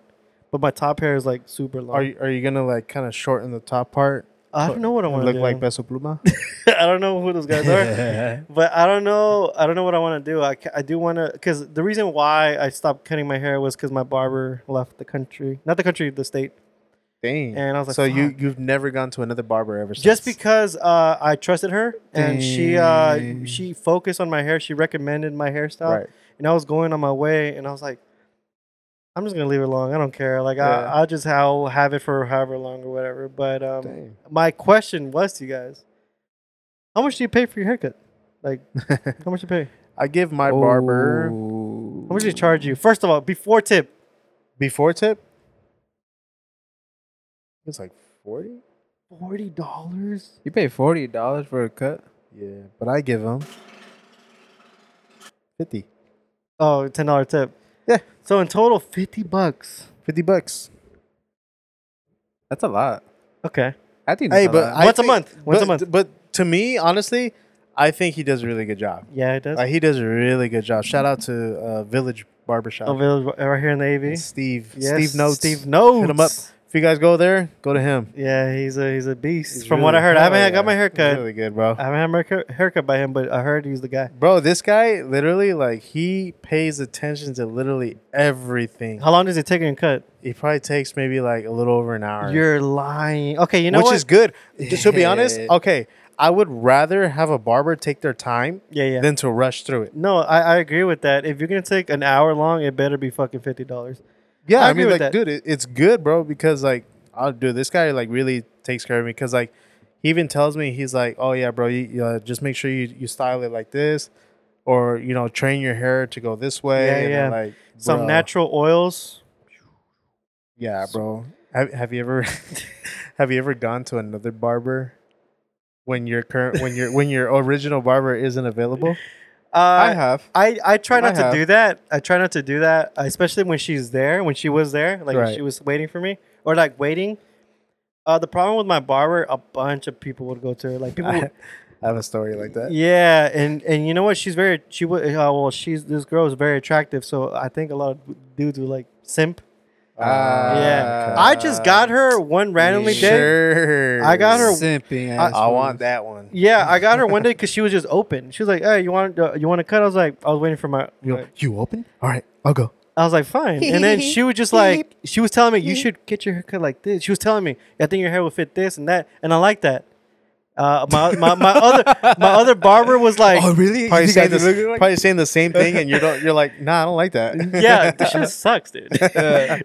[SPEAKER 3] but my top hair is like super long.
[SPEAKER 4] Are you, are you gonna like kind of shorten the top part?
[SPEAKER 3] I don't know what I want to
[SPEAKER 4] Look
[SPEAKER 3] do. *laughs*
[SPEAKER 4] like Beso Pluma.
[SPEAKER 3] I don't know who those guys
[SPEAKER 4] *laughs*
[SPEAKER 3] are, but I don't know I don't know what I want to do. I, ca- I do want to because the reason why I stopped cutting my hair was because my barber left the country, not the country, the state.
[SPEAKER 4] Dang.
[SPEAKER 3] And I was like,
[SPEAKER 4] so you
[SPEAKER 3] "Fuck."
[SPEAKER 4] you've never gone to another barber ever since?
[SPEAKER 3] just because uh, I trusted her and she uh,
[SPEAKER 2] Dang.
[SPEAKER 3] she focused on my hair. She recommended my hairstyle,
[SPEAKER 4] Right.
[SPEAKER 3] and I was going on my way, and I was like, I'm just gonna leave it alone. I don't care. Like
[SPEAKER 4] Yeah.
[SPEAKER 3] I, I'll just how have it for however long or whatever. But um,
[SPEAKER 4] Dang.
[SPEAKER 3] my question was to you guys, how much do you pay for your haircut? Like how much do you pay?
[SPEAKER 4] *laughs* I give my barber
[SPEAKER 2] Ooh.
[SPEAKER 3] How much do they charge you? First of all, before tip,
[SPEAKER 4] before tip. It's like forty.
[SPEAKER 3] forty dollars.
[SPEAKER 2] You pay forty dollars for a cut.
[SPEAKER 4] Yeah, but I give him fifty.
[SPEAKER 3] Oh, ten dollar tip.
[SPEAKER 4] Yeah.
[SPEAKER 3] So in total, fifty bucks.
[SPEAKER 4] Fifty bucks.
[SPEAKER 2] That's a lot.
[SPEAKER 3] Okay.
[SPEAKER 2] I think.
[SPEAKER 4] Hey,
[SPEAKER 2] that's a
[SPEAKER 4] but
[SPEAKER 2] lot.
[SPEAKER 4] I
[SPEAKER 3] Once a
[SPEAKER 4] think-
[SPEAKER 3] month. Once a
[SPEAKER 4] but-
[SPEAKER 3] month.
[SPEAKER 4] But to me, honestly, I think he does a really good job.
[SPEAKER 3] Yeah, it does.
[SPEAKER 4] Like he does a really good job. Shout out to uh, Village Barbershop.
[SPEAKER 3] Oh, Available right here in the AV.
[SPEAKER 4] Steve.
[SPEAKER 3] Yes,
[SPEAKER 4] Steve knows.
[SPEAKER 3] Steve Notes.
[SPEAKER 4] Hit him up. you guys go there, go to him.
[SPEAKER 3] Yeah, he's a he's a beast.
[SPEAKER 4] He's
[SPEAKER 3] From
[SPEAKER 4] really-
[SPEAKER 3] what I heard, I
[SPEAKER 4] hell
[SPEAKER 3] haven't I got
[SPEAKER 4] yeah.
[SPEAKER 3] my haircut.
[SPEAKER 4] He's really good, bro.
[SPEAKER 3] I haven't had my haircut- haircut by him, but I heard he's the guy.
[SPEAKER 4] Bro, this guy literally like he pays attention to literally everything.
[SPEAKER 3] How long does it take him to cut?
[SPEAKER 4] He probably takes maybe like a little over an hour.
[SPEAKER 3] You're lying. Okay, you know
[SPEAKER 4] which
[SPEAKER 3] what?
[SPEAKER 4] is good. Just to be honest, okay, I would rather have a barber take their time
[SPEAKER 3] yeah, yeah.
[SPEAKER 4] than to rush through it.
[SPEAKER 3] no, I, I agree with that. If you're gonna take an hour long, it better be fucking fifty dollars.
[SPEAKER 4] Yeah,
[SPEAKER 3] I
[SPEAKER 4] I,
[SPEAKER 3] agree
[SPEAKER 4] mean,
[SPEAKER 3] with that.
[SPEAKER 4] like, dude, it, it's good, bro, because like, I'll do this guy like really takes care of me because like, he even tells me he's like, oh yeah, bro, you, you, uh, just make sure you you style it like this, or you know, train your hair to go this way.
[SPEAKER 3] Yeah,
[SPEAKER 4] and
[SPEAKER 3] yeah.
[SPEAKER 4] I'm like
[SPEAKER 3] Some
[SPEAKER 4] bro,
[SPEAKER 3] natural oils.
[SPEAKER 4] Yeah, bro. Have, have you ever *laughs* have you ever gone to another barber when your current when your when your original barber isn't available?
[SPEAKER 3] Uh,
[SPEAKER 2] I have.
[SPEAKER 3] I, I try not
[SPEAKER 2] I
[SPEAKER 3] to
[SPEAKER 2] have.
[SPEAKER 3] do that. I try not to do that, especially when she's there, when she was there, like
[SPEAKER 4] Right.
[SPEAKER 3] she was waiting for me or like waiting. Uh, the problem with my barber, a bunch of people would go to her.
[SPEAKER 2] *laughs*
[SPEAKER 3] Like people,
[SPEAKER 4] I have a story like that.
[SPEAKER 3] yeah, and and you know what? She's very she wa- uh, well, she's this girl is very attractive, so I think a lot of dudes would like simp. yeah,
[SPEAKER 4] okay.
[SPEAKER 2] Uh,
[SPEAKER 3] I just got her one randomly
[SPEAKER 2] you
[SPEAKER 3] day.
[SPEAKER 4] Sure.
[SPEAKER 3] I got her-
[SPEAKER 2] Simping
[SPEAKER 3] I-
[SPEAKER 4] I
[SPEAKER 2] assholes.
[SPEAKER 4] want that one.
[SPEAKER 3] Yeah, I got her one day because she was just open. She was like, "Hey, you want uh, you want to cut?" I was like, "I was waiting for my."
[SPEAKER 4] You, you open? All right, I'll go.
[SPEAKER 3] I was like, "Fine," and then she was just like, she was telling me, "You should get your hair cut like this." She was telling me, "I think your hair will fit this and that," and I like that. Uh, my, my my other my other barber was like,
[SPEAKER 4] Oh, *laughs*
[SPEAKER 2] really?
[SPEAKER 4] Probably
[SPEAKER 2] You
[SPEAKER 4] saying,
[SPEAKER 2] think I just
[SPEAKER 4] the,
[SPEAKER 2] look like-
[SPEAKER 4] probably saying the same thing, and you don't. You're like, nah, I don't like *laughs* that.
[SPEAKER 3] "Yeah, this shit sucks,
[SPEAKER 4] *laughs*
[SPEAKER 3] dude."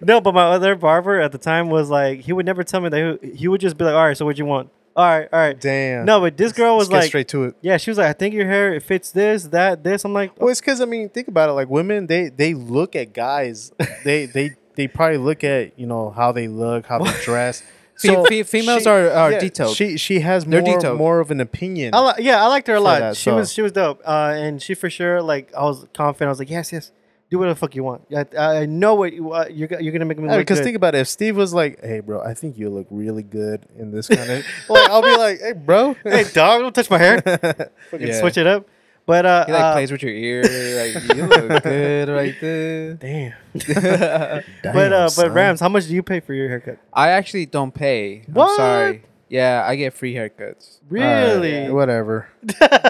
[SPEAKER 3] no, but my other barber at the time was like, he would never tell me that. He, he would just be like, "All right, so what you want?" All right, all right.
[SPEAKER 4] Damn.
[SPEAKER 3] No, but this girl was
[SPEAKER 4] Let's get
[SPEAKER 3] like,
[SPEAKER 4] straight to it.
[SPEAKER 3] yeah, she was like, "I think your hair it fits this, that, this." I'm like,
[SPEAKER 4] Well, it's because I mean, think about it. Like women, they they look at guys. They they they probably look at you know how they look, how
[SPEAKER 3] *laughs*
[SPEAKER 4] they dress.
[SPEAKER 2] Fe- fe- females are- are detailed.
[SPEAKER 4] She she has
[SPEAKER 2] They're
[SPEAKER 4] more
[SPEAKER 2] detailed.
[SPEAKER 4] more of an opinion.
[SPEAKER 3] I li- yeah, I liked her a lot.
[SPEAKER 4] that,
[SPEAKER 3] she
[SPEAKER 4] so-
[SPEAKER 3] was she was dope, uh, and she for sure like I was confident. I was like, yes, yes, do whatever the fuck you want. I, I know what you, uh, you're go- you're gonna make me
[SPEAKER 4] Yeah,
[SPEAKER 3] look
[SPEAKER 4] because
[SPEAKER 3] good. *laughs*
[SPEAKER 4] think about it. If Steve was like, "Hey, bro, I think you look really good in this kind
[SPEAKER 3] *laughs*
[SPEAKER 4] of," like, I'll be like, "Hey, bro,
[SPEAKER 3] hey dog, don't touch
[SPEAKER 2] *laughs*
[SPEAKER 3] my hair. Fucking
[SPEAKER 2] Yeah.
[SPEAKER 3] switch it up. But uh,
[SPEAKER 2] He like
[SPEAKER 3] uh,
[SPEAKER 2] plays with your ear. Like you *laughs* look good right there.
[SPEAKER 3] damn. but
[SPEAKER 4] Damn,
[SPEAKER 3] uh, but
[SPEAKER 4] son.
[SPEAKER 3] Rams, how much do you pay for your haircut?
[SPEAKER 2] I actually don't pay.
[SPEAKER 3] What?
[SPEAKER 2] I'm sorry. Yeah, I get free haircuts.
[SPEAKER 4] All right,
[SPEAKER 3] Really?
[SPEAKER 4] whatever."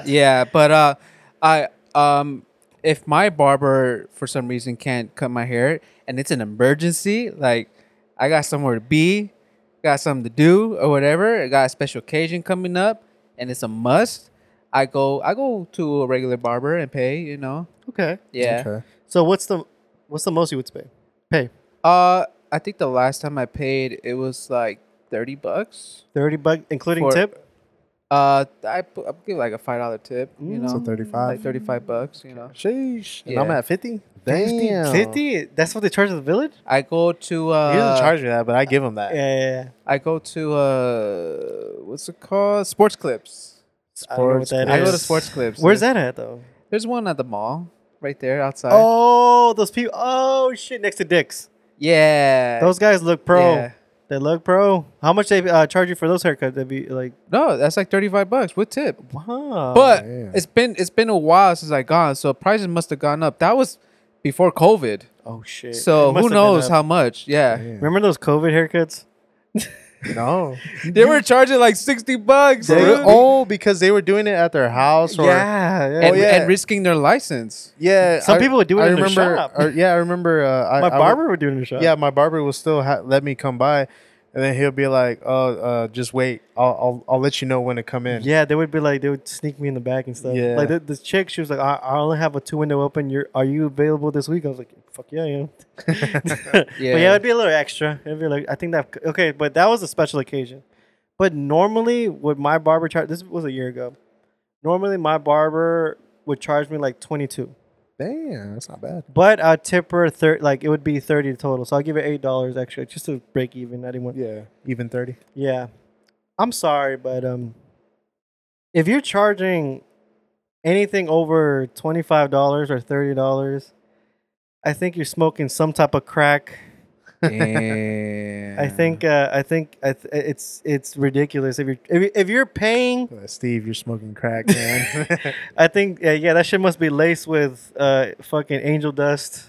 [SPEAKER 2] yeah, but uh, I um, if my barber for some reason can't cut my hair and it's an emergency, like I got somewhere to be, got something to do or whatever, I got a special occasion coming up, and it's a must. I go, I go to a regular barber and pay. You know,
[SPEAKER 3] Okay.
[SPEAKER 2] yeah.
[SPEAKER 4] Okay.
[SPEAKER 3] So what's the what's the most you would pay? Pay
[SPEAKER 2] Uh, I think the last time I paid, it was like thirty bucks.
[SPEAKER 3] thirty bucks, including
[SPEAKER 2] For-
[SPEAKER 3] tip.
[SPEAKER 2] Uh, I pu- I give like a five dollar tip. You know,
[SPEAKER 4] So
[SPEAKER 2] like
[SPEAKER 4] thirty-five.
[SPEAKER 2] thirty five bucks. You know.
[SPEAKER 4] Sheesh. And I'm
[SPEAKER 2] Yeah.
[SPEAKER 4] at fifty. Damn.
[SPEAKER 3] Fifty? That's what they charge at the village?
[SPEAKER 2] I go to
[SPEAKER 4] He doesn't
[SPEAKER 2] uh,
[SPEAKER 4] charge me that, but I give him that.
[SPEAKER 3] Yeah, yeah, yeah.
[SPEAKER 2] I go to uh, what's it called? Sports Clips.
[SPEAKER 3] I don't know what
[SPEAKER 4] Sports
[SPEAKER 3] that
[SPEAKER 2] I go to
[SPEAKER 3] is.
[SPEAKER 2] Sports Clips.
[SPEAKER 3] Where's that at though?
[SPEAKER 2] There's one at the mall, right there outside.
[SPEAKER 3] Oh, those people. Oh shit, next to Dick's.
[SPEAKER 2] yeah.
[SPEAKER 3] Those guys look pro.
[SPEAKER 2] Yeah.
[SPEAKER 3] They look pro. How much they uh, charge you for those haircuts? They'd be like,
[SPEAKER 2] No, that's like thirty five bucks with tip.
[SPEAKER 3] wow.
[SPEAKER 2] But
[SPEAKER 4] man.
[SPEAKER 2] it's been it's been a while since I gone, so prices must have gone up. That was before COVID,
[SPEAKER 3] oh shit. It
[SPEAKER 2] so
[SPEAKER 3] must
[SPEAKER 2] who
[SPEAKER 3] have been
[SPEAKER 2] knows
[SPEAKER 3] up.
[SPEAKER 2] how much? Yeah,
[SPEAKER 3] Remember those COVID haircuts? *laughs*
[SPEAKER 4] No.
[SPEAKER 2] they were charging like sixty bucks.
[SPEAKER 4] They
[SPEAKER 2] dude.
[SPEAKER 4] were- oh, because they were doing it at their house or
[SPEAKER 3] yeah, yeah.
[SPEAKER 2] and,
[SPEAKER 4] Oh, yeah.
[SPEAKER 2] and risking their license.
[SPEAKER 4] yeah.
[SPEAKER 3] Some people would do it in their
[SPEAKER 4] remember,
[SPEAKER 3] shop.
[SPEAKER 4] or- yeah, I remember. Uh, I,
[SPEAKER 3] My
[SPEAKER 4] I would-
[SPEAKER 3] barber would do it in the shop.
[SPEAKER 4] yeah, my barber will still ha- let me come by, and then he'll be like, "Oh, uh, just wait. I'll, I'll I'll let you know when to come in."
[SPEAKER 3] Yeah, they would be like, they would sneak me in the back and stuff.
[SPEAKER 4] Yeah.
[SPEAKER 3] Like the, the chick, she was like, I, I only have a two window open. You're, are you available this week? I was like, fuck yeah, I am. *laughs* but yeah,
[SPEAKER 2] Yeah.
[SPEAKER 3] it'd be a little extra. It'd be like, I think that, okay, but that was a special occasion. But normally, with my barber charge, this was a year ago. Normally, my barber would charge me like 22,
[SPEAKER 4] Damn, that's not bad.
[SPEAKER 3] but I tip her thir- like it would be 30 total. So I'll give her $8 extra just to break even. I didn't want,
[SPEAKER 4] Yeah, even thirty.
[SPEAKER 3] yeah. I'm sorry, but um if you're charging anything over $25 or $30, I think you're smoking some type of crack.
[SPEAKER 2] Damn.
[SPEAKER 3] *laughs* I think uh, I think I th- it's it's ridiculous if you're if, you- if you're paying
[SPEAKER 2] *laughs*
[SPEAKER 4] Uh, Steve, you're smoking crack,
[SPEAKER 3] *laughs*
[SPEAKER 4] man.
[SPEAKER 3] I think yeah, yeah that shit must be laced with uh fucking angel dust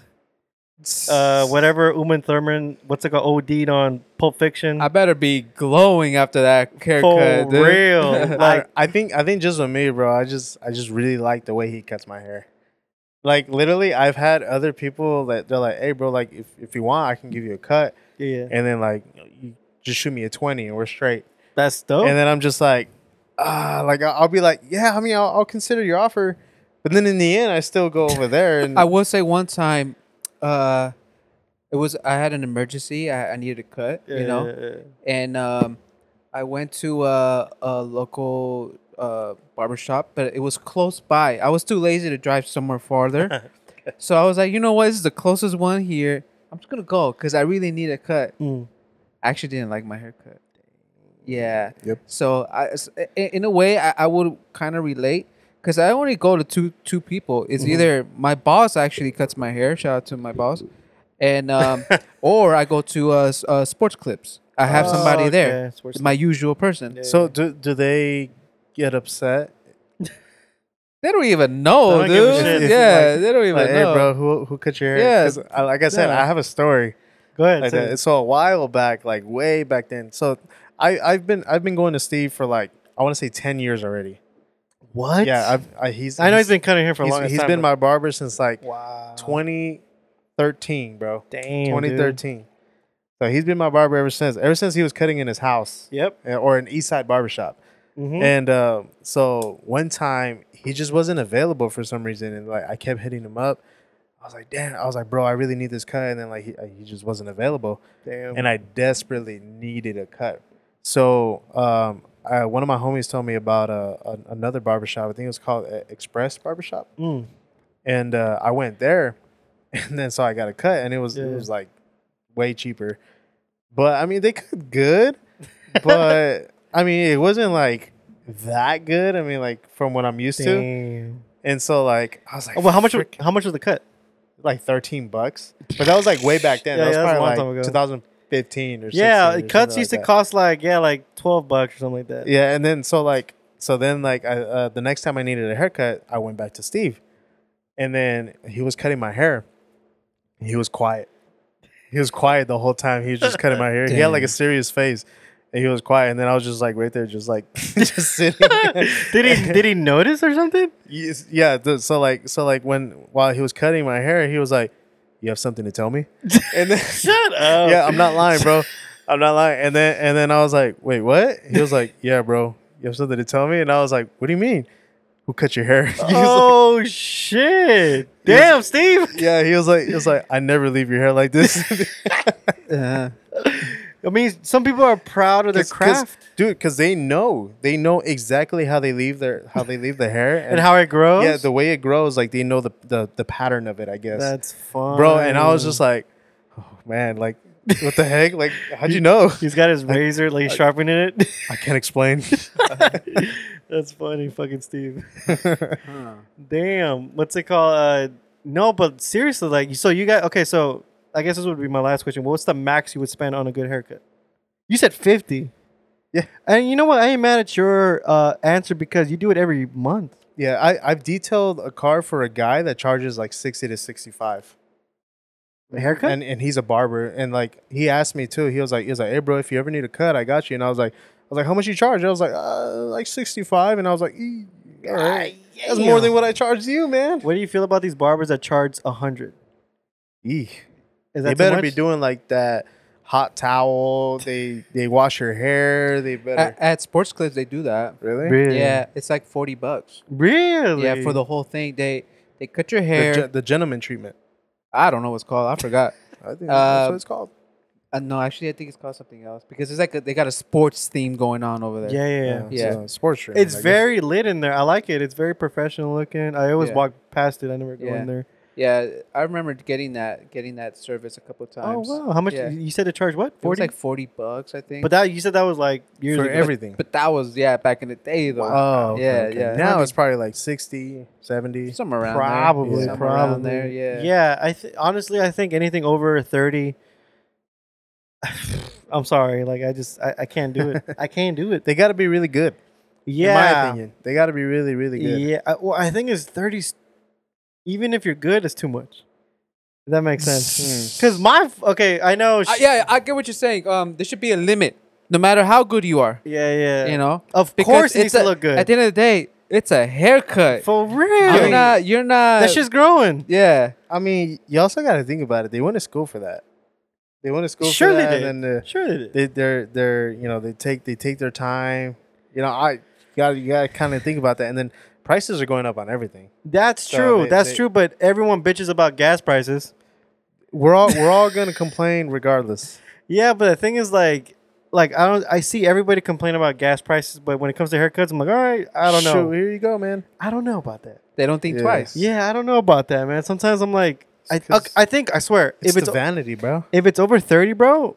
[SPEAKER 3] uh, whatever Uman Thurman, what's it called, OD'd on Pulp Fiction.
[SPEAKER 2] I better be glowing after that haircut. dude. *laughs*
[SPEAKER 4] *laughs*
[SPEAKER 3] real.
[SPEAKER 4] like
[SPEAKER 3] Like-
[SPEAKER 4] I think I think just with me, bro. I just I just really like the way he cuts my hair. Like literally, I've had other people that they're like, "Hey, bro, like if, if you want, I can give you a cut,"
[SPEAKER 3] yeah,
[SPEAKER 4] and then like you just shoot me a twenty and we're straight.
[SPEAKER 3] that's dope.
[SPEAKER 4] And then I'm just like, ah, like I'll, I'll be like, yeah, I mean, I'll, I'll consider your offer, but then in the end, I still go over there
[SPEAKER 2] *laughs*
[SPEAKER 4] and
[SPEAKER 2] I will say one time, uh, it was I had an emergency. I, I needed a cut,
[SPEAKER 3] yeah,
[SPEAKER 2] you know,
[SPEAKER 3] yeah, yeah.
[SPEAKER 2] and um, I went to uh, a local uh, barber shop, but it was close by. I was too lazy to drive somewhere
[SPEAKER 3] *laughs*
[SPEAKER 2] farther, so I was like, you know what, this is the closest one here. I'm just gonna go because I really need a cut.
[SPEAKER 3] Mm.
[SPEAKER 2] I actually didn't like my haircut. Yeah.
[SPEAKER 4] Yep.
[SPEAKER 2] So I, s- i- in a way, I, I would kind of relate because I only go to two two people. It's
[SPEAKER 3] Mm-hmm.
[SPEAKER 2] either my boss actually cuts my hair. Shout out to my boss, and
[SPEAKER 3] *laughs*
[SPEAKER 2] um, or I go to uh, s- uh, sports clips. I have
[SPEAKER 3] Oh,
[SPEAKER 2] somebody there.
[SPEAKER 3] okay, sports
[SPEAKER 2] my usual person.
[SPEAKER 3] Yeah.
[SPEAKER 4] *laughs* so do do they get upset?
[SPEAKER 2] They don't even know,
[SPEAKER 3] They don't give a
[SPEAKER 2] dude.
[SPEAKER 3] shit.
[SPEAKER 2] Yeah, they don't even
[SPEAKER 4] Like, hey,
[SPEAKER 2] know.
[SPEAKER 4] bro, who who cut your hair?
[SPEAKER 2] Yeah.
[SPEAKER 4] 'Cause I, like I said,
[SPEAKER 3] Yeah.
[SPEAKER 4] I have a story.
[SPEAKER 3] Go ahead.
[SPEAKER 4] like
[SPEAKER 3] say
[SPEAKER 4] that.
[SPEAKER 3] it.
[SPEAKER 4] So a while back, like way back then. So I I've been I've been going to Steve for like I want to say ten years already.
[SPEAKER 3] What?
[SPEAKER 4] Yeah, I've I, he's
[SPEAKER 3] I know he's been cutting hair for a
[SPEAKER 4] he's-
[SPEAKER 3] long time.
[SPEAKER 4] he's been my barber since like
[SPEAKER 3] wow.
[SPEAKER 4] 2013, bro.
[SPEAKER 3] Damn,
[SPEAKER 4] 2013. So he's been my barber ever since. Ever since he was cutting in his house
[SPEAKER 3] Dude. Yep.
[SPEAKER 4] eh, or an East Side barbershop.
[SPEAKER 3] Mm-hmm.
[SPEAKER 4] And uh, so one time he just wasn't available for some reason, and like I kept hitting him up. I was like, damn. I was like, bro, I really need this cut, and then like he, uh, he just wasn't available,
[SPEAKER 3] Damn.
[SPEAKER 4] and I desperately needed a cut. So um, I, one of my homies told me about uh, an- another barbershop. I think it was called uh, Express Barbershop,
[SPEAKER 3] Mm.
[SPEAKER 4] and uh, I went there, *laughs* and then so I got a cut, and it was
[SPEAKER 3] Yeah.
[SPEAKER 4] it was like way cheaper. But I mean, they
[SPEAKER 3] *laughs*
[SPEAKER 4] cut good, but I mean, it wasn't like that good. I mean, like from what I'm used to,
[SPEAKER 3] Damn.
[SPEAKER 4] and so like I was like,
[SPEAKER 3] Oh, well, how much?
[SPEAKER 4] "Frick,"
[SPEAKER 3] How much was the cut?
[SPEAKER 4] like 13 bucks, but that was like way back then.
[SPEAKER 3] *laughs* Yeah,
[SPEAKER 4] that was
[SPEAKER 3] yeah, that was a
[SPEAKER 4] probably
[SPEAKER 3] long
[SPEAKER 4] like
[SPEAKER 3] time ago.
[SPEAKER 4] 2015 or
[SPEAKER 3] Yeah,
[SPEAKER 4] 16 or
[SPEAKER 3] cuts used
[SPEAKER 4] something like
[SPEAKER 3] to
[SPEAKER 4] that.
[SPEAKER 3] cost like yeah, like twelve bucks or something like that.
[SPEAKER 4] Yeah, and then so like so then like I, uh, the next time I needed a haircut, I went back to Steve, and then he was cutting my hair. He was quiet. He was quiet the whole time. He was just cutting my hair. He had like a
[SPEAKER 2] Damn.
[SPEAKER 4] serious face, and he was quiet. And then I was just like right there, just like *laughs* just sitting.
[SPEAKER 3] did he did he notice or something?
[SPEAKER 4] Yes, yeah. th- So like so like when while he was cutting my hair, he was like, "You have something to tell me?" And then
[SPEAKER 3] Shut *laughs* up.
[SPEAKER 4] *laughs* yeah, I'm not lying, bro. I'm not lying. And then and then I was like, wait, what? He was like, yeah, bro. You have something to tell me? And I was like, what do you mean? Who cut your hair? *laughs* He was like-
[SPEAKER 3] Oh shit! Damn, Steve.
[SPEAKER 4] yeah, he was like, he was like, I never leave your hair like *laughs* this.
[SPEAKER 2] Yeah.
[SPEAKER 3] I mean, some people are proud of their
[SPEAKER 4] 'Cause- 'cause-
[SPEAKER 3] craft
[SPEAKER 4] dude. Because they know, they know exactly how they leave their how they leave the hair
[SPEAKER 3] and how it grows.
[SPEAKER 4] yeah, the way it grows. Like they know the the, the pattern of it. I guess,
[SPEAKER 3] that's fun,
[SPEAKER 4] bro. And I was just like, oh man, like what the heck? Like how'd you know?
[SPEAKER 3] he's got his razor, *laughs* like he's sharpening it.
[SPEAKER 4] *laughs* I can't *laughs* explain.
[SPEAKER 3] That's funny, fucking *laughs* Steve. Damn, what's it called? Uh, no, but seriously, like, so you got okay. So I guess this would be my last question. What's the max you would spend on a good haircut? You said fifty.
[SPEAKER 4] Yeah.
[SPEAKER 3] and you know what? I ain't mad at your uh, answer because you do it every month.
[SPEAKER 4] Yeah, I, I've detailed a car for a guy that charges like sixty to sixty five.
[SPEAKER 3] A haircut.
[SPEAKER 4] And and he's a barber. And like he asked me too. He was like, he was like, Hey bro, if you ever need a cut, I got you. And I was like, I was like, How much you charge? I was like, uh, like sixty five. And I was like, "Eh, all right. That's more than what I charged you, man.
[SPEAKER 3] what do you feel about these barbers that charge a hundred?
[SPEAKER 4] Eeh.
[SPEAKER 3] Is that
[SPEAKER 4] They
[SPEAKER 3] too
[SPEAKER 4] better
[SPEAKER 3] much?
[SPEAKER 4] be doing like that hot towel. They they wash your hair. They better
[SPEAKER 2] At, at sports clips, they do that.
[SPEAKER 4] really.
[SPEAKER 3] really?
[SPEAKER 2] Yeah, it's like forty bucks.
[SPEAKER 3] Really?
[SPEAKER 2] Yeah, for the whole thing, they they cut your
[SPEAKER 4] The,
[SPEAKER 2] hair.
[SPEAKER 4] gen- the gentleman treatment.
[SPEAKER 2] I don't know what's called. I forgot. *laughs*
[SPEAKER 4] I think
[SPEAKER 2] Uh,
[SPEAKER 4] that's what it's called.
[SPEAKER 2] Uh, no, actually, I think it's called something else because it's like a, they got a sports theme going on over there.
[SPEAKER 3] yeah, yeah, yeah.
[SPEAKER 2] yeah.
[SPEAKER 4] so sports treatment.
[SPEAKER 3] It's
[SPEAKER 4] I guess.
[SPEAKER 3] very lit in there. I like it. It's very professional looking. I always
[SPEAKER 2] Yeah.
[SPEAKER 3] walk past it. I never go
[SPEAKER 2] Yeah.
[SPEAKER 3] in there.
[SPEAKER 2] Yeah, I remember getting that getting that service a couple times.
[SPEAKER 3] Oh wow! How much
[SPEAKER 2] Yeah.
[SPEAKER 3] you said it charged? What
[SPEAKER 2] It was
[SPEAKER 3] forty?
[SPEAKER 2] like forty bucks, I think.
[SPEAKER 3] but that you said that was like years
[SPEAKER 4] for
[SPEAKER 3] ago.
[SPEAKER 4] everything.
[SPEAKER 2] but that was yeah back in the day though.
[SPEAKER 4] Oh, okay,
[SPEAKER 2] Yeah,
[SPEAKER 4] okay.
[SPEAKER 2] yeah.
[SPEAKER 4] Now it's probably like 60, 70.
[SPEAKER 2] somewhere around
[SPEAKER 3] probably,
[SPEAKER 2] there.
[SPEAKER 4] Yeah.
[SPEAKER 2] Somewhere around
[SPEAKER 3] probably.
[SPEAKER 2] there. Yeah.
[SPEAKER 3] Yeah. I th- honestly, I think anything over thirty. *sighs* I'm sorry. Like I just I, I can't
[SPEAKER 2] *laughs*
[SPEAKER 3] do it. I can't do it.
[SPEAKER 4] They got to be really good.
[SPEAKER 3] Yeah.
[SPEAKER 4] In my opinion, they got to be really, really good.
[SPEAKER 3] Yeah. I, well, I think it's 30. Even if you're good, it's too much. That makes sense. Because my f- okay, I know. Sh-
[SPEAKER 2] Mm. I, yeah, I get what you're saying. Um, there should be a limit, no matter how good you are.
[SPEAKER 3] yeah, yeah.
[SPEAKER 2] You know,
[SPEAKER 3] of
[SPEAKER 2] Because
[SPEAKER 3] course it
[SPEAKER 2] it's
[SPEAKER 3] needs
[SPEAKER 2] a-
[SPEAKER 3] to look good.
[SPEAKER 2] At the end of the day, it's a haircut.
[SPEAKER 3] For real,
[SPEAKER 2] You're not. You're not.
[SPEAKER 3] that shit's growing.
[SPEAKER 2] yeah.
[SPEAKER 4] I mean, you also got to think about it. They went to school for that. They went to school
[SPEAKER 3] Sure
[SPEAKER 4] for
[SPEAKER 3] they
[SPEAKER 4] that,
[SPEAKER 3] did.
[SPEAKER 4] and then the,
[SPEAKER 3] Sure, it is.
[SPEAKER 4] they, they're they're you know they take they take their time. You know, I got to you got to kind of think about that, and then prices are going up on everything.
[SPEAKER 3] That's
[SPEAKER 4] So
[SPEAKER 3] true.
[SPEAKER 4] they-
[SPEAKER 3] That's
[SPEAKER 4] they-
[SPEAKER 3] true. But everyone bitches about gas prices.
[SPEAKER 4] We're all we're all gonna complain regardless.
[SPEAKER 3] Yeah, but the thing is, like, like I don't. I see everybody complain about gas prices, but when it comes to haircuts, I'm like, all right, I don't know.
[SPEAKER 4] Shoot, here you go, man.
[SPEAKER 3] I don't know about that.
[SPEAKER 2] They don't think
[SPEAKER 4] Yeah.
[SPEAKER 2] twice.
[SPEAKER 3] Yeah, I don't know about that, man. Sometimes I'm like, I,
[SPEAKER 4] It's 'cause-
[SPEAKER 3] I think I swear,
[SPEAKER 4] It's,
[SPEAKER 3] if it's
[SPEAKER 4] the vanity, bro.
[SPEAKER 3] if it's over thirty, bro,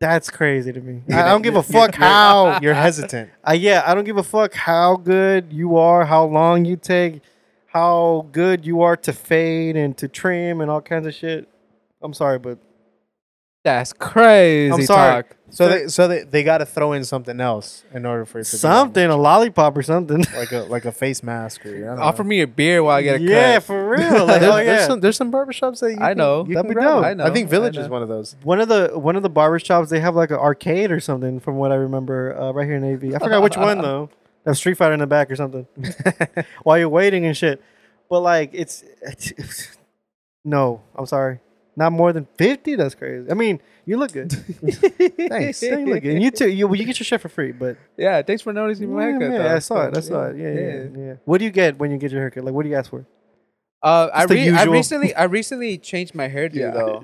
[SPEAKER 3] that's crazy to me. I, I don't *laughs* give a
[SPEAKER 4] You're-
[SPEAKER 3] fuck
[SPEAKER 4] you're-
[SPEAKER 3] how.
[SPEAKER 4] *laughs* You're hesitant.
[SPEAKER 3] I, yeah, I don't give a fuck how good you are, how long you take, how good you are to fade and to trim and all kinds of shit. I'm sorry, but
[SPEAKER 2] That's crazy.
[SPEAKER 3] I'm sorry.
[SPEAKER 2] Talk.
[SPEAKER 4] So they so they, they got to throw in something else in order for it to be
[SPEAKER 3] Something, a lollipop or something.
[SPEAKER 4] like a like a face mask or I don't
[SPEAKER 2] Offer
[SPEAKER 4] know.
[SPEAKER 2] me a beer while I get a
[SPEAKER 3] *laughs*
[SPEAKER 2] *laughs*
[SPEAKER 3] yeah,
[SPEAKER 2] cut.
[SPEAKER 3] for real. Like, oh, yeah.
[SPEAKER 4] there's, there's some there's some barbershops that you
[SPEAKER 2] I
[SPEAKER 4] can-
[SPEAKER 2] know.
[SPEAKER 4] you
[SPEAKER 2] That'd
[SPEAKER 4] can
[SPEAKER 2] be
[SPEAKER 4] grab.
[SPEAKER 2] dope. I
[SPEAKER 4] I,
[SPEAKER 2] know.
[SPEAKER 4] think Village
[SPEAKER 2] I
[SPEAKER 4] is
[SPEAKER 2] know.
[SPEAKER 4] one of those.
[SPEAKER 3] one of the one of the barbershops they have like an arcade or something from what I remember uh, right here in AV. I forgot which *laughs* one though. They have Street Fighter in the back or something *laughs* while you're waiting and shit. But like it's, *sighs* it's no, I'm sorry. Not more than fifty. That's crazy. I mean, you look good. *laughs* Thanks. Yeah, you look good. And you too. You, you get your shit for free, but
[SPEAKER 2] Yeah, thanks for noticing my
[SPEAKER 3] yeah,
[SPEAKER 2] haircut.
[SPEAKER 3] man,
[SPEAKER 2] though.
[SPEAKER 3] I saw it. I saw it. Yeah, yeah, yeah, What do you get when you get your haircut? Like, what do you ask for?
[SPEAKER 2] Uh, I,
[SPEAKER 3] Just the
[SPEAKER 2] re- I
[SPEAKER 3] usual.
[SPEAKER 2] recently I recently changed my hairdo
[SPEAKER 3] *laughs*
[SPEAKER 2] though.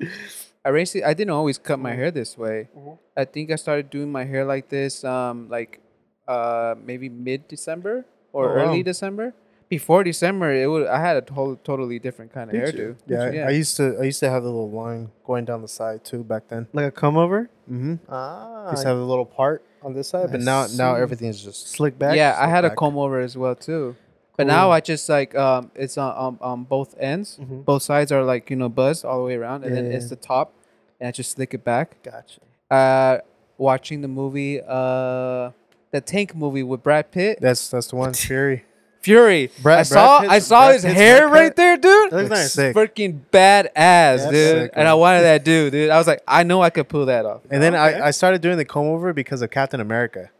[SPEAKER 2] I recently I didn't always cut
[SPEAKER 3] Mm-hmm.
[SPEAKER 2] my hair this way.
[SPEAKER 3] Mhm.
[SPEAKER 2] I think I started doing my hair like this, um, like uh, maybe mid December or
[SPEAKER 3] Oh, wow.
[SPEAKER 2] early December. Before December, it would I had a to- totally different kind of
[SPEAKER 3] Did
[SPEAKER 2] hairdo.
[SPEAKER 3] you?
[SPEAKER 4] Yeah, I-
[SPEAKER 2] Yeah.
[SPEAKER 4] I used to I used to have the little line going down the side too back then.
[SPEAKER 3] Like a come over?
[SPEAKER 4] Mm-hmm.
[SPEAKER 3] Ah,
[SPEAKER 4] used to have a little part on this side, but
[SPEAKER 3] I
[SPEAKER 4] now now
[SPEAKER 3] see.
[SPEAKER 4] everything is just
[SPEAKER 3] slick back.
[SPEAKER 2] yeah, I had a
[SPEAKER 4] back.
[SPEAKER 2] comb over as well too. But now
[SPEAKER 3] Cool.
[SPEAKER 2] I just like um, it's on, on on both ends.
[SPEAKER 3] Mhm.
[SPEAKER 2] Both sides are like you know buzzed all the way around, and then
[SPEAKER 3] Yeah.
[SPEAKER 2] it's the top, and I just slick it back.
[SPEAKER 3] Gotcha.
[SPEAKER 2] uh, watching the movie, uh, the Tank movie with Brad Pitt,
[SPEAKER 4] That's that's
[SPEAKER 2] *laughs*
[SPEAKER 4] the one Fury.
[SPEAKER 2] Fury.
[SPEAKER 4] Brad-
[SPEAKER 2] I
[SPEAKER 4] Brad
[SPEAKER 2] saw
[SPEAKER 4] Pitt's-
[SPEAKER 2] I saw
[SPEAKER 4] Brad
[SPEAKER 2] his
[SPEAKER 4] Pitt's
[SPEAKER 2] hair
[SPEAKER 4] haircut?
[SPEAKER 2] right there, dude.
[SPEAKER 3] That looks
[SPEAKER 4] Looks
[SPEAKER 3] nice.
[SPEAKER 4] sick.
[SPEAKER 2] Freaking badass, dude.
[SPEAKER 4] sick,
[SPEAKER 2] and I
[SPEAKER 4] man.
[SPEAKER 2] wanted that dude, dude. I was like, I know I could pull that off.
[SPEAKER 4] And then
[SPEAKER 3] Okay.
[SPEAKER 4] I, I started doing the comb over because of Captain America.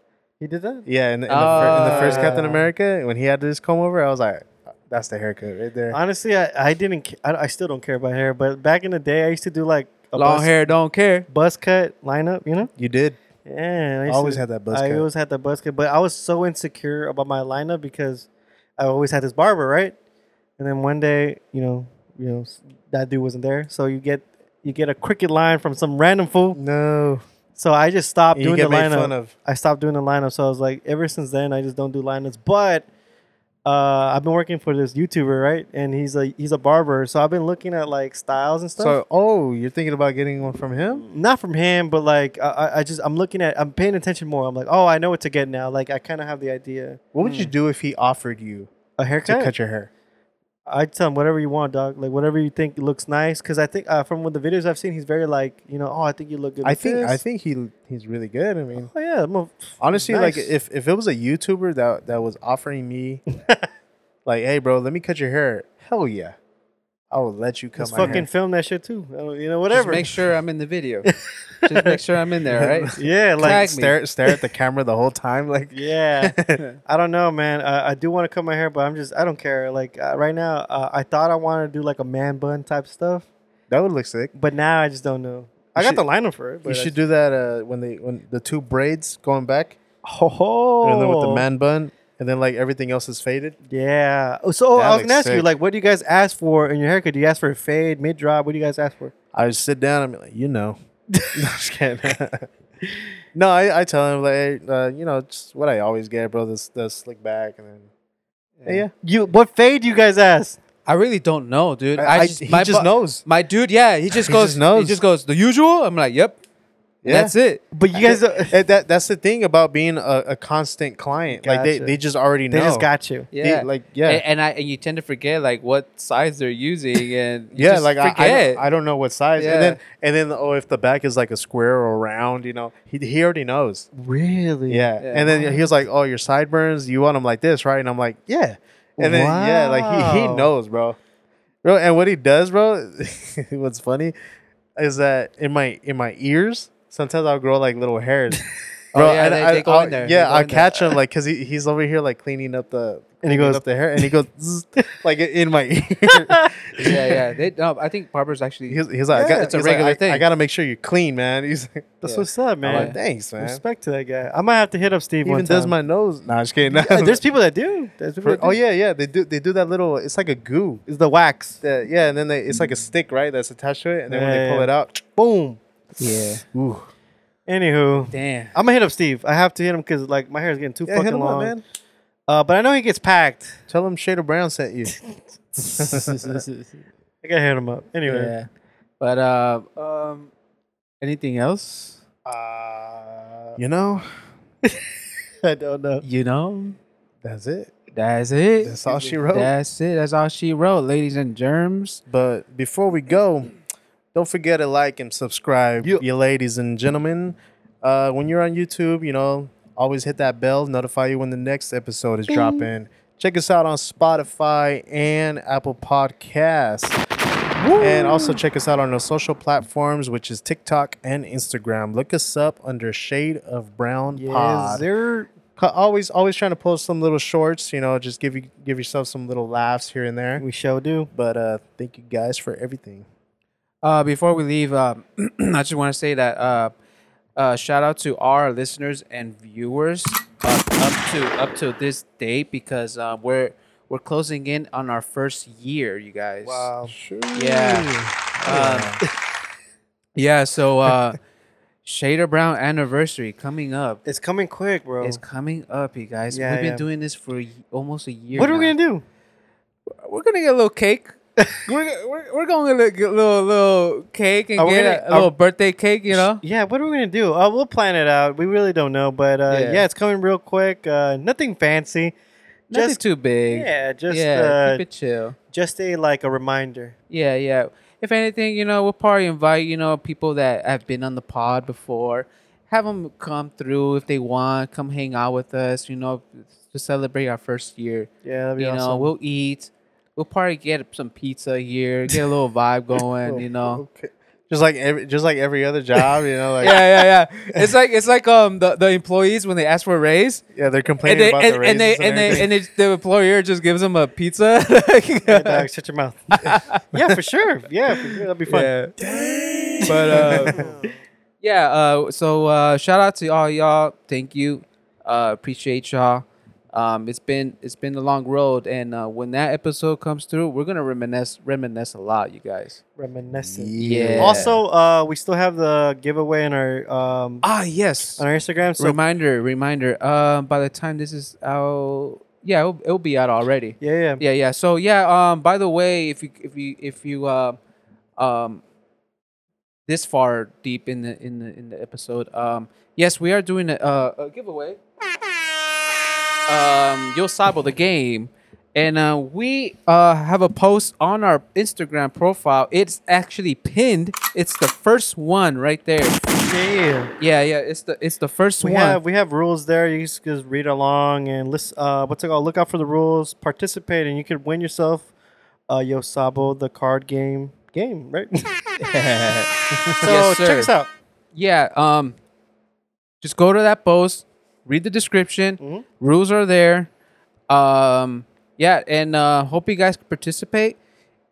[SPEAKER 3] He did that.
[SPEAKER 4] Yeah, in the, in, the, fir- in the first Captain
[SPEAKER 3] Ah.
[SPEAKER 4] America, when he had this comb over, I was like, that's the haircut right
[SPEAKER 3] *laughs*
[SPEAKER 4] there.
[SPEAKER 3] Honestly, I, I didn't. ca- I, I still don't care about hair, but back in the day, I used to do like a
[SPEAKER 2] Long
[SPEAKER 3] buzz,
[SPEAKER 2] hair, don't care.
[SPEAKER 3] buzz cut lineup. You know?
[SPEAKER 4] You did.
[SPEAKER 3] Yeah. I used
[SPEAKER 4] Always
[SPEAKER 3] to-
[SPEAKER 4] had that buzz
[SPEAKER 3] I
[SPEAKER 4] cut.
[SPEAKER 3] always had that buzz cut, but I was so insecure about my lineup because I always had this barber, right? And then one day, you know, you know, s- that dude wasn't there, so you get you get a crooked line from some random fool.
[SPEAKER 4] No.
[SPEAKER 3] So I just stopped
[SPEAKER 4] You
[SPEAKER 3] doing
[SPEAKER 4] get
[SPEAKER 3] the
[SPEAKER 4] made
[SPEAKER 3] lineup.
[SPEAKER 4] fun of.
[SPEAKER 3] I stopped doing the lineup. So I was like, ever since then, I just don't do lineups. But uh, I've been working for this YouTuber, right? And he's a he's a barber, so I've been looking at like styles and stuff.
[SPEAKER 4] So, oh, you're thinking about getting one from him?
[SPEAKER 3] Not from him, but like I- I, I just I'm looking at I'm paying attention more. I'm like, oh, I know what to get now. Like I kind of have the idea.
[SPEAKER 4] What would you
[SPEAKER 2] Hmm.
[SPEAKER 4] do if he offered you
[SPEAKER 3] A
[SPEAKER 4] to
[SPEAKER 3] haircut.
[SPEAKER 4] cut your hair?
[SPEAKER 3] I tell him whatever you want, dog. Like whatever you think looks nice, because I think uh, from what the videos I've seen, he's very like you know, oh, I think you look good.
[SPEAKER 4] I
[SPEAKER 3] with
[SPEAKER 4] think
[SPEAKER 3] this."
[SPEAKER 4] I think he he's really good. I mean,
[SPEAKER 3] Oh yeah, I'm a-
[SPEAKER 4] honestly, like
[SPEAKER 3] Nice.
[SPEAKER 4] if, if it was a YouTuber that that was offering *laughs* me, like, hey, bro, let me cut your hair. Hell yeah, I will let you cut
[SPEAKER 3] let's
[SPEAKER 4] my
[SPEAKER 3] fucking
[SPEAKER 4] hair.
[SPEAKER 3] film that shit too. Uh, You know,
[SPEAKER 2] Just
[SPEAKER 3] whatever.
[SPEAKER 2] make sure I'm in the
[SPEAKER 4] *laughs*
[SPEAKER 2] video. Just make sure I'm in there, right?
[SPEAKER 3] yeah, like
[SPEAKER 2] Tag me.
[SPEAKER 4] stare stare *laughs* at the camera the whole time. Like,
[SPEAKER 3] Yeah, *laughs* I don't know, man. Uh, I do want to cut my hair, but I'm just I don't care. Like uh, right now, uh, I thought I wanted to do like a man bun type stuff,
[SPEAKER 4] that would look sick.
[SPEAKER 3] but now I just don't know. I got
[SPEAKER 4] should-
[SPEAKER 3] the lineup for it. But
[SPEAKER 4] You
[SPEAKER 3] I
[SPEAKER 4] should do that uh, when they when the two braids going back,
[SPEAKER 3] ho ho.
[SPEAKER 4] and then with the man bun, and then like everything else is faded.
[SPEAKER 3] Yeah. Oh, So oh,
[SPEAKER 4] That
[SPEAKER 3] I was
[SPEAKER 4] looks
[SPEAKER 3] gonna ask you,
[SPEAKER 4] sick.
[SPEAKER 3] like, what do you guys ask for in your haircut? Do you ask for a fade, mid drop? What do you guys ask for?
[SPEAKER 4] I would sit down. I'm like, you know, *laughs* No, just kidding. *laughs* no, I, I tell him like, hey, uh, you know, just what I always get, bro. This the slick back, and then yeah, yeah.
[SPEAKER 3] You what fade do you guys ask?
[SPEAKER 2] I really don't know, dude. I,
[SPEAKER 4] I- I-
[SPEAKER 2] just,
[SPEAKER 4] he
[SPEAKER 2] my
[SPEAKER 4] just
[SPEAKER 2] bu-
[SPEAKER 4] knows.
[SPEAKER 2] My dude, yeah, he just
[SPEAKER 4] He
[SPEAKER 2] goes.
[SPEAKER 4] just knows.
[SPEAKER 2] He just goes the usual. I'm like, yep.
[SPEAKER 4] Yeah.
[SPEAKER 2] That's it.
[SPEAKER 3] But you guys, don't-
[SPEAKER 4] And that that's the thing about being a, a constant client. Like they,
[SPEAKER 3] Gotcha.
[SPEAKER 4] they just already
[SPEAKER 3] *laughs*
[SPEAKER 4] know.
[SPEAKER 3] they just got you.
[SPEAKER 4] They-
[SPEAKER 2] Yeah.
[SPEAKER 4] like yeah.
[SPEAKER 2] and, and I and you tend to forget like what size they're using and you
[SPEAKER 4] yeah,
[SPEAKER 2] just
[SPEAKER 4] like I, I,
[SPEAKER 2] forget.
[SPEAKER 4] don't, I don't know what size,
[SPEAKER 2] Yeah.
[SPEAKER 4] and then and then oh, if the back is like a square or round, you know, he, he already knows.
[SPEAKER 3] Really?
[SPEAKER 4] Yeah.
[SPEAKER 2] Yeah.
[SPEAKER 4] and then he was like, "Oh, your sideburns, you want them like this, right?" And I'm like, "Yeah," and then yeah, like he, he
[SPEAKER 3] Wow.
[SPEAKER 4] knows, bro. bro. And what he does, bro, *laughs* what's funny is that in my in my ears, sometimes I'll grow like little hairs. *laughs*
[SPEAKER 2] Oh,
[SPEAKER 4] Bro,
[SPEAKER 2] yeah,
[SPEAKER 4] and
[SPEAKER 2] they-
[SPEAKER 4] I,
[SPEAKER 2] they go
[SPEAKER 4] I'll-
[SPEAKER 2] in there. They
[SPEAKER 4] Yeah,
[SPEAKER 2] go
[SPEAKER 4] I
[SPEAKER 2] in there.
[SPEAKER 4] catch him like because he, he's over here like cleaning up the
[SPEAKER 3] And he
[SPEAKER 4] cleaning
[SPEAKER 3] goes,
[SPEAKER 4] up the hair and he goes zzz, like in my ear.
[SPEAKER 2] *laughs* yeah, yeah. They, no, I think barbers actually.
[SPEAKER 4] He's, he's like, I got,
[SPEAKER 3] Yeah.
[SPEAKER 2] It's a
[SPEAKER 4] he's like,
[SPEAKER 2] regular
[SPEAKER 4] I- I,
[SPEAKER 2] thing.
[SPEAKER 4] gotta make sure you're clean, man. He's like,
[SPEAKER 3] That's
[SPEAKER 2] Yeah.
[SPEAKER 3] what's up,
[SPEAKER 4] I'm
[SPEAKER 3] man.
[SPEAKER 4] like, thanks, man.
[SPEAKER 3] Respect to that guy. I might have to hit up Steve
[SPEAKER 4] He
[SPEAKER 3] one
[SPEAKER 4] even
[SPEAKER 3] time.
[SPEAKER 4] does my nose. Nah, just *laughs* kidding.
[SPEAKER 3] Yeah, *laughs* there's people that do. There's people that do.
[SPEAKER 4] oh yeah, yeah. They do they do that little. It's like a goo.
[SPEAKER 3] It's the wax.
[SPEAKER 4] That- yeah, and then they, it's like a stick, right? That's attached to it, and then when they
[SPEAKER 3] Yeah,
[SPEAKER 4] pull
[SPEAKER 3] yeah.
[SPEAKER 4] it out,
[SPEAKER 3] Boom.
[SPEAKER 2] yeah.
[SPEAKER 4] ooh,
[SPEAKER 3] Anywho,
[SPEAKER 4] *laughs*
[SPEAKER 2] Damn.
[SPEAKER 3] I'm gonna hit up Steve. I have to hit him because like my hair is getting too
[SPEAKER 4] yeah,
[SPEAKER 3] fucking
[SPEAKER 4] hit him
[SPEAKER 3] long.
[SPEAKER 4] up, man.
[SPEAKER 3] Uh, but I know he gets packed.
[SPEAKER 4] Tell him Shader Brown sent you.
[SPEAKER 3] *laughs* I gotta hit him up. Anyway,
[SPEAKER 2] Yeah. But uh, um, anything else?
[SPEAKER 3] uh,
[SPEAKER 4] you know,
[SPEAKER 3] *laughs* I don't know.
[SPEAKER 2] You know,
[SPEAKER 4] that's it.
[SPEAKER 2] that's it.
[SPEAKER 4] That's all she wrote.
[SPEAKER 2] That's it. That's all she wrote, ladies and germs.
[SPEAKER 4] But before we go, don't forget to like and subscribe,
[SPEAKER 3] Yeah.
[SPEAKER 4] you ladies and gentlemen. Uh, when you're on YouTube, you know, always hit that bell, notify you when the next episode is dropping. Check us out on Spotify and Apple Podcasts. And also check us out on our social platforms, which is TikTok and Instagram. Look us up under Shade of Brown
[SPEAKER 3] Yes,
[SPEAKER 4] Pod.
[SPEAKER 3] there.
[SPEAKER 4] Co- Always, always trying to post some little shorts. You know, just give you give yourself some little laughs here and there.
[SPEAKER 3] We shall do.
[SPEAKER 4] But uh, thank you guys for everything.
[SPEAKER 2] Uh, before we leave, um, *clears throat* I just want to say that uh, uh, shout out to our listeners and viewers uh, up to up to this date because uh, we're we're closing in on our first year, you guys.
[SPEAKER 4] Sure.
[SPEAKER 2] Yeah. Um, *laughs* yeah. So uh, Shader Brown anniversary coming up.
[SPEAKER 3] It's coming quick, bro.
[SPEAKER 2] It's coming up, you guys.
[SPEAKER 3] Oh. Yeah,
[SPEAKER 2] We've been
[SPEAKER 3] yeah.
[SPEAKER 2] doing this for y- almost a year.
[SPEAKER 3] what are we
[SPEAKER 2] now.
[SPEAKER 3] gonna do?
[SPEAKER 2] We're gonna get a little
[SPEAKER 3] *laughs*
[SPEAKER 2] cake. we're, we're, we're gonna get a little little cake and
[SPEAKER 3] Are we
[SPEAKER 2] get
[SPEAKER 3] gonna-
[SPEAKER 2] a, a little birthday cake, you know.
[SPEAKER 3] Yeah, what are we gonna do? Uh, we'll plan it out. We really don't know, but uh,
[SPEAKER 2] Yeah.
[SPEAKER 3] yeah. it's coming real quick. Uh, nothing fancy.
[SPEAKER 2] Nothing
[SPEAKER 3] Just
[SPEAKER 2] too big.
[SPEAKER 3] yeah, just
[SPEAKER 2] yeah,
[SPEAKER 3] uh,
[SPEAKER 2] keep it chill.
[SPEAKER 3] just a like a reminder.
[SPEAKER 2] Yeah, yeah. If anything, you know, we'll probably invite you know people that have been on the pod before. Have them come through if they want. Come hang out with us. You know, to celebrate our first year.
[SPEAKER 3] Yeah, that'd be
[SPEAKER 2] You
[SPEAKER 3] *laughs*
[SPEAKER 2] know,
[SPEAKER 3] awesome.
[SPEAKER 2] we'll eat. We'll probably get some pizza here. Get a little vibe
[SPEAKER 3] *laughs*
[SPEAKER 2] going. you know.
[SPEAKER 4] Okay. Just like every, just like every other job, you know, like yeah,
[SPEAKER 2] yeah, yeah, yeah. It's like it's like um the, the employees when they ask for a raise
[SPEAKER 4] they're
[SPEAKER 2] and
[SPEAKER 4] complaining
[SPEAKER 2] they
[SPEAKER 4] about
[SPEAKER 2] and,
[SPEAKER 4] the
[SPEAKER 2] and they
[SPEAKER 4] raises
[SPEAKER 2] and they
[SPEAKER 4] everything.
[SPEAKER 2] and they, the employer just gives them a pizza. *laughs*
[SPEAKER 3] Yeah, dog, shut your mouth. yeah, for sure. Yeah, for sure. that'd be fun.
[SPEAKER 2] Yeah. But uh, yeah, uh, so uh, shout out to all y'all. Thank you. Uh, appreciate y'all. Um, it's been it's been a long road, and uh, when that episode comes through, we're gonna reminisce reminisce a lot, you guys.
[SPEAKER 3] Reminiscent.
[SPEAKER 2] Yeah.
[SPEAKER 3] Also, uh, we still have the giveaway in our um
[SPEAKER 2] Ah, yes.
[SPEAKER 3] on our Instagram. So
[SPEAKER 2] reminder, reminder. Um, by the time this is out, yeah, it'll, it'll be out already.
[SPEAKER 3] yeah, yeah,
[SPEAKER 2] yeah yeah so yeah um by the way if you if you if you uh um this far deep in the in the in the episode um yes we are doing a, a, a giveaway um yo sabo the game and uh, we uh, have a post on our Instagram profile. It's actually pinned. It's the first one right there.
[SPEAKER 3] yeah, yeah.
[SPEAKER 2] Yeah, yeah. It's the it's the first
[SPEAKER 3] We
[SPEAKER 2] one.
[SPEAKER 3] have we have rules there. You just, just read along and listen. Uh, what's it called? Look out for the rules. Participate, and you could win yourself uh, Yosabo the card game game, *laughs* right? so
[SPEAKER 2] Yes, sir.
[SPEAKER 3] check us out.
[SPEAKER 2] Yeah. Um, just go to that post, read the description.
[SPEAKER 3] Mm-hmm.
[SPEAKER 2] Rules are there. Um, yeah, and uh, hope you guys participate.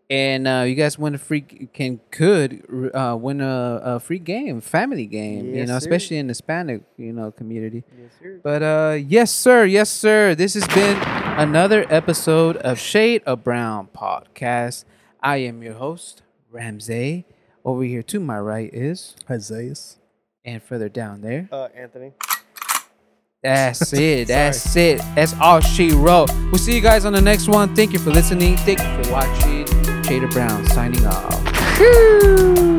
[SPEAKER 2] And uh, you guys win a free can could uh, win a, a free game, family game. you
[SPEAKER 3] Yes,
[SPEAKER 2] know,
[SPEAKER 3] sir.
[SPEAKER 2] especially in Hispanic you know community.
[SPEAKER 3] Yes, sir.
[SPEAKER 2] But uh, yes, sir, yes, sir. This has been another episode of Shade of Brown podcast. I am your host Ramsey. Over here to my right is
[SPEAKER 4] Isaiah's.
[SPEAKER 2] and further down there.
[SPEAKER 3] Uh, Anthony.
[SPEAKER 2] That's it. That's it. That's all she wrote. We'll see you guys on the next one. Thank you for listening. Thank you for watching. Jada Brown signing off.